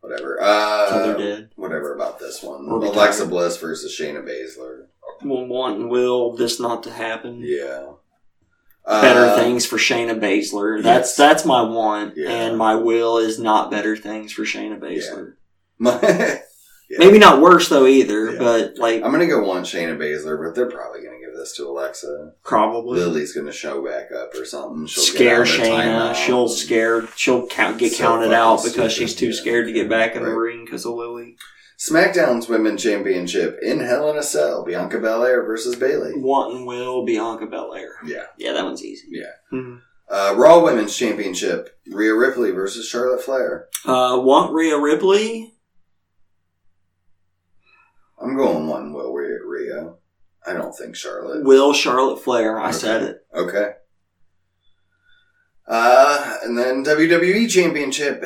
Speaker 1: Whatever.
Speaker 2: Until
Speaker 1: Uh,
Speaker 2: they're dead.
Speaker 1: whatever about this one.
Speaker 2: We'll be
Speaker 1: Alexa
Speaker 2: tired.
Speaker 1: Bliss versus Shayna Baszler.
Speaker 2: Will want and will this not to happen?
Speaker 1: Yeah.
Speaker 2: Mm-hmm. Better
Speaker 1: Uh,
Speaker 2: things for Shayna Baszler. That's
Speaker 1: yes.
Speaker 2: that's my want,
Speaker 1: Yeah.
Speaker 2: and my will is not better things for Shayna Baszler.
Speaker 1: my- Uh, Yeah.
Speaker 2: Maybe not worse though either,
Speaker 1: Yeah.
Speaker 2: but like
Speaker 1: I'm gonna go want Shayna Baszler, but they're probably gonna give this to Alexa.
Speaker 2: probably
Speaker 1: Lily's gonna show back up or something. She'll get out
Speaker 2: scare
Speaker 1: of
Speaker 2: Shayna.
Speaker 1: timeout.
Speaker 2: She'll scare. She'll count, get
Speaker 1: So
Speaker 2: counted
Speaker 1: fucking
Speaker 2: out
Speaker 1: stupid.
Speaker 2: because she's too
Speaker 1: Yeah.
Speaker 2: scared to get back in the
Speaker 1: Right.
Speaker 2: ring because of Lily.
Speaker 1: SmackDown's Women Championship in Hell in a Cell. Bianca Belair versus Bailey.
Speaker 2: Want and will Bianca Belair.
Speaker 1: Yeah.
Speaker 2: Yeah, that one's easy.
Speaker 1: Yeah.
Speaker 2: Mhm.
Speaker 1: Uh, Raw Women's Championship. Rhea Ripley versus Charlotte Flair.
Speaker 2: Uh, want Rhea Ripley?
Speaker 1: I'm going one. Will Rhea? Rhea. I don't think Charlotte.
Speaker 2: Will Charlotte Flair? I
Speaker 1: Okay.
Speaker 2: said it.
Speaker 1: Okay. Uh, and then WWE Championship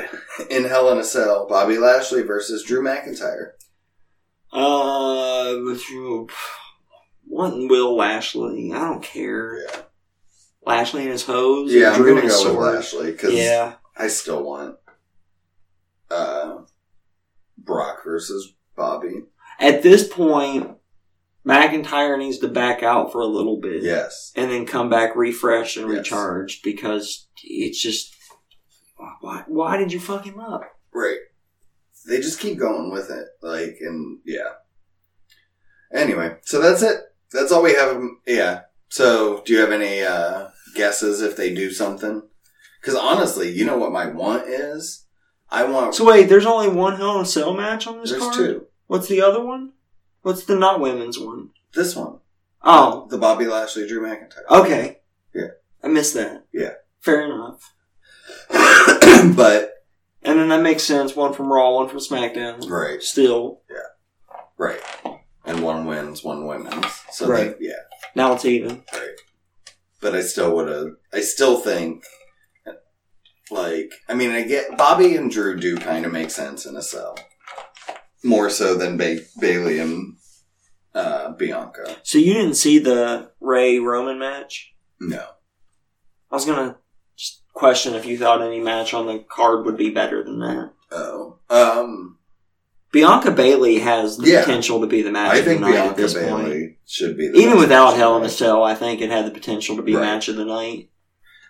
Speaker 1: in Hell in a Cell. Bobby Lashley versus Drew McIntyre.
Speaker 2: Uh, want and will Lashley? I don't care.
Speaker 1: Yeah,
Speaker 2: Lashley and his hose.
Speaker 1: yeah
Speaker 2: and
Speaker 1: I'm
Speaker 2: Drew
Speaker 1: gonna
Speaker 2: and
Speaker 1: go
Speaker 2: his
Speaker 1: with
Speaker 2: sword.
Speaker 1: Lashley because
Speaker 2: Yeah,
Speaker 1: I still want uh Brock versus Bobby.
Speaker 2: at this point, McIntyre needs to back out for a little bit.
Speaker 1: Yes,
Speaker 2: and then come back refreshed and
Speaker 1: Yes.
Speaker 2: recharged because it's just why why did you fuck him up?
Speaker 1: right. They just keep going with it, like, and yeah. Anyway, so that's it. That's all we have. um, Yeah. So, do you have any uh, guesses if they do something? Because honestly, you know what my want is. I want.
Speaker 2: So wait, there's only one Hell in a Cell match on this
Speaker 1: there's
Speaker 2: card.
Speaker 1: two.
Speaker 2: What's the other one? What's the not women's one?
Speaker 1: This one.
Speaker 2: Oh,
Speaker 1: the Bobby Lashley, Drew McIntyre.
Speaker 2: okay.
Speaker 1: Yeah.
Speaker 2: I missed that.
Speaker 1: Yeah.
Speaker 2: fair enough.
Speaker 1: but
Speaker 2: And then that makes sense. One from Raw, one from SmackDown.
Speaker 1: right.
Speaker 2: Still,
Speaker 1: Right. And one wins, one women's. So
Speaker 2: Right.
Speaker 1: they- yeah.
Speaker 2: now it's even.
Speaker 1: But I still would have. I still think. Like, I mean, I get Bobby and Drew do kind of make sense in a cell, more so than ba- Bailey and uh, Bianca.
Speaker 2: So you didn't see the Ray Roman match?
Speaker 1: No,
Speaker 2: I was gonna just question if you thought any match on the card would be better than that.
Speaker 1: oh, um,
Speaker 2: Bianca Bailey has the
Speaker 1: Yeah.
Speaker 2: potential to be the match
Speaker 1: I
Speaker 2: of the
Speaker 1: think
Speaker 2: night at
Speaker 1: Bianca
Speaker 2: this
Speaker 1: Bailey
Speaker 2: point.
Speaker 1: should be the
Speaker 2: Even
Speaker 1: best
Speaker 2: without
Speaker 1: match.
Speaker 2: Hell in a Cell, I think it had the potential to be
Speaker 1: Right.
Speaker 2: match of the night.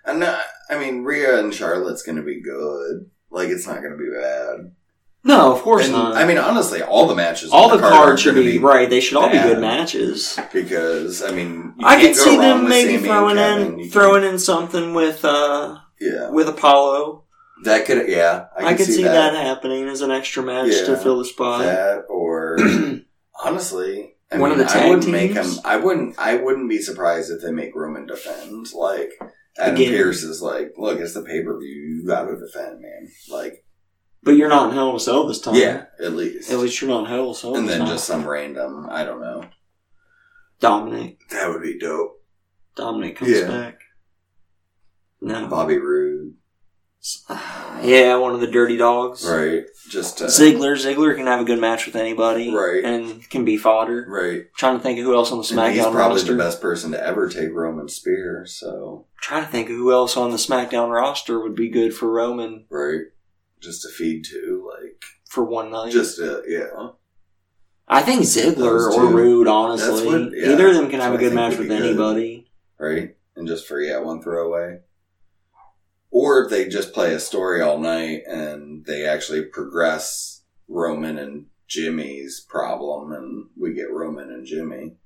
Speaker 1: I'm not. uh, I mean, Rhea and Charlotte's going to be good. Like, it's not going to be bad.
Speaker 2: No, of course
Speaker 1: And,
Speaker 2: not.
Speaker 1: I mean, honestly, all the matches,
Speaker 2: all
Speaker 1: on
Speaker 2: the
Speaker 1: card aren't
Speaker 2: cards should
Speaker 1: gonna
Speaker 2: be, right. They should all be
Speaker 1: bad.
Speaker 2: good matches.
Speaker 1: because I mean, you
Speaker 2: I
Speaker 1: can't
Speaker 2: can
Speaker 1: go wrong
Speaker 2: see them
Speaker 1: with
Speaker 2: maybe
Speaker 1: Sami and
Speaker 2: throwing
Speaker 1: Kevin. You
Speaker 2: in throwing in something with uh
Speaker 1: can- yeah,
Speaker 2: with Apollo.
Speaker 1: that could yeah, I
Speaker 2: I
Speaker 1: can,
Speaker 2: could
Speaker 1: see,
Speaker 2: see, that.
Speaker 1: that.
Speaker 2: happening as an extra match
Speaker 1: Yeah.
Speaker 2: to fill the spot.
Speaker 1: That or honestly, I
Speaker 2: One of
Speaker 1: mean,
Speaker 2: the
Speaker 1: I
Speaker 2: tag
Speaker 1: wouldn't make him.
Speaker 2: teams?
Speaker 1: I wouldn't. I wouldn't be surprised if they make Roman defend. Like Adam
Speaker 2: Again.
Speaker 1: Pierce is like, look, it's the pay per view. You gotta defend, man. Like
Speaker 2: but you're not in Hell in a Cell this time.
Speaker 1: yeah, at least.
Speaker 2: At least you're not in Hell in a Cell.
Speaker 1: and
Speaker 2: this
Speaker 1: then
Speaker 2: time.
Speaker 1: just some random. I don't know.
Speaker 2: Dominic.
Speaker 1: That would be dope.
Speaker 2: Dominic comes
Speaker 1: Yeah.
Speaker 2: back. No.
Speaker 1: Bobby Roode,
Speaker 2: Yeah, one of the dirty dogs.
Speaker 1: Oh. right? Just uh,
Speaker 2: Ziggler, Ziggler can have a good match with anybody,
Speaker 1: Right.
Speaker 2: And can be fodder.
Speaker 1: right?
Speaker 2: Trying to think of who else on the
Speaker 1: And he's
Speaker 2: SmackDown
Speaker 1: probably
Speaker 2: roster.
Speaker 1: the best person to ever take Roman Spear. So
Speaker 2: Trying to think of who else on the SmackDown roster would be good for Roman
Speaker 1: right, just to feed to like
Speaker 2: for one night.
Speaker 1: just a, yeah.
Speaker 2: I think Ziggler
Speaker 1: Those
Speaker 2: or
Speaker 1: two.
Speaker 2: Rude, honestly,
Speaker 1: what- yeah.
Speaker 2: either of them can have
Speaker 1: So
Speaker 2: a
Speaker 1: I
Speaker 2: good
Speaker 1: think
Speaker 2: match
Speaker 1: would
Speaker 2: with
Speaker 1: be good.
Speaker 2: anybody.
Speaker 1: right? And just for yeah, one throwaway. Or if they just play a story all night and they actually progress Roman and Jimmy's problem and we get Roman and Jimmy.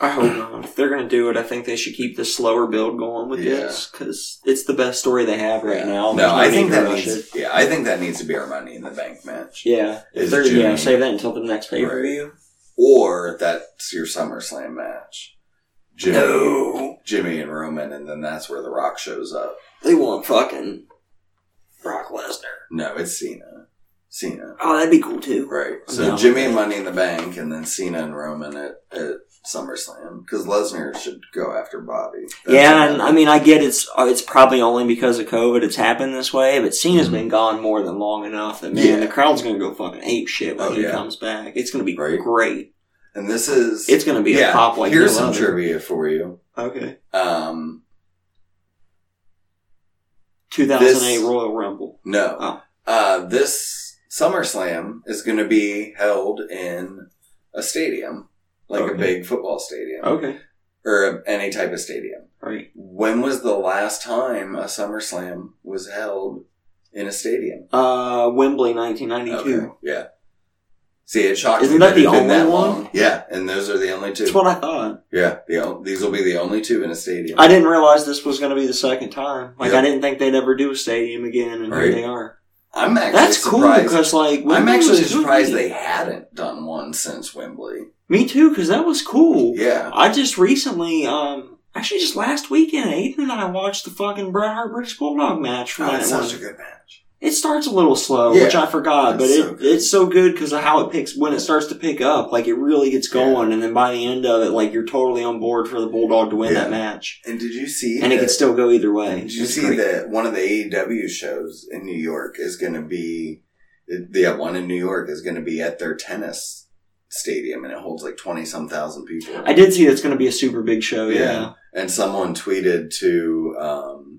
Speaker 2: I hope not. If they're going to do it, I think they should keep the slower build going with
Speaker 1: Yeah.
Speaker 2: this because it's the best story they have right now. There's
Speaker 1: No, I
Speaker 2: need
Speaker 1: think
Speaker 2: to
Speaker 1: that
Speaker 2: rush it.
Speaker 1: needs. Yeah, I think that needs to be our money in the bank match.
Speaker 2: Yeah,
Speaker 1: Is
Speaker 2: If they're-
Speaker 1: June.
Speaker 2: yeah. Save that until the next pay per view.
Speaker 1: Or that's your SummerSlam match. Jimmy, Jimmy and Roman, and then that's where The Rock shows up.
Speaker 2: they want fucking Brock Lesnar.
Speaker 1: No, it's Cena. Cena.
Speaker 2: Oh, that'd be cool too.
Speaker 1: Right. So
Speaker 2: No.
Speaker 1: Jimmy and Money in the Bank, and then Cena and Roman at, at SummerSlam. Because Lesnar should go after Bobby. That's
Speaker 2: yeah,
Speaker 1: what
Speaker 2: and I mean, I get it's uh, it's probably only because of COVID it's happened this way, but Cena's been gone more than long enough that man,
Speaker 1: Mm-hmm. Yeah.
Speaker 2: the crowd's gonna go fucking ape shit when
Speaker 1: Oh,
Speaker 2: he
Speaker 1: yeah.
Speaker 2: comes back. It's gonna be
Speaker 1: Right.
Speaker 2: great.
Speaker 1: And this is.
Speaker 2: It's gonna be a pop like
Speaker 1: Here's
Speaker 2: no
Speaker 1: some
Speaker 2: other.
Speaker 1: trivia for you.
Speaker 2: Okay,
Speaker 1: Um,
Speaker 2: 2008
Speaker 1: This-
Speaker 2: Royal Rumble.
Speaker 1: no.
Speaker 2: Oh.
Speaker 1: Uh, this SummerSlam is going to be held in a stadium, like a
Speaker 2: Okay. Oh.
Speaker 1: big football stadium
Speaker 2: Okay,
Speaker 1: or any type of stadium.
Speaker 2: all right.
Speaker 1: When was the last time a SummerSlam was held in a stadium?
Speaker 2: Uh, Wembley, 1992.
Speaker 1: Yeah. See, it shocked
Speaker 2: Isn't
Speaker 1: me
Speaker 2: that the
Speaker 1: it
Speaker 2: only
Speaker 1: been that
Speaker 2: one?
Speaker 1: long. Yeah, and those are the only two.
Speaker 2: That's what I thought.
Speaker 1: yeah, the, on- these will be the only two in a stadium.
Speaker 2: I didn't realize this was gonna be the second time. Like
Speaker 1: Yeah.
Speaker 2: I didn't think they'd ever do a stadium again, and here
Speaker 1: Right.
Speaker 2: they are.
Speaker 1: I'm actually
Speaker 2: That's cool
Speaker 1: surprised.
Speaker 2: because like
Speaker 1: I'm
Speaker 2: Wembley
Speaker 1: actually
Speaker 2: was good.
Speaker 1: surprised they hadn't done one since Wembley.
Speaker 2: Me too, because that was cool.
Speaker 1: Yeah.
Speaker 2: I just recently, um, actually just last weekend, Aiden and I watched the fucking Bret Hart British Bulldog match from that
Speaker 1: That's
Speaker 2: one.
Speaker 1: such a good match.
Speaker 2: it starts a little slow,
Speaker 1: Yeah.
Speaker 2: which I forgot, but
Speaker 1: It's
Speaker 2: it,
Speaker 1: so good.
Speaker 2: it's so good because of how it picks when it starts to pick up. Like it really gets
Speaker 1: Yeah.
Speaker 2: going, and then by the end of it, like you're totally on board for the Bulldog to win
Speaker 1: Yeah.
Speaker 2: that match,
Speaker 1: And did you see
Speaker 2: and it
Speaker 1: that-
Speaker 2: could still go either way.
Speaker 1: did you
Speaker 2: It's
Speaker 1: see
Speaker 2: great.
Speaker 1: that one of the AEW shows in New York is going to be the yeah, one in New York is going to be at their tennis stadium and it holds like 20 some thousand people.
Speaker 2: I did see that's going to be a super big show. Yeah.
Speaker 1: Yeah. and someone tweeted to um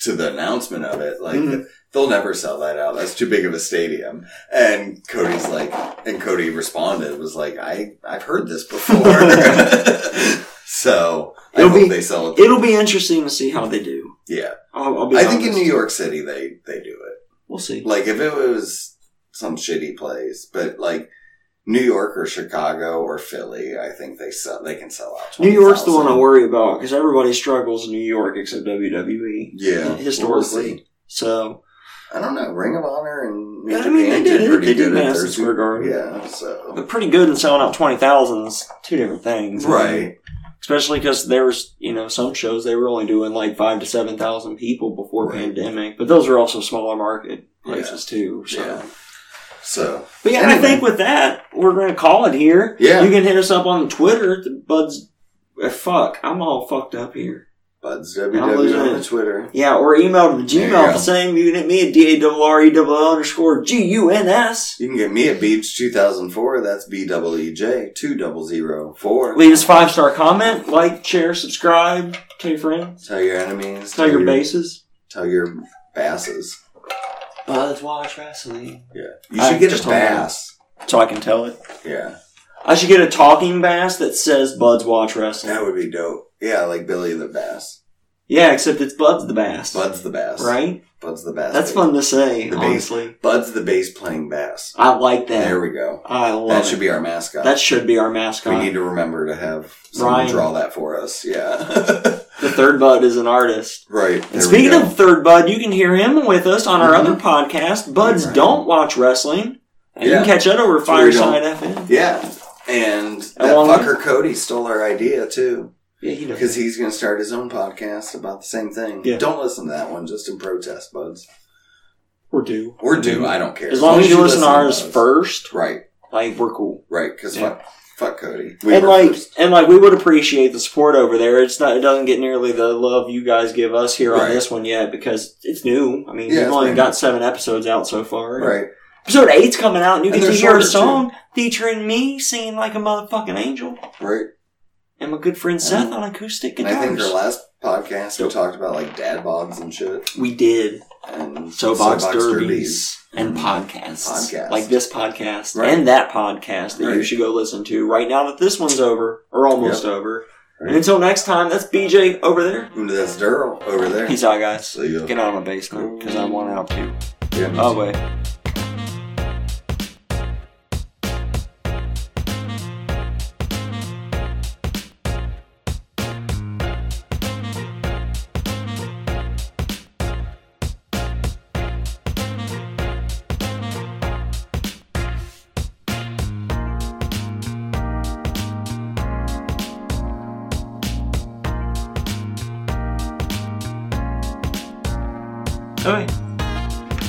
Speaker 1: to the announcement of it like
Speaker 2: Mhm.
Speaker 1: they'll never sell that out that's too big of a stadium and cody's like and cody responded was like i i've heard this before so
Speaker 2: It'll
Speaker 1: i hope
Speaker 2: be-
Speaker 1: they sell it
Speaker 2: it'll be interesting to see how they do.
Speaker 1: yeah
Speaker 2: I'll, I'll be.
Speaker 1: i think in
Speaker 2: honest.
Speaker 1: new york city they they do it
Speaker 2: we'll see.
Speaker 1: like if it was some shitty place but like New York or Chicago or Philly, I think they sell. They can sell out.
Speaker 2: New York's the one I
Speaker 1: 20,000.
Speaker 2: worry about because everybody struggles in New York except WWE.
Speaker 1: Yeah,
Speaker 2: Historically.
Speaker 1: we'll see.
Speaker 2: So
Speaker 1: I don't know. Ring of Honor and New
Speaker 2: I
Speaker 1: Japan
Speaker 2: mean, they
Speaker 1: did,
Speaker 2: did it.
Speaker 1: pretty
Speaker 2: They did
Speaker 1: good at
Speaker 2: Madison
Speaker 1: their
Speaker 2: Square Garden.
Speaker 1: Yeah, so
Speaker 2: but pretty good in selling out twenty thousand is two different things, I mean,
Speaker 1: right,
Speaker 2: Especially because there was you know some shows they were only doing like five to seven thousand people before
Speaker 1: Right.
Speaker 2: pandemic, but those are also smaller market places too. So.
Speaker 1: Yeah. so
Speaker 2: But yeah, I
Speaker 1: Anyway.
Speaker 2: think with that we're gonna call it here.
Speaker 1: Yeah.
Speaker 2: you can hit us up on Twitter. The Buds, uh, fuck, I'm all fucked up here.
Speaker 1: Buds
Speaker 2: I'm losing
Speaker 1: WWE on
Speaker 2: it.
Speaker 1: the Twitter.
Speaker 2: Yeah, or email to the
Speaker 1: There you
Speaker 2: Gmail
Speaker 1: go.
Speaker 2: the same. You can hit me at D A R E L underscore G U N S.
Speaker 1: You can get me at Beach two thousand four. That's B double E J two double zero four.
Speaker 2: Leave us five star comment, like, share, subscribe, tell your friends,
Speaker 1: Tell your enemies.
Speaker 2: tell your bases.
Speaker 1: Tell your basses.
Speaker 2: Buzz watch wrestling.
Speaker 1: Yeah, you
Speaker 2: I
Speaker 1: should get
Speaker 2: just
Speaker 1: a
Speaker 2: told them.
Speaker 1: bass.
Speaker 2: So I can tell it.
Speaker 1: Yeah,
Speaker 2: I should get a talking bass that says Bud's watch
Speaker 1: that
Speaker 2: wrestling.
Speaker 1: would be dope. Yeah, like Billy the Bass.
Speaker 2: Yeah, except it's Bud's the bass.
Speaker 1: Bud's the bass.
Speaker 2: Right?
Speaker 1: Bud's the bass.
Speaker 2: That's
Speaker 1: bass.
Speaker 2: fun to say,
Speaker 1: The bass.
Speaker 2: honestly.
Speaker 1: Bud's the bass playing bass.
Speaker 2: I like that.
Speaker 1: There we go.
Speaker 2: I love
Speaker 1: That
Speaker 2: it.
Speaker 1: should be our mascot.
Speaker 2: that should be our mascot.
Speaker 1: We need to remember to have someone
Speaker 2: Ryan.
Speaker 1: draw that for us. Yeah.
Speaker 2: the third Bud is an artist.
Speaker 1: right. there we
Speaker 2: And speaking
Speaker 1: go.
Speaker 2: of Third Bud, you can hear him with us on our
Speaker 1: Mhm.
Speaker 2: other podcast, Buds
Speaker 1: Right.
Speaker 2: Don't Watch Wrestling. And you
Speaker 1: Yeah.
Speaker 2: can catch that over
Speaker 1: where we
Speaker 2: Fireside FM.
Speaker 1: Yeah. And that
Speaker 2: Along with-
Speaker 1: fucker Cody stole our idea too.
Speaker 2: Yeah, he does.
Speaker 1: Because he's going to start his own podcast about the same thing.
Speaker 2: Yeah.
Speaker 1: Don't listen to that one just in protest, buds.
Speaker 2: Or do.
Speaker 1: Or do. I don't care.
Speaker 2: As long as you listen to ours
Speaker 1: us.
Speaker 2: first,
Speaker 1: Right.
Speaker 2: like, we're cool.
Speaker 1: Right. Because
Speaker 2: Yeah.
Speaker 1: fuck, fuck Cody. We
Speaker 2: and
Speaker 1: were
Speaker 2: like,
Speaker 1: first.
Speaker 2: and like, we would appreciate the support over there. It's not, it doesn't get nearly the love you guys give us here on
Speaker 1: Right.
Speaker 2: this one yet because it's new. I mean,
Speaker 1: Yeah,
Speaker 2: we've
Speaker 1: it's
Speaker 2: only
Speaker 1: brand
Speaker 2: got seven episodes out so far.
Speaker 1: Right.
Speaker 2: Episode eight's coming out, and you
Speaker 1: And
Speaker 2: get to
Speaker 1: they're
Speaker 2: hear a
Speaker 1: shorter,
Speaker 2: song featuring me singing like a motherfucking angel
Speaker 1: Right.
Speaker 2: and my good friend Seth on acoustic
Speaker 1: And
Speaker 2: guitars.
Speaker 1: I think our last podcast, we
Speaker 2: Dope.
Speaker 1: talked about like dad bods and shit.
Speaker 2: we did.
Speaker 1: And
Speaker 2: So box
Speaker 1: soapbox
Speaker 2: derbies and
Speaker 1: Mhm.
Speaker 2: podcasts.
Speaker 1: Podcasts.
Speaker 2: Like this podcast
Speaker 1: Right.
Speaker 2: and that podcast that you
Speaker 1: Right.
Speaker 2: should go listen to right now that this one's over or almost over. And
Speaker 1: Right.
Speaker 2: until next time, that's BJ over there.
Speaker 1: And That's Daryl over there.
Speaker 2: Peace out, guys.
Speaker 1: See ya.
Speaker 2: Get out of my basement because I want out too.
Speaker 1: Yeah, me
Speaker 2: Oh,
Speaker 1: too.
Speaker 2: wait. Okay.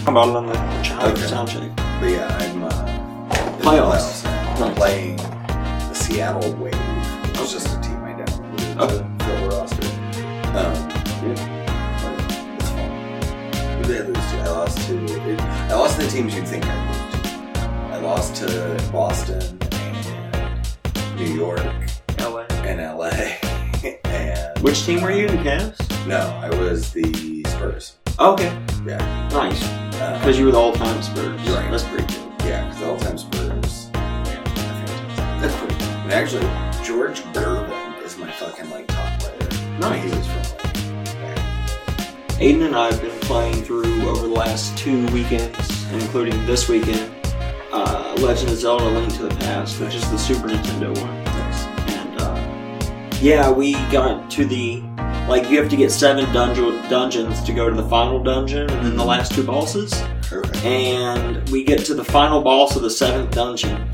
Speaker 2: How about it on the challenge
Speaker 1: Okay.
Speaker 2: sound check?
Speaker 1: But yeah, I'm uh, in the
Speaker 2: Playoffs.
Speaker 1: now. I'm
Speaker 2: Nice.
Speaker 1: playing the Seattle Wave. It's just a team I downloaded
Speaker 2: Okay.
Speaker 1: to fill the roster. Um, yeah, but it's fun. Who did I lose to? I lost to. It, I lost to the teams you'd think I would. I lost to Boston and New York
Speaker 2: LA.
Speaker 1: and LA. and
Speaker 2: Which team were you? The Cavs?
Speaker 1: No, I was the Spurs.
Speaker 2: Okay.
Speaker 1: Yeah.
Speaker 2: Nice.
Speaker 1: Uh,
Speaker 2: Because you were the all-time Spurs.
Speaker 1: Right.
Speaker 2: That's pretty good.
Speaker 1: Yeah, because all time Spurs. That's pretty cool. And actually, George Gervin is my fucking like top player.
Speaker 2: Nice.
Speaker 1: He was from like, back.
Speaker 2: Aiden and I have been playing through over the last two weekends, including this weekend, uh, Legend of Zelda: Link to the Past, which is the Super Nintendo one.
Speaker 1: Nice.
Speaker 2: And uh, yeah, we got to the like you have to get seven dunge- dungeons to go to the final dungeon, and then the last two bosses.
Speaker 1: Perfect.
Speaker 2: And we get to the final boss of the seventh dungeon,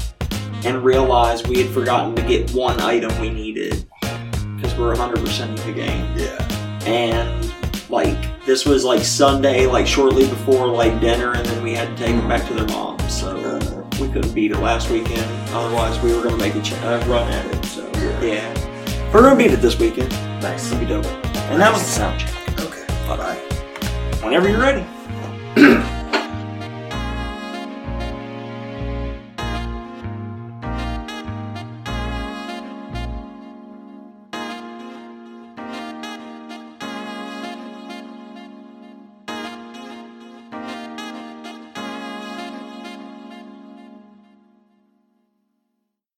Speaker 2: and realize we had forgotten to get one item we needed because we're 100% of the game
Speaker 1: Yeah.
Speaker 2: and like this was like Sunday, like shortly before like dinner, and then we had to take them back to their mom. So
Speaker 1: Uh,
Speaker 2: we couldn't beat it last weekend. Otherwise, we were gonna make a ch- uh, run at it. So
Speaker 1: Yeah.
Speaker 2: yeah, If we're gonna beat it this weekend. It's
Speaker 1: nice.
Speaker 2: gonna be dope. And that was the sound check.
Speaker 1: Okay. Bye.
Speaker 2: Whenever you're ready.